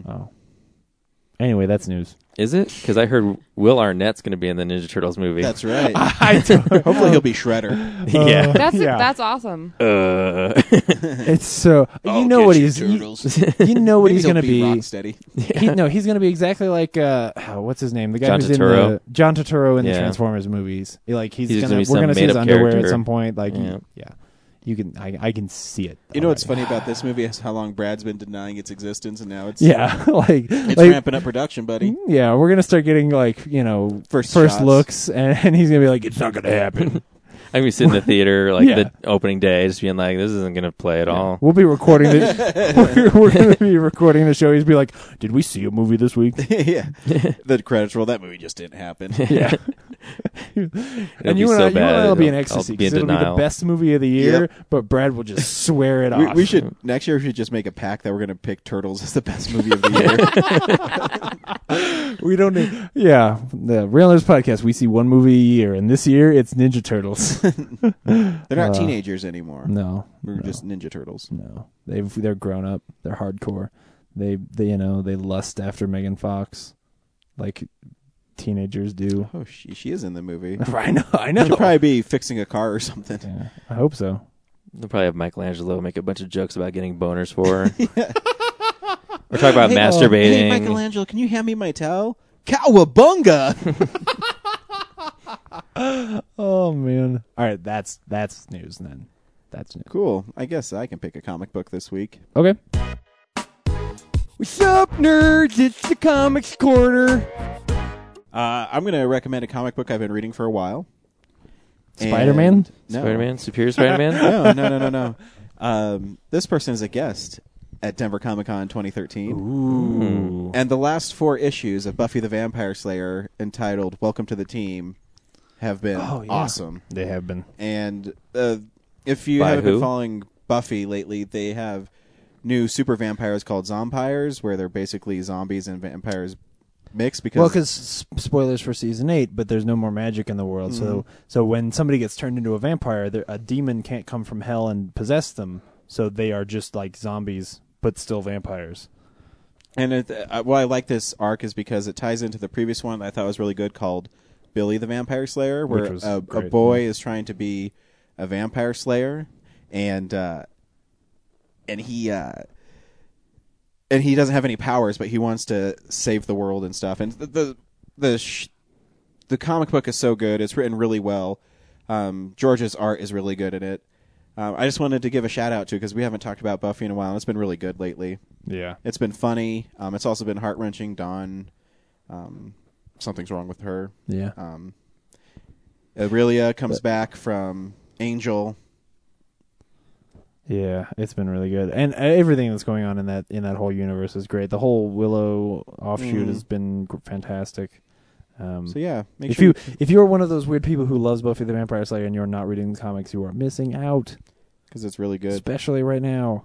S2: Oh. Anyway, that's [laughs] news.
S3: Is it? Because I heard Will Arnett's going to be in the Ninja Turtles
S1: [laughs]
S3: movie.
S1: That's [laughs] right.
S2: I don't.
S1: Hopefully he'll be Shredder.
S3: yeah.
S4: That's
S2: Yeah.
S4: that's awesome.
S3: Uh,
S2: It's so you
S1: I'll
S2: know
S1: get
S2: what
S1: you,
S2: he's you,
S1: turtles. Maybe
S2: [laughs] you know what he's
S1: he'll
S2: gonna
S1: be.
S2: be.
S1: Rocksteady.
S3: [laughs]
S2: He, no, he's gonna be exactly like uh, oh, what's his name? The guy
S3: John
S2: who's in
S3: Turturro.
S2: the John Turturro in the
S3: Yeah.
S2: Transformers movies. He, Like he's,
S3: He's
S2: gonna,
S3: gonna be
S2: we're
S3: some
S2: gonna see his
S3: made-up
S2: underwear at
S3: character.
S2: some point. Like
S3: Yeah.
S2: yeah, you can I, I can see it.
S1: You know what's
S2: already.
S1: funny about this movie is how long Brad's been denying its existence, and now it's
S2: Yeah, [laughs] like
S1: it's
S2: like,
S1: ramping up production, buddy.
S2: yeah, we're gonna start getting like you know
S1: First shots.
S2: [laughs]
S3: [laughs]
S2: looks, and, and he's gonna be like, it's not gonna happen.
S3: I can be sitting
S1: [laughs]
S3: in the theater like
S2: Yeah.
S3: the opening day, just being like, "This isn't gonna play at all."
S2: We'll be recording
S1: [laughs]
S2: the [laughs] we're, we're going to be recording the show. He's be like, "Did we see a movie this week?"
S1: [laughs] yeah. [laughs] The credits roll. That movie just didn't [laughs] happen.
S2: Yeah. and you
S3: be
S2: and
S3: so
S2: I, you and
S3: bad,
S2: I will be in
S3: it'll- I'll
S2: ecstasy
S3: be in
S2: 'cause it'll
S3: denial.
S2: be the best movie of the year,
S1: Yep.
S2: but Brad will just swear it
S1: We,
S2: off.
S1: we should next year. We should just make a pact that we're going to pick Turtles as the best movie of the year. [laughs]
S2: We don't need. Yeah, the Real Nerds podcast. We see one movie a year, and this year it's Ninja
S6: [laughs]
S2: Turtles.
S1: They're not
S2: Uh,
S1: teenagers anymore.
S2: no,
S1: We're
S2: no,
S1: just Ninja Turtles.
S2: no. They've they're grown up. They're hardcore. They they you know they lust after Megan Fox, like teenagers do. [laughs]
S1: Oh, she she is in the movie. [laughs]
S2: I know. I know.
S1: She'll probably be fixing a car or something.
S2: Yeah, I hope so.
S3: They'll probably have Michelangelo make a bunch of jokes about getting
S1: [laughs]
S3: boners for her. or talk about
S1: Hey, uh, Hey,
S3: masturbating.
S1: Michelangelo, can you hand me my towel?
S9: [laughs]
S1: Cowabunga!
S2: Oh man. All right, that's that's news then. That's news.
S1: cool. I guess I can pick a comic book this week.
S2: Okay.
S6: What's up, nerds? It's the Comics Corner.
S1: Uh, I'm going to recommend a comic book I've been reading for a while. And-
S2: Spider-Man?
S1: No.
S3: Spider-Man,
S1: [laughs]
S3: Superior Spider-Man.
S1: no, no, no, no, no. Um, this person is a guest at Denver Comic Con 2013.
S2: Ooh.
S1: And the last four issues of Buffy the Vampire Slayer, entitled Welcome to the Team, have been
S2: Oh, yeah.
S1: awesome.
S2: They have been.
S1: And uh, if you
S3: By
S1: haven't been
S3: who?
S1: following Buffy lately, they have new super vampires called Zompires, where they're basically zombies and vampires mixed because
S2: Well, because spoilers for season eight, but there's no more magic in the world.
S1: Mm-hmm.
S2: So, so when somebody gets turned into a vampire, they're- a demon can't come from hell and possess them. So they are just like zombies, but still vampires.
S1: and it, uh, why I like this arc is because it ties into the previous one that I thought was really good called Billy the Vampire Slayer, where
S2: Which was
S1: a, a
S2: great,
S1: boy is trying to be a vampire slayer, and uh, and he uh, and he doesn't have any powers, but he wants to save the world and stuff. And the the the, sh- the comic book is so good; it's written really well. Um, George's art is really good in it. Um, I just wanted to give a shout out to because we haven't talked about Buffy in a while, and it's been really good lately.
S2: Yeah.
S1: It's been funny. Um, it's also been heart wrenching. Dawn, um, something's wrong with her.
S2: Yeah.
S1: Um, Aurelia comes back from Angel.
S2: Yeah, it's been really good, and uh, everything that's going on in that in that whole universe is great. The whole Willow offshoot
S1: Mhm.
S2: has been gr- fantastic. Um,
S1: So yeah, make
S2: if
S1: sure
S2: you if you're one of those weird people who loves Buffy the Vampire Slayer and you're not reading the comics, you are missing out,
S1: because it's really good.
S2: especially right now.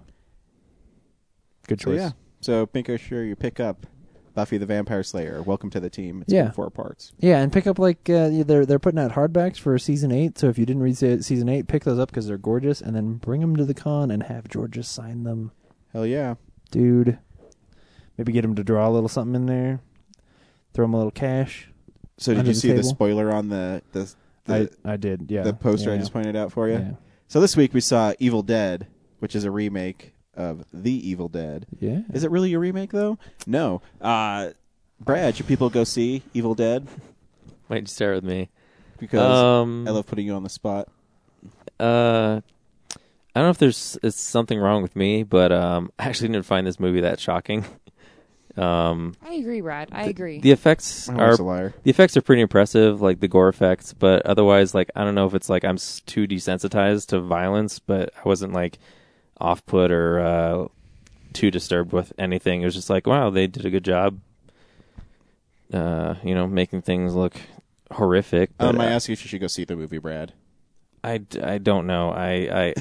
S2: Good
S1: So
S2: choice.
S1: yeah, so make sure you pick up Buffy the Vampire Slayer. Welcome to the team. It's
S2: Yeah.
S1: in four parts.
S2: Yeah, and pick up like uh, they're they're putting out hardbacks for season eight. So if you didn't read se- season eight, pick those up because they're gorgeous, and then bring them to the con and have Georgia sign them,
S1: Hell yeah!
S2: dude. Maybe get him to draw a little something in there. Throw him a little cash.
S1: So did
S2: Under
S1: you
S2: the
S1: see the
S2: table.
S1: spoiler on the the the,
S2: I I did. Yeah,
S1: the poster
S2: yeah,
S1: I just pointed out for you?
S2: yeah. Yeah.
S1: So this week we saw Evil Dead, which is a remake of The Evil Dead.
S2: Yeah.
S1: Is it really a remake though? No. Uh, Brad, should people go see Evil Dead?
S3: Might start with me.
S1: Because
S3: Um,
S1: I love putting you on the spot.
S3: uh, I don't know if there's it's something wrong with me, but um, I actually didn't find this movie that shocking. Um,
S4: I agree, Brad. I agree.
S3: the effects
S1: My
S3: are
S1: wife's a liar.
S3: the effects are pretty impressive, like the gore effects. But otherwise, like I don't know if it's like I'm s- too desensitized to violence, but I wasn't like off put or uh, too disturbed with anything. It was just like, wow, they did a good job. Uh, you know, making things look horrific. but,
S1: Um, I
S3: uh,
S1: ask you if you should go see the movie, Brad.
S3: I, d- I don't know. I, I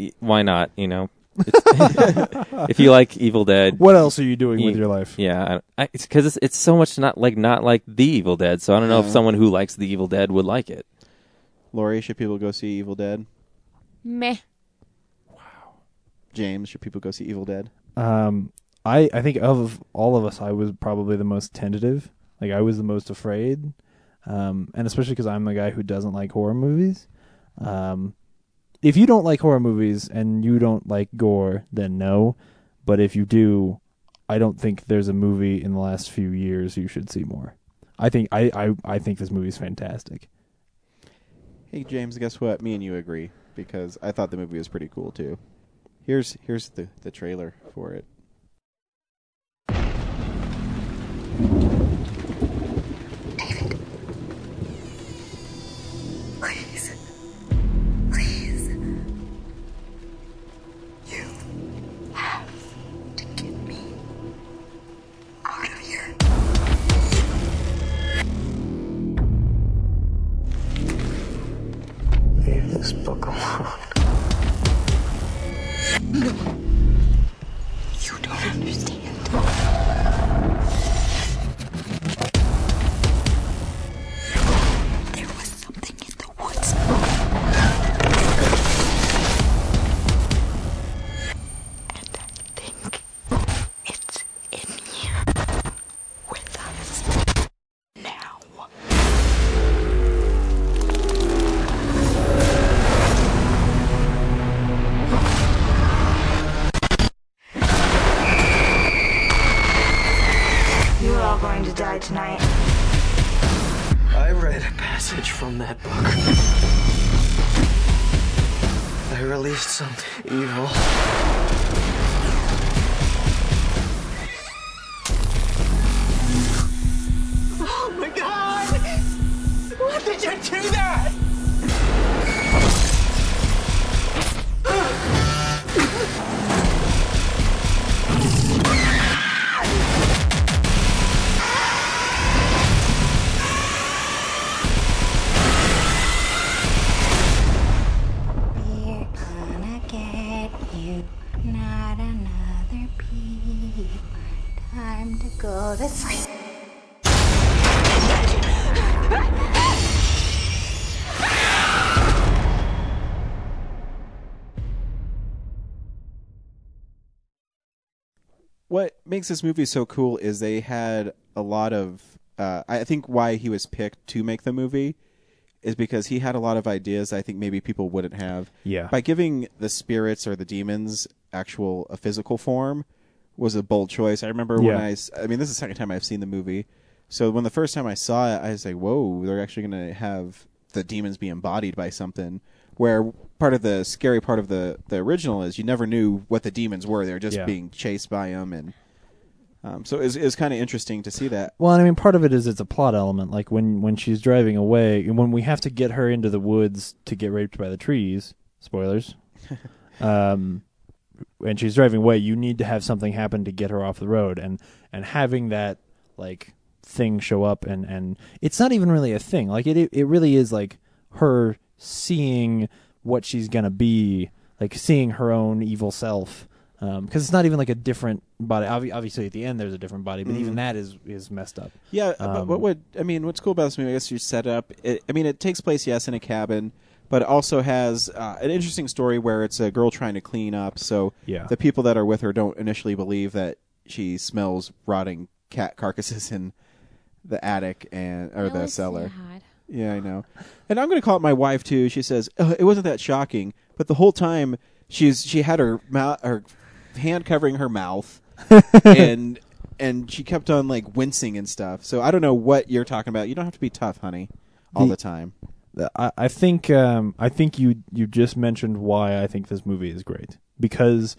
S3: y- why not? You know, It's- [laughs] if you like Evil Dead,
S2: What else are you doing
S3: Ye-
S2: with your life?
S3: yeah, I, I, it's because it's, it's so much not like not like the Evil Dead. So I don't know if
S1: Yeah.
S3: someone who likes the Evil Dead would like it.
S1: Lori, should people go see Evil Dead?
S4: Meh.
S1: James, should people go see Evil Dead?
S2: Um, I I think of all of us, I was probably the most tentative. Like I was the most afraid, um, and especially because I'm a guy who doesn't like horror movies. Um, if you don't like horror movies and you don't like gore, then no. But if you do, I don't think there's a movie in the last few years you should see more. I think I I, I think this movie's fantastic.
S1: Hey, James, guess what? Me and you agree because I thought the movie was pretty cool too. Here's here's the the trailer for it.
S10: Please. Leave this book alone.
S9: You don't understand. There was something in the woods. And I think it's in here with us now.
S10: You're all going to die tonight. I read a passage from that book. I released something evil.
S9: Oh my god! Why did you do that? We're gonna get you, not another pee. Time to go to sleep.
S1: what makes this movie so cool is they had a lot of uh, i think why he was picked to make the movie is because he had a lot of ideas i think maybe people wouldn't have
S2: Yeah.
S1: by giving the spirits or the demons actual a physical form was a bold choice i remember when
S2: Yeah.
S1: i s- i mean this is the second time i've seen the movie so when the first time i saw it i was like whoa they're actually going to have the demons be embodied by something where part of the scary part of the the original is you never knew what the demons were they were just
S2: Yeah.
S1: being chased by them and um, so it's it's kind of interesting to see that.
S2: Well, and I mean, part of it is it's a plot element. Like when when she's driving away, and when we have to get her into the woods to get raped by the trees. Spoilers. um, and she's driving away. You need to have something happen to get her off the road, and and having that like thing show up, and and it's not even really a thing. Like it it really is like her seeing what she's gonna be, like seeing her own evil self. Because it's not even like a different body. Obvi- Obviously, at the end there's a different body, but even that is is messed up.
S1: Yeah, Uh, but what
S2: Um,
S1: would I mean? What's cool about this movie? I guess you set up. It, I mean, it takes place yes in a cabin, but it also has uh, an interesting story where it's a girl trying to clean up. So
S2: Yeah.
S1: the people that are with her don't initially believe that she smells rotting cat carcasses in the attic and or the cellar. Yeah, I know. And I'm going to call it my wife too. She says "Uh, it wasn't that shocking, but the whole time she's she had her mouth, her hand covering her mouth,
S2: [laughs]
S1: and and she kept on like wincing and stuff. So I don't know what you're talking about. You don't have to be tough, honey, all the,
S2: The-
S1: time.
S2: I, I think um, I think you you just mentioned why I think this movie is great because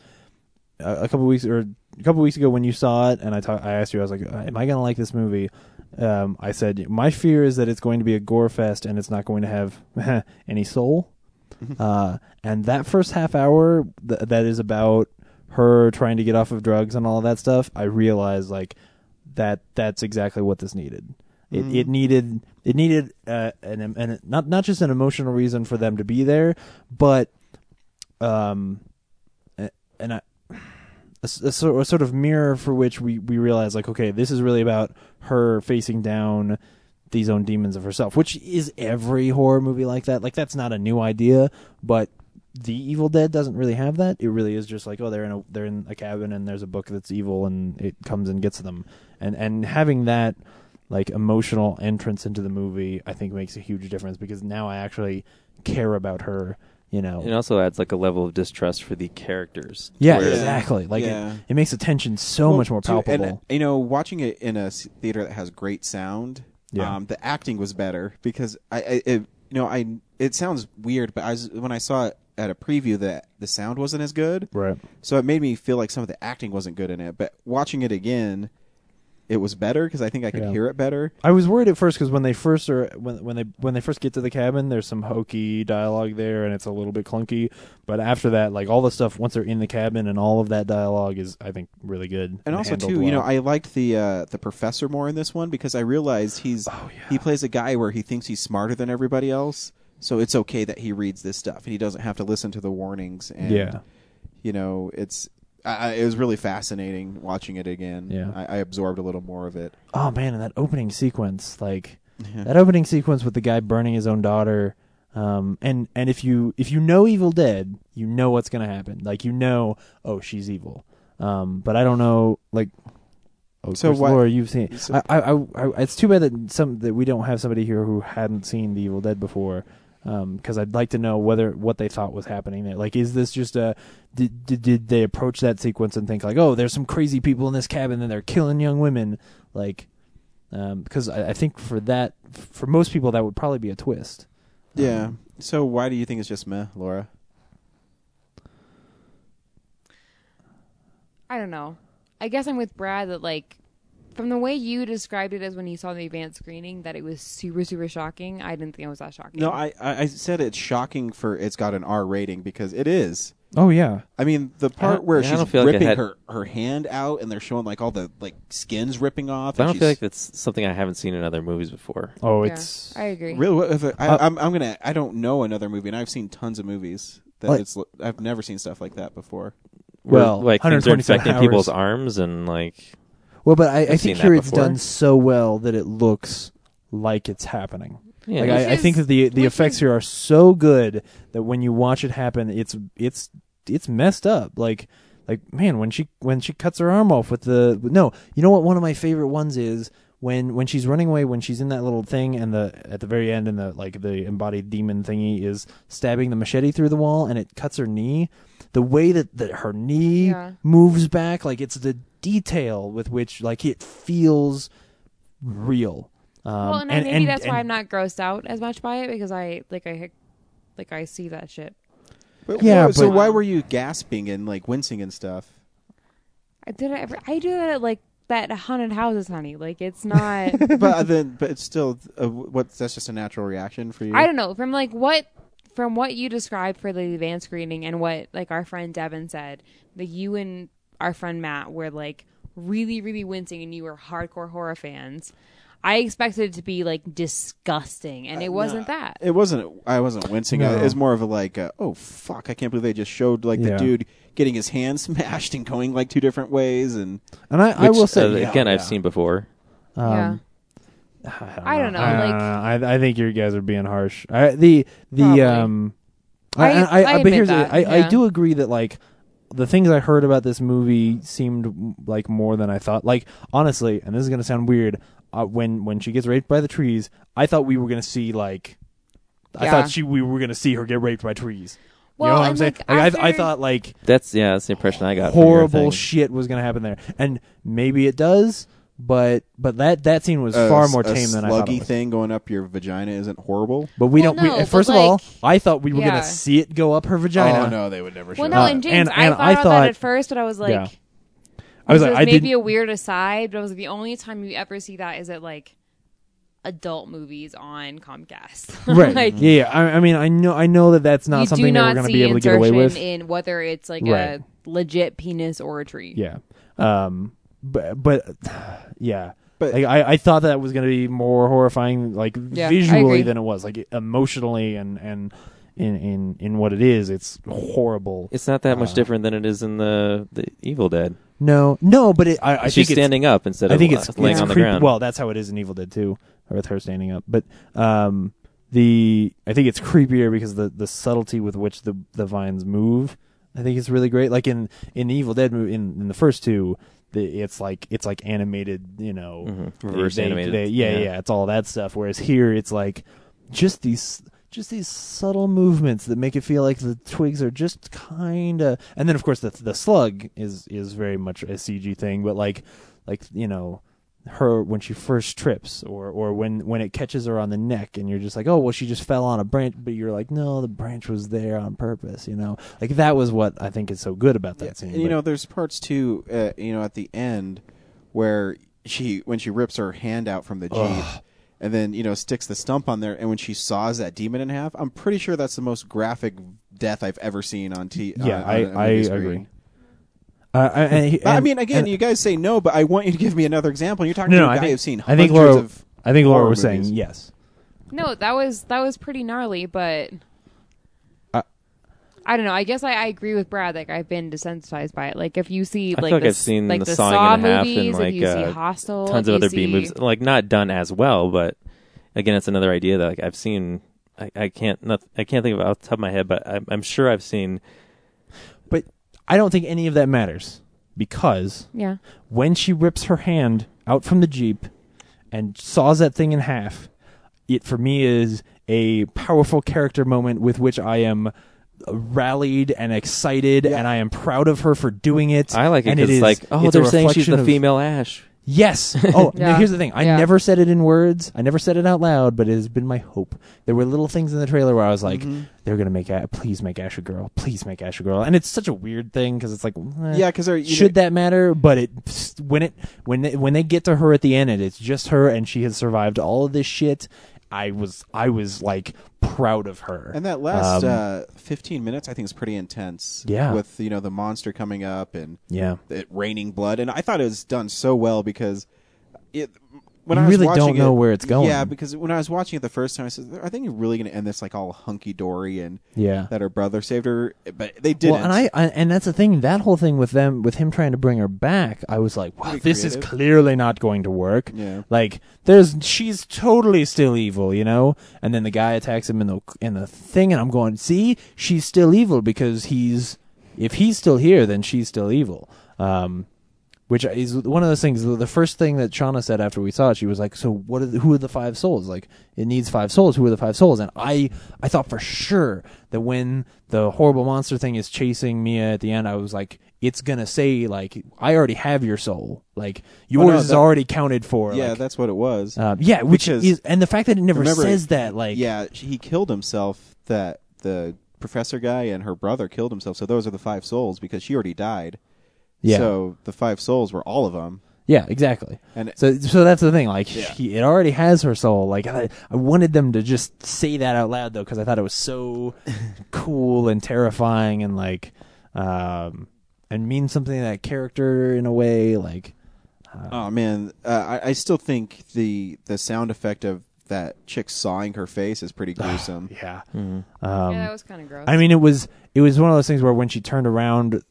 S2: uh, a, a couple weeks or a couple weeks ago when you saw it and I ta- I asked you I was like am I gonna like this movie um, I said my fear is that it's going to be a gore fest and it's not going to have [laughs] any soul uh, and that first half hour th- that is about her trying to get off of drugs and all that stuff I realized like that that's exactly what this needed. It, it needed it needed uh, an, an not not just an emotional reason for them to be there, but um, a- and I, a, s- a sor- a sort of mirror for which we we realize like okay, this is really about her facing down these own demons of herself, which is every horror movie like that. Like that's not a new idea, but the Evil Dead doesn't really have that. It really is just like oh they're in a they're in a cabin and there's a book that's evil and it comes and gets them, and and having that like emotional entrance into the movie I think makes a huge difference because now I actually care about her. You know,
S3: It also adds like a level of distrust for the characters.
S2: yeah,
S3: where-
S2: exactly. Like
S1: Yeah.
S2: it, it makes the tension so
S1: Well,
S2: much more
S1: too,
S2: palpable.
S1: and you know, watching it in a s- theater that has great sound,
S2: Yeah.
S1: um, the acting was better because I, I it, you know, I it sounds weird, but I was when I saw it at a preview that the sound wasn't as good,
S2: right.
S1: So it made me feel like some of the acting wasn't good in it, but watching it again, it was better because I think I could
S2: Yeah.
S1: hear it better.
S2: I was worried at first because when they first are when when they when they first get to the cabin, there's some hokey dialogue there, and it's a little bit clunky. But after that, like all the stuff once they're in the cabin, and all of that dialogue is, I think, really good. And,
S1: And also
S2: handled
S1: too, you know,
S2: well.
S1: I liked the uh, the professor
S2: Oh,
S1: more in this one because I realized he's he plays a guy where he thinks he's smarter than everybody else. So it's okay that he reads this stuff and he doesn't have to listen to the warnings. And,
S2: Yeah.
S1: you know, it's I, I, it was really fascinating watching it again.
S2: Yeah.
S1: I, I absorbed a little more of it.
S2: oh man, and that opening sequence, like
S1: Yeah.
S2: that opening sequence with the guy burning his own daughter. Um, and and if you if you know Evil Dead, you know what's gonna happen. Like you know, oh, she's evil. Um, but I don't know, like. Oh,
S1: So
S2: so
S1: why-
S2: Laura, you've seen.
S1: so-
S2: I, I, I, I, it's too bad that some that we don't have somebody here who hadn't seen The Evil Dead before, because I'd like to know whether what they thought was happening there. Like, is this just a did, did did they approach that sequence and think like, oh, there's some crazy people in this cabin and they're killing young women, like, um, because I, I think for that for most people that would probably be a twist.
S1: Yeah. So why do you think it's just meh, Laura?
S4: I don't know. I guess I'm with Brad that like from the way you described it as when you saw the advanced screening that it was super super shocking. I didn't think it was that shocking.
S1: No, I, I I said it's shocking for it's got an R rating because it is.
S2: Oh yeah,
S1: I mean, the part
S3: don't-
S1: where
S3: yeah, I
S1: she's
S3: don't feel like it
S1: ripping
S3: had-
S1: her, her hand out and they're showing like all the like skins ripping off.
S3: But I
S1: and
S3: don't feel
S1: she's-
S3: like that's something I haven't seen in other movies before.
S2: Oh,
S4: Yeah,
S2: it's
S4: I agree.
S1: Really, what if I,
S2: Uh,
S1: I, I'm, I'm gonna. I don't know another movie, and I've seen tons of movies that
S2: Like-
S1: it's. I've never seen stuff like that before.
S2: well,
S3: Where, like things are
S2: 127
S3: infecting
S2: hours.
S3: people's arms and like
S2: Well, but I, I
S3: I've seen
S2: think
S3: that
S2: here it's
S3: before.
S2: done so well that it looks like it's happening.
S3: Yeah.
S2: Like
S4: Which
S2: I, I think
S4: is-
S2: that the the
S4: which
S2: effects
S4: is-
S2: here are so good that when you watch it happen, it's it's it's messed up. Like like man, when she when she cuts her arm off with the no, you know what? One of my favorite ones is when when she's running away, when she's in that little thing, and the at the very end, and the like the embodied demon thingy is stabbing the machete through the wall, and it cuts her knee. The way that, that her knee
S4: Yeah.
S2: moves back, like it's the detail with which like it feels real. Um,
S4: well, and, I maybe that's why I'm not grossed out as much by it because I like I like I see that shit.
S1: But
S2: Yeah,
S1: why- so
S2: but-
S1: why were you gasping and like wincing and
S2: [laughs]
S1: stuff?
S4: I did it ever. I do that at like that haunted houses, honey. Like it's not.
S1: but then, but it's still uh, what? That's just a natural reaction for you.
S4: I don't know from like what from what you described for the advanced screening and what like our friend Devin said that you and our friend Matt were like really really wincing and you were hardcore horror fans. I expected it to be like disgusting and it wasn't that.
S1: It wasn't. I wasn't wincing.
S2: No.
S1: It was more of a like, uh, oh fuck, I can't believe they just showed like the
S2: Yeah.
S1: dude getting his hand [laughs] smashed and going like two different ways, and
S2: And I, I
S3: which,
S2: will say
S3: uh, again I've
S2: yeah.
S3: seen before.
S4: yeah. Um, [sighs] I don't know,
S2: I,
S4: like-
S2: Uh, I, I think you guys are being harsh. I, the the
S4: Probably.
S2: um, I,
S4: I-
S2: I,
S4: I
S2: but
S4: admit
S2: here's
S4: that,
S2: I, I
S4: yeah.
S2: do agree that like the things I heard about this movie seemed m- like more than I thought. Like honestly, and this is gonna sound weird. Uh, when when she gets raped by the trees, I thought we were gonna see like. I
S4: Yeah.
S2: thought she we were gonna see her get raped by trees.
S4: Well,
S2: you know what I'm
S4: and,
S2: saying?
S4: like,
S2: Like, I, I
S4: after-
S2: thought like
S3: That's yeah, that's the impression I got. from your
S2: horrible
S3: thing.
S2: shit was going to happen there, and maybe it does. But but that that scene was
S1: a
S2: far
S1: s-
S2: more
S1: a
S2: tame than I thought. It
S1: Sluggy
S2: was.
S1: thing going up your vagina isn't horrible.
S2: But we
S4: Well,
S2: don't. we-
S4: no, but
S2: first of all,
S4: like-
S2: I thought we were
S4: Yeah.
S2: gonna see it go up her vagina.
S1: Oh no, they would never.
S4: Well,
S1: show
S4: no,
S1: that.
S4: and James,
S2: Uh, and-
S4: I
S2: and
S4: thought
S2: I
S4: about
S2: thought-
S4: that at first, but I was like,
S2: Yeah. I was like,
S4: this is
S2: I
S4: maybe
S2: didn't.
S4: a weird aside, but it was the only time you ever see that is at like adult movies on Comcast.
S2: [laughs]
S4: [laughs]
S2: Right?
S4: like,
S2: yeah. yeah. I, I mean, I know. I know that that's not
S4: you
S2: something
S4: do
S2: that
S4: not
S2: we're gonna
S4: see
S2: be able to get away
S4: insertion
S2: with.
S4: in whether it's like
S2: Right.
S4: a legit penis or a tree.
S2: yeah. Um. But but [sighs] yeah.
S1: But-
S2: like, I, I thought that was going to be more horrifying, like
S4: Yeah, I
S2: visually,
S4: agree.
S2: than it was, like emotionally and and in in in what it is. It's horrible.
S3: It's not that
S2: Uh,
S3: much different than it is in the, the Evil Dead.
S2: No, no, but it, I, I
S3: She's
S2: think it's-
S3: standing up instead
S2: I
S3: of
S2: think
S3: la-
S2: it's
S3: laying
S2: it's
S3: on the
S2: creep-
S3: ground.
S2: Well, that's how it is in Evil Dead too, with her standing up. But um, the I think it's creepier because the the subtlety with which the the vines move, I think is really great. Like in in the Evil Dead movie, in, in the first two, the, it's like it's like animated, you know,
S3: Mhm.
S2: they-
S3: Reverse
S2: they-
S3: animated.
S2: they- yeah, yeah,
S3: Yeah.
S2: it's all that stuff. Whereas here, it's like just these. Just these subtle movements that make it feel like the twigs are just kind of, and then of course the the slug is is very much a CG thing, but like like you know her when she first trips or or when when it catches her on the neck and you're just like oh well she just fell on a branch but you're like no the branch was there on purpose you know like that was what i think is so good about that scene
S1: And, you
S2: but-
S1: know, there's parts too. Uh, you know, at the end where she when she rips her hand out from the jeep, and then you know sticks the stump on there, and when she saws that demon in half, I'm pretty sure that's the most graphic death I've ever seen on T. on,
S2: yeah
S1: on a
S2: i
S1: movie
S2: i
S1: screen.
S2: agree uh, I, and-
S1: But, I
S2: and-
S1: mean, again,
S2: and-
S1: you guys say no, but I want you to give me another example. You're talking
S2: no,
S1: to
S2: no,
S1: a guy
S2: I think,
S1: who's seen
S2: I
S1: hundreds
S2: think Laura,
S1: of
S2: I think Laura
S1: horror
S2: was
S1: movies.
S2: saying yes
S4: No, that was that was pretty gnarly, but I don't know. I guess I, I agree with Brad. Like I've been desensitized by it. Like if you see
S3: I
S4: like,
S3: feel like
S4: the,
S3: I've seen
S4: like
S3: the,
S4: the
S3: sawing
S4: Saw
S3: in half
S4: movies,
S3: and like
S4: if you see
S3: uh,
S4: Hostel,
S3: tons
S4: if
S3: of
S4: you
S3: other
S4: see-
S3: B movies, like not done as well, but again, it's another idea that like I've seen. I, I can't not, I can't think of it off the top of my head, but I'm, I'm sure I've seen.
S2: But I don't think any of that matters because
S4: Yeah.
S2: when she rips her hand out from the jeep and saws that thing in half, it for me is a powerful character moment with which I am rallied and excited and I am proud of her for doing it.
S3: I like it
S2: and it
S3: because
S2: is
S3: like oh,
S2: it's a
S3: they're saying she's
S2: reflection
S3: the
S2: of-
S3: female Ash.
S1: [laughs]
S2: Yes. Oh,
S3: Yeah.
S2: now here's the thing. I
S3: Yeah.
S2: never said it in words. I never said it out loud, but it has been my hope. There were little things in the trailer where I was like,
S1: Mhm.
S2: "They're gonna make a please make Ash a girl, please make Ash a girl," and it's such a weird thing because it's like, eh,
S1: Yeah, 'cause they're- you
S2: should that matter? But it when it when they, when they get to her at the end and it's just her and she has survived all of this shit. I was I was like proud of her.
S1: And that last
S2: Um,
S1: uh, 15 minutes, I think, is pretty intense.
S2: Yeah.
S1: With, you know, the monster coming up and
S2: Yeah.
S1: it raining blood. And I thought it was done so well because it. When
S2: You
S1: I was
S2: really
S1: watching
S2: don't know
S1: it-
S2: where it's going.
S1: Yeah, because when I was watching it the first time, I said, "Are they really going to end this like all hunky dory and
S2: Yeah.
S1: that her brother saved her?" But they didn't.
S2: Well, and I, I and that's the thing. That whole thing with them, with him trying to bring her back, I was like, wow,
S1: Pretty
S2: this is
S1: creative.
S2: clearly not going to work.
S1: Yeah.
S2: Like, there's she's totally still evil, you know. And then the guy attacks him in the in the thing, and I'm going, see, she's still evil because he's if he's still here, then she's still evil. Um, which is one of those things. The first thing that Shauna said after we saw it, she was like, "So what? Are the, who are the five souls? Like, it needs five souls. Who are the five souls?" And I, I thought for sure that when the horrible monster thing is chasing Mia at the end, I was like, "It's gonna say like I already have your soul. Like yours
S1: Oh, no,
S2: is
S1: that-
S2: already counted for.
S1: yeah,
S2: like,
S1: that's what it was.
S2: um, yeah, which
S1: Because-
S2: is and the fact that it never
S1: remember-
S2: says that like
S1: yeah, he killed himself. That the professor guy and her brother killed himself. So those are the five souls because she already died.
S2: Yeah.
S1: So the five souls were all of them.
S2: Yeah, exactly.
S1: And-
S2: so, so that's the thing. Like,
S1: Yeah.
S2: she, it already has her soul. Like, I, I wanted them to just say that out loud though, because I thought it
S1: [laughs]
S2: was so cool and terrifying, and like, um, and mean something to that character in a way. Like,
S1: Oh man, uh, I, I still think the the sound effect of that chick sawing her face is pretty gruesome.
S2: yeah.
S4: yeah,
S2: um,
S4: that was kind of gross.
S2: I mean, it was it was one of those things where when she turned around,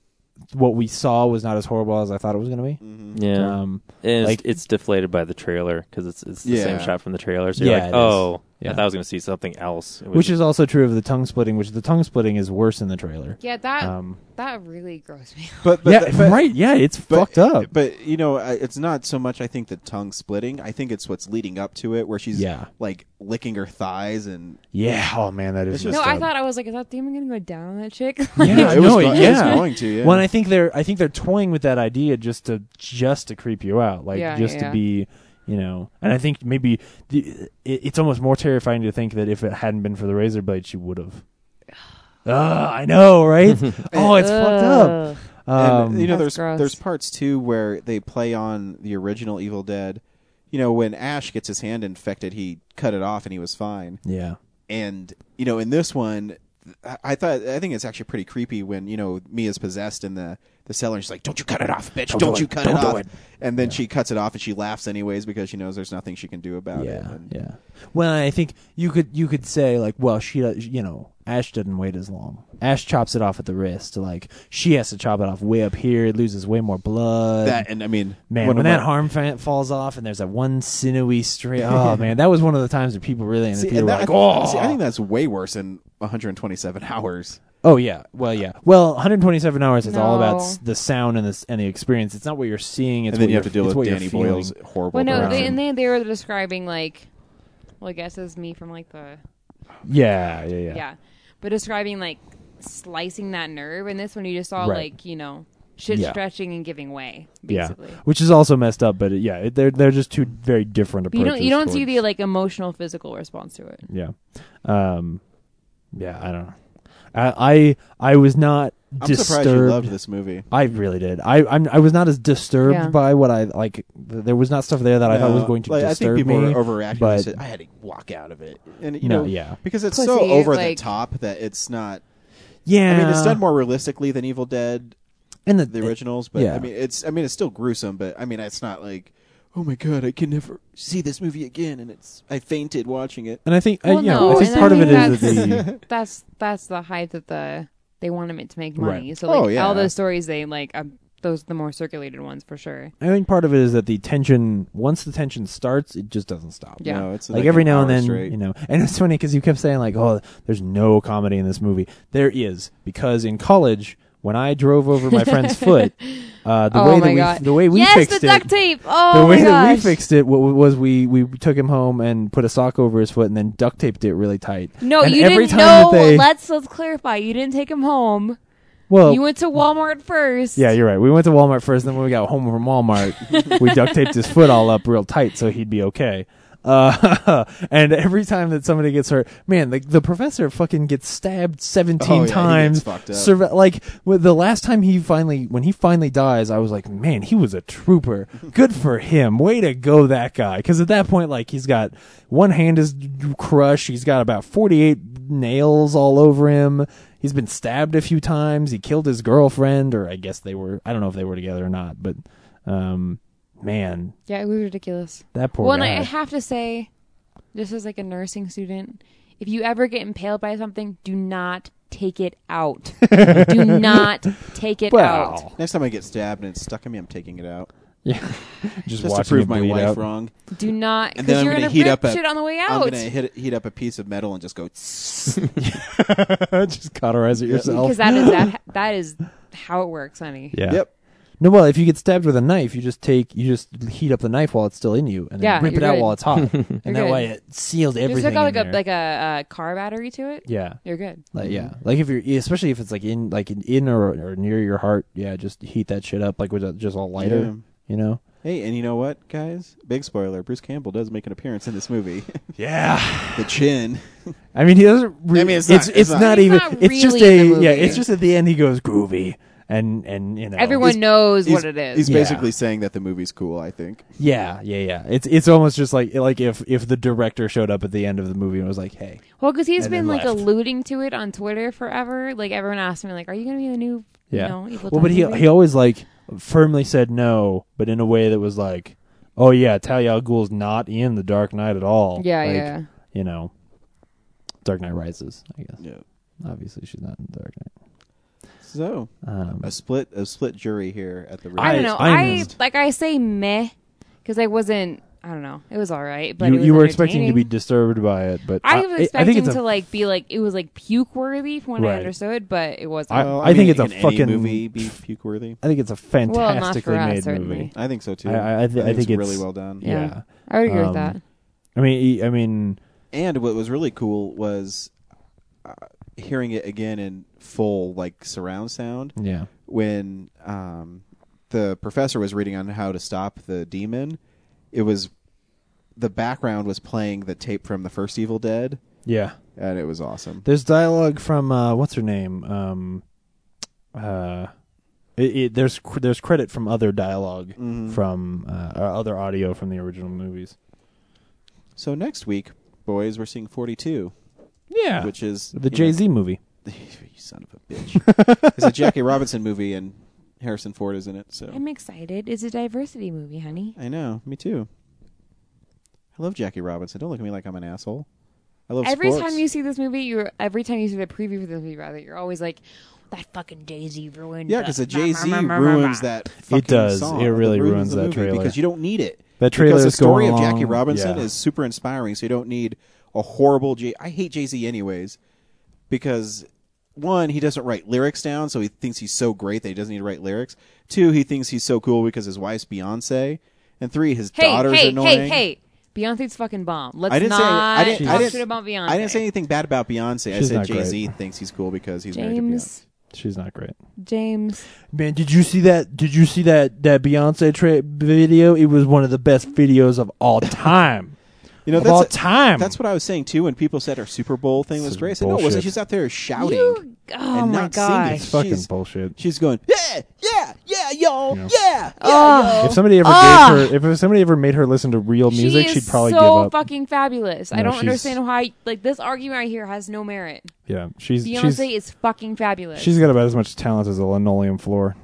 S2: what we saw was not as horrible as I thought it was going to be.
S1: Mm-hmm.
S3: Yeah,
S2: Um,
S3: and it's,
S2: like-
S3: it's deflated by the trailer because it's it's the same
S1: Yeah.
S3: shot from the trailer. So you're
S2: Yeah,
S3: like,
S2: it is.
S3: oh,
S2: Yeah.
S3: I thought I was going to see something else, It was-
S2: Which is also true of the tongue splitting, which the tongue splitting is worse in the trailer.
S4: yeah, that
S2: um,
S4: that really grossed me. out.
S1: But, but
S2: yeah,
S1: but-
S2: right. Yeah, it's
S1: but-
S2: fucked up.
S1: But you know, I- it's not so much. I think the tongue splitting. I think it's what's leading up to it, where she's
S2: Yeah.
S1: like licking her thighs and
S2: Yeah. Oh man, that is
S1: It's
S2: messed
S1: just-
S4: no, I
S2: up.
S4: thought I was like, is that demon gonna go down on that chick?
S2: [laughs] Yeah,
S1: it was go-
S2: no,
S1: it was
S2: yeah.
S1: going to, yeah.
S2: Well, and I think they're I think they're toying with that idea just to just to creep you out, like
S4: Yeah,
S2: just
S4: yeah,
S2: to
S4: yeah.
S2: be, you know. And I think maybe the, it, it's almost more terrifying to think that if it hadn't been for the razor blade, she would
S4: [sighs]
S2: have. Ah, I
S1: [laughs]
S2: know, right? oh, it's fucked up. Um,
S1: and you know, there's
S4: That's gross.
S1: there's parts too where they play on the original Evil Dead. You know, when Ash gets his hand infected, he cut it off and he was fine.
S2: yeah,
S1: and you know in this one I- I thought I think it's actually pretty creepy when you know Mia's possessed in the the cellar. And she's like, "Don't you cut it off, bitch! Don't,
S2: do
S1: you
S2: it.
S1: cut
S2: Don't
S1: it
S2: do
S1: off!"
S2: it.
S1: And then she cuts it off, and she laughs anyways because she knows there's nothing she can do about it.
S2: yeah,
S1: And-
S2: yeah. Well, I think you could you could say like, well, she uh, you know Ash didn't wait as long. Ash chops it off at the wrist. Like she has to chop it off way up here. It loses way more blood.
S1: That and I mean,
S2: Man,
S1: one
S2: when
S1: of
S2: that
S1: my-
S2: harm fa- falls off and there's that one sinewy
S1: [laughs]
S2: string. Oh man, that was one of the times that people really in the
S1: See,
S2: theater
S1: and
S2: were
S1: that,
S2: like, oh,
S1: see, I think that's way worse than 127 hours.
S2: oh yeah, well yeah, well 127 hours is all about
S4: No.
S2: s- the sound and the s- and the experience. It's not what you're seeing. It's
S1: and then
S2: what
S1: you have
S2: you're-
S1: to deal
S2: it's
S1: with
S2: what you're
S1: Danny
S2: feeling.
S1: Boyle's horrible.
S4: well, no, they,
S1: direction.
S4: and they they were describing like, well, I guess it's me from like the
S2: Yeah, yeah, yeah,
S4: yeah. but describing like slicing that nerve. In this one, you just saw
S2: Right.
S4: like you know shit
S2: Yeah.
S4: stretching and giving way,
S2: Yeah.
S4: basically.
S2: which is also messed up. But it, yeah, it, they're they're just two very different
S4: But you
S2: approaches.
S4: don't you don't see
S2: towards-
S4: the like emotional physical response to it.
S2: Yeah. Um, yeah, I don't know. I I, I was not
S1: I'm
S2: disturbed.
S1: surprised you loved this movie.
S2: I really did. I I'm, I was not as disturbed
S4: Yeah.
S2: by what I like. th- There was not stuff there that I thought was
S1: No,
S2: going to
S1: Uh, like,
S2: disturb
S1: I think people
S2: me.
S1: were overreacting.
S2: but-
S1: They said, I had to walk out of it, and you
S2: No,
S1: know,
S2: yeah.
S1: because it's so
S4: Pussy,
S1: over
S4: like-
S1: the top that it's not.
S2: yeah,
S1: I mean, it's done more realistically than Evil Dead,
S2: in
S1: the originals, but
S2: yeah.
S1: I mean, it's I mean, it's still gruesome, but I mean, it's not like oh my god, I can never see this movie again, and it's I fainted watching it.
S2: And I think, I,
S4: Well,
S2: yeah,
S4: no,
S2: I think
S4: and I
S2: part of it
S4: think
S2: is that
S4: that's-
S2: the
S4: that's that's the hype that the they want them to make
S2: Right.
S4: money. So like
S2: Oh, yeah.
S4: all those stories, they like um, those the more circulated ones for sure.
S2: I think part of it is that the tension once the tension starts, it just doesn't stop.
S4: Yeah. No,
S1: it's
S2: like,
S1: like
S2: every
S1: an
S2: now and
S1: hour
S2: then,
S1: straight.
S2: you know. And it's funny because you kept saying like, "Oh, there's no comedy in this movie." There is because in college, when I drove over my
S4: [laughs]
S2: friend's foot, uh, the
S4: Oh
S2: way
S4: my
S2: that
S4: God.
S2: we the way we
S4: Yes, the
S2: fixed
S4: duct
S2: it,
S4: tape! Oh
S2: the way
S4: my
S2: that we
S4: gosh.
S2: fixed it wa- wa- was we we took him home and put a sock over his foot and then duct taped it really tight.
S4: No,
S2: And
S4: you
S2: every time
S4: didn't
S2: that
S4: know.
S2: they-
S4: let's let's clarify. You didn't take him home.
S2: Well-
S4: you went to Walmart first.
S2: Yeah, you're right. We went to Walmart first, then when we got home from
S1: [laughs]
S2: Walmart, we duct taped his foot all up real tight so he'd be okay. Uh, [laughs] and every time that somebody gets hurt, man, the, the professor fucking gets stabbed 17
S1: Oh, yeah, he gets
S2: times.
S1: fucked up.
S2: Surve- like with the last time he finally, when he finally dies, I was like, man, he was a trooper. Good for him. Way to go, that guy. Because at that point, like he's got one hand is crushed. He's got about 48 nails all over him. He's been stabbed a few times. He killed his girlfriend, or I guess they were. I don't know if they were together or not, but um, man,
S4: Yeah, it was ridiculous.
S2: That poor
S4: Well,
S2: guy.
S4: and I- I have to say, just as like a nursing student, if you ever get impaled by something, do not take it
S2: [laughs]
S4: out. do not take it out.
S1: Next time I get stabbed and it's stuck in me, I'm taking it out.
S2: Yeah,
S1: just,
S2: Just
S1: to
S2: watching
S1: prove
S2: it
S1: my
S2: bleed
S1: wife
S2: out.
S1: wrong.
S4: Do not,
S1: And
S4: because
S1: then I'm
S4: you're
S1: gonna
S4: gonna
S1: heat
S4: rip
S1: up a,
S4: shit on the way
S1: I'm
S4: out.
S1: gonna hit, heat up a piece of metal and just go.
S2: [laughs] just cauterize it yourself.
S4: Because that is that that is how it works, honey.
S2: Yeah. Yep. No, well, if you get stabbed with a knife, you just take you just heat up the knife while it's still in you, and then
S4: Yeah,
S2: rip it
S4: you're
S2: out
S4: good.
S2: while
S1: [laughs]
S2: it's hot, and that
S4: You're good.
S2: way it seals
S4: You
S2: everything.
S4: Just got
S2: in
S4: like a
S2: there.
S4: like a uh, car battery to it. [laughs]
S2: yeah,
S4: you're good.
S2: Like yeah, like if you're especially if it's like in like in, in or, or near your heart, yeah, just heat that shit up like with a, just a lighter,
S1: Yeah.
S2: you know.
S1: Hey, and you know what, guys? Big spoiler: Bruce Campbell does make an appearance in this
S4: [laughs]
S1: movie.
S2: Yeah.
S1: the chin.
S2: [laughs] I mean, he doesn't. Re-
S1: I mean, it's,
S2: it's
S1: not,
S2: it's not even. it's just
S4: really in
S2: a
S4: the
S2: yeah.
S4: movie.
S2: It's just at the end he goes groovy, and and you know
S4: Everyone knows
S1: he's-
S4: what it is.
S1: He's
S2: Yeah.
S1: basically saying that the movie's cool. I think.
S2: Yeah, yeah, yeah. It's it's almost just like like if if the director showed up at the end of the movie and was like, "Hey,
S4: Well, because he's
S2: and
S4: been
S2: then
S4: like
S2: left.
S4: alluding to it on Twitter forever. Like everyone asked me, like, "Are you going to be the new,
S2: yeah."
S4: you know, evil?"
S2: well, but he
S4: Duckman?"
S2: he always like firmly said no, but in a way that was like, "Oh yeah, Talia al Ghul's not in the Dark Knight at all."
S4: Yeah,
S2: Like,
S4: yeah.
S2: You know, Dark Knight Rises. I guess.
S1: Yeah.
S2: Obviously, she's not in the Dark Knight.
S1: So
S2: Um,
S1: a split a split jury here at the.
S4: I don't
S1: release.
S4: know. I, like I say meh because I wasn't. I don't know. It was all right, but it
S2: you
S4: was
S2: you were expecting to be
S4: entertaining.
S2: disturbed by it, but
S4: I
S2: I,
S4: was
S2: I think
S4: expecting
S2: it's a
S4: to like be like it was like puke worthy from what I
S2: Right.
S4: understood, but it wasn't.
S2: I-
S1: Well,
S2: I think
S1: mean,
S2: it's a
S1: can any
S2: fucking-
S1: movie. Be puke worthy.
S2: I think it's a
S4: not
S2: fantastically
S4: for us,
S2: made
S4: certainly.
S2: movie.
S1: I think so, too.
S2: I, I,
S1: I
S2: I, thi-
S1: think
S2: I think
S1: it's
S2: it's
S1: really well done.
S2: Yeah,
S4: Yeah. I would agree with
S2: Um,
S4: that.
S2: I mean, e- I mean,
S1: And what was really cool was uh, hearing it again in full, like surround sound.
S2: Yeah.
S1: When um, the professor was reading on how to stop the demon, it was the background was playing the tape from the first Evil Dead.
S2: Yeah.
S1: and it was awesome.
S2: There's dialogue from uh, what's her name? Um, uh, it, it, there's cr- there's credit from other dialog from uh, or other audio from the original movies.
S1: So next week, boys, we're seeing Forty Two.
S2: Yeah.
S1: which is
S2: The Jay Z movie.
S1: [laughs] you son of a bitch. it's a Jackie Robinson movie, and Harrison Ford is in it. So
S4: I'm excited. It's a diversity movie, honey.
S1: I know. Me too. I love Jackie Robinson. Don't look at me like I'm an asshole. I love
S4: Every
S1: sports.
S4: time you see this movie, you are every time you see the preview for this movie, rather, you're always like, "That fucking Daisy ruined."
S1: yeah,
S4: the-
S1: because the
S4: blah, blah,
S1: Jay Z
S4: blah, blah,
S1: ruins
S4: blah."
S1: that.
S2: It
S1: Fucking
S2: does.
S1: Song.
S2: It really ruins
S1: the
S2: that
S1: movie
S2: trailer.
S1: because you don't need it.
S2: That trailer
S1: because the
S2: is
S1: story
S2: going
S1: of Jackie
S2: along-
S1: Robinson
S2: yeah.
S1: is super inspiring. So you don't need a horrible Jay. I hate Jay Z anyways because one he doesn't write lyrics down, so he thinks he's so great that he doesn't need to write lyrics. Two, he thinks he's so cool because his wife's Beyonce. And three, his daughter's
S4: hey,
S1: annoying.
S4: Hey, hey, Beyonce's fucking bomb. Let's
S1: I didn't
S4: not
S1: say I didn't,
S4: talk
S1: I didn't,
S4: shit about Beyonce.
S1: I didn't say anything bad about Beyonce.
S2: She's
S1: I said
S2: not great.
S1: Jay Z thinks he's cool because he's married to Beyonce.
S4: James.
S2: She's not great.
S4: James.
S2: Man, did you see that? Did you see that that Beyonce tra- video? It was one of the best videos of all [laughs] time.
S1: You know,
S2: of
S1: that's
S2: all
S1: a-
S2: time.
S1: That's what I was saying too. When people said her Super Bowl thing was
S2: Some
S1: great, I said, no, it wasn't.
S2: bullshit.
S1: She's out there shouting
S4: You- oh
S1: and
S4: my
S1: not singing.
S4: gosh.
S2: It's fucking
S1: she's,
S2: bullshit.
S1: she's going, yeah, yeah, yeah, yo,
S2: Yeah.
S1: yeah, yeah, yo.
S2: If somebody ever
S4: Ah.
S2: gave her, if somebody ever made her listen to real music,
S4: she
S2: she'd
S4: is
S2: probably
S4: so
S2: give up.
S4: fucking fabulous. I
S2: No,
S4: don't
S2: she's-
S4: understand why. Like this argument right here has no merit.
S2: yeah, she's
S4: Beyonce
S2: she's
S4: is fucking fabulous.
S2: she's got about as much talent as a linoleum floor.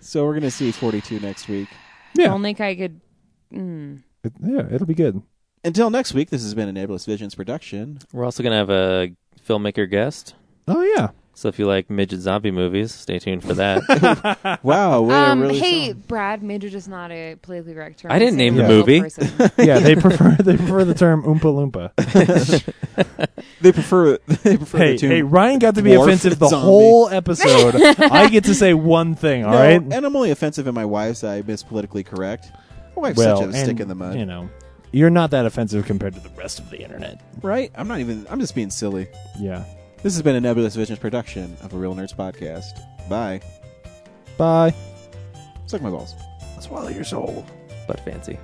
S1: So we're gonna see 42 next week.
S4: Yeah. I don't think I could. Mm.
S2: It, yeah, it'll be good.
S1: Until next week, this has been a Nebulous Visions
S2: [laughs]
S1: production.
S3: We're also going to have a filmmaker guest.
S2: Oh, yeah.
S3: So if you like midget zombie movies, stay tuned
S2: [laughs]
S3: for that.
S1: wow. way to
S4: Um,
S1: really
S4: hey, Brad, midget is not a politically correct term.
S3: I didn't
S4: It's
S3: name
S4: a
S3: the
S4: real
S3: movie.
S4: person.
S2: yeah, they prefer they prefer the
S1: [laughs]
S2: term oompa loompa.
S1: They prefer. [laughs] They prefer
S2: hey,
S1: the two
S2: hey, Ryan got to be
S1: dwarf
S2: offensive the
S1: zombie.
S2: whole episode. I get to say one thing, all
S1: No,
S2: right?
S1: And I'm only offensive in my wife's eye. Miss politically correct. My wife's
S2: Well,
S1: such a stick
S2: and,
S1: in the mud.
S2: You know, you're not that offensive compared to the rest of the internet.
S1: Right? I'm not even. I'm just being silly.
S2: Yeah.
S1: This has been a Nebulous Visions production of a Real Nerds podcast. Bye.
S2: Bye.
S1: Suck my balls.
S2: Swallow your soul.
S3: but fancy.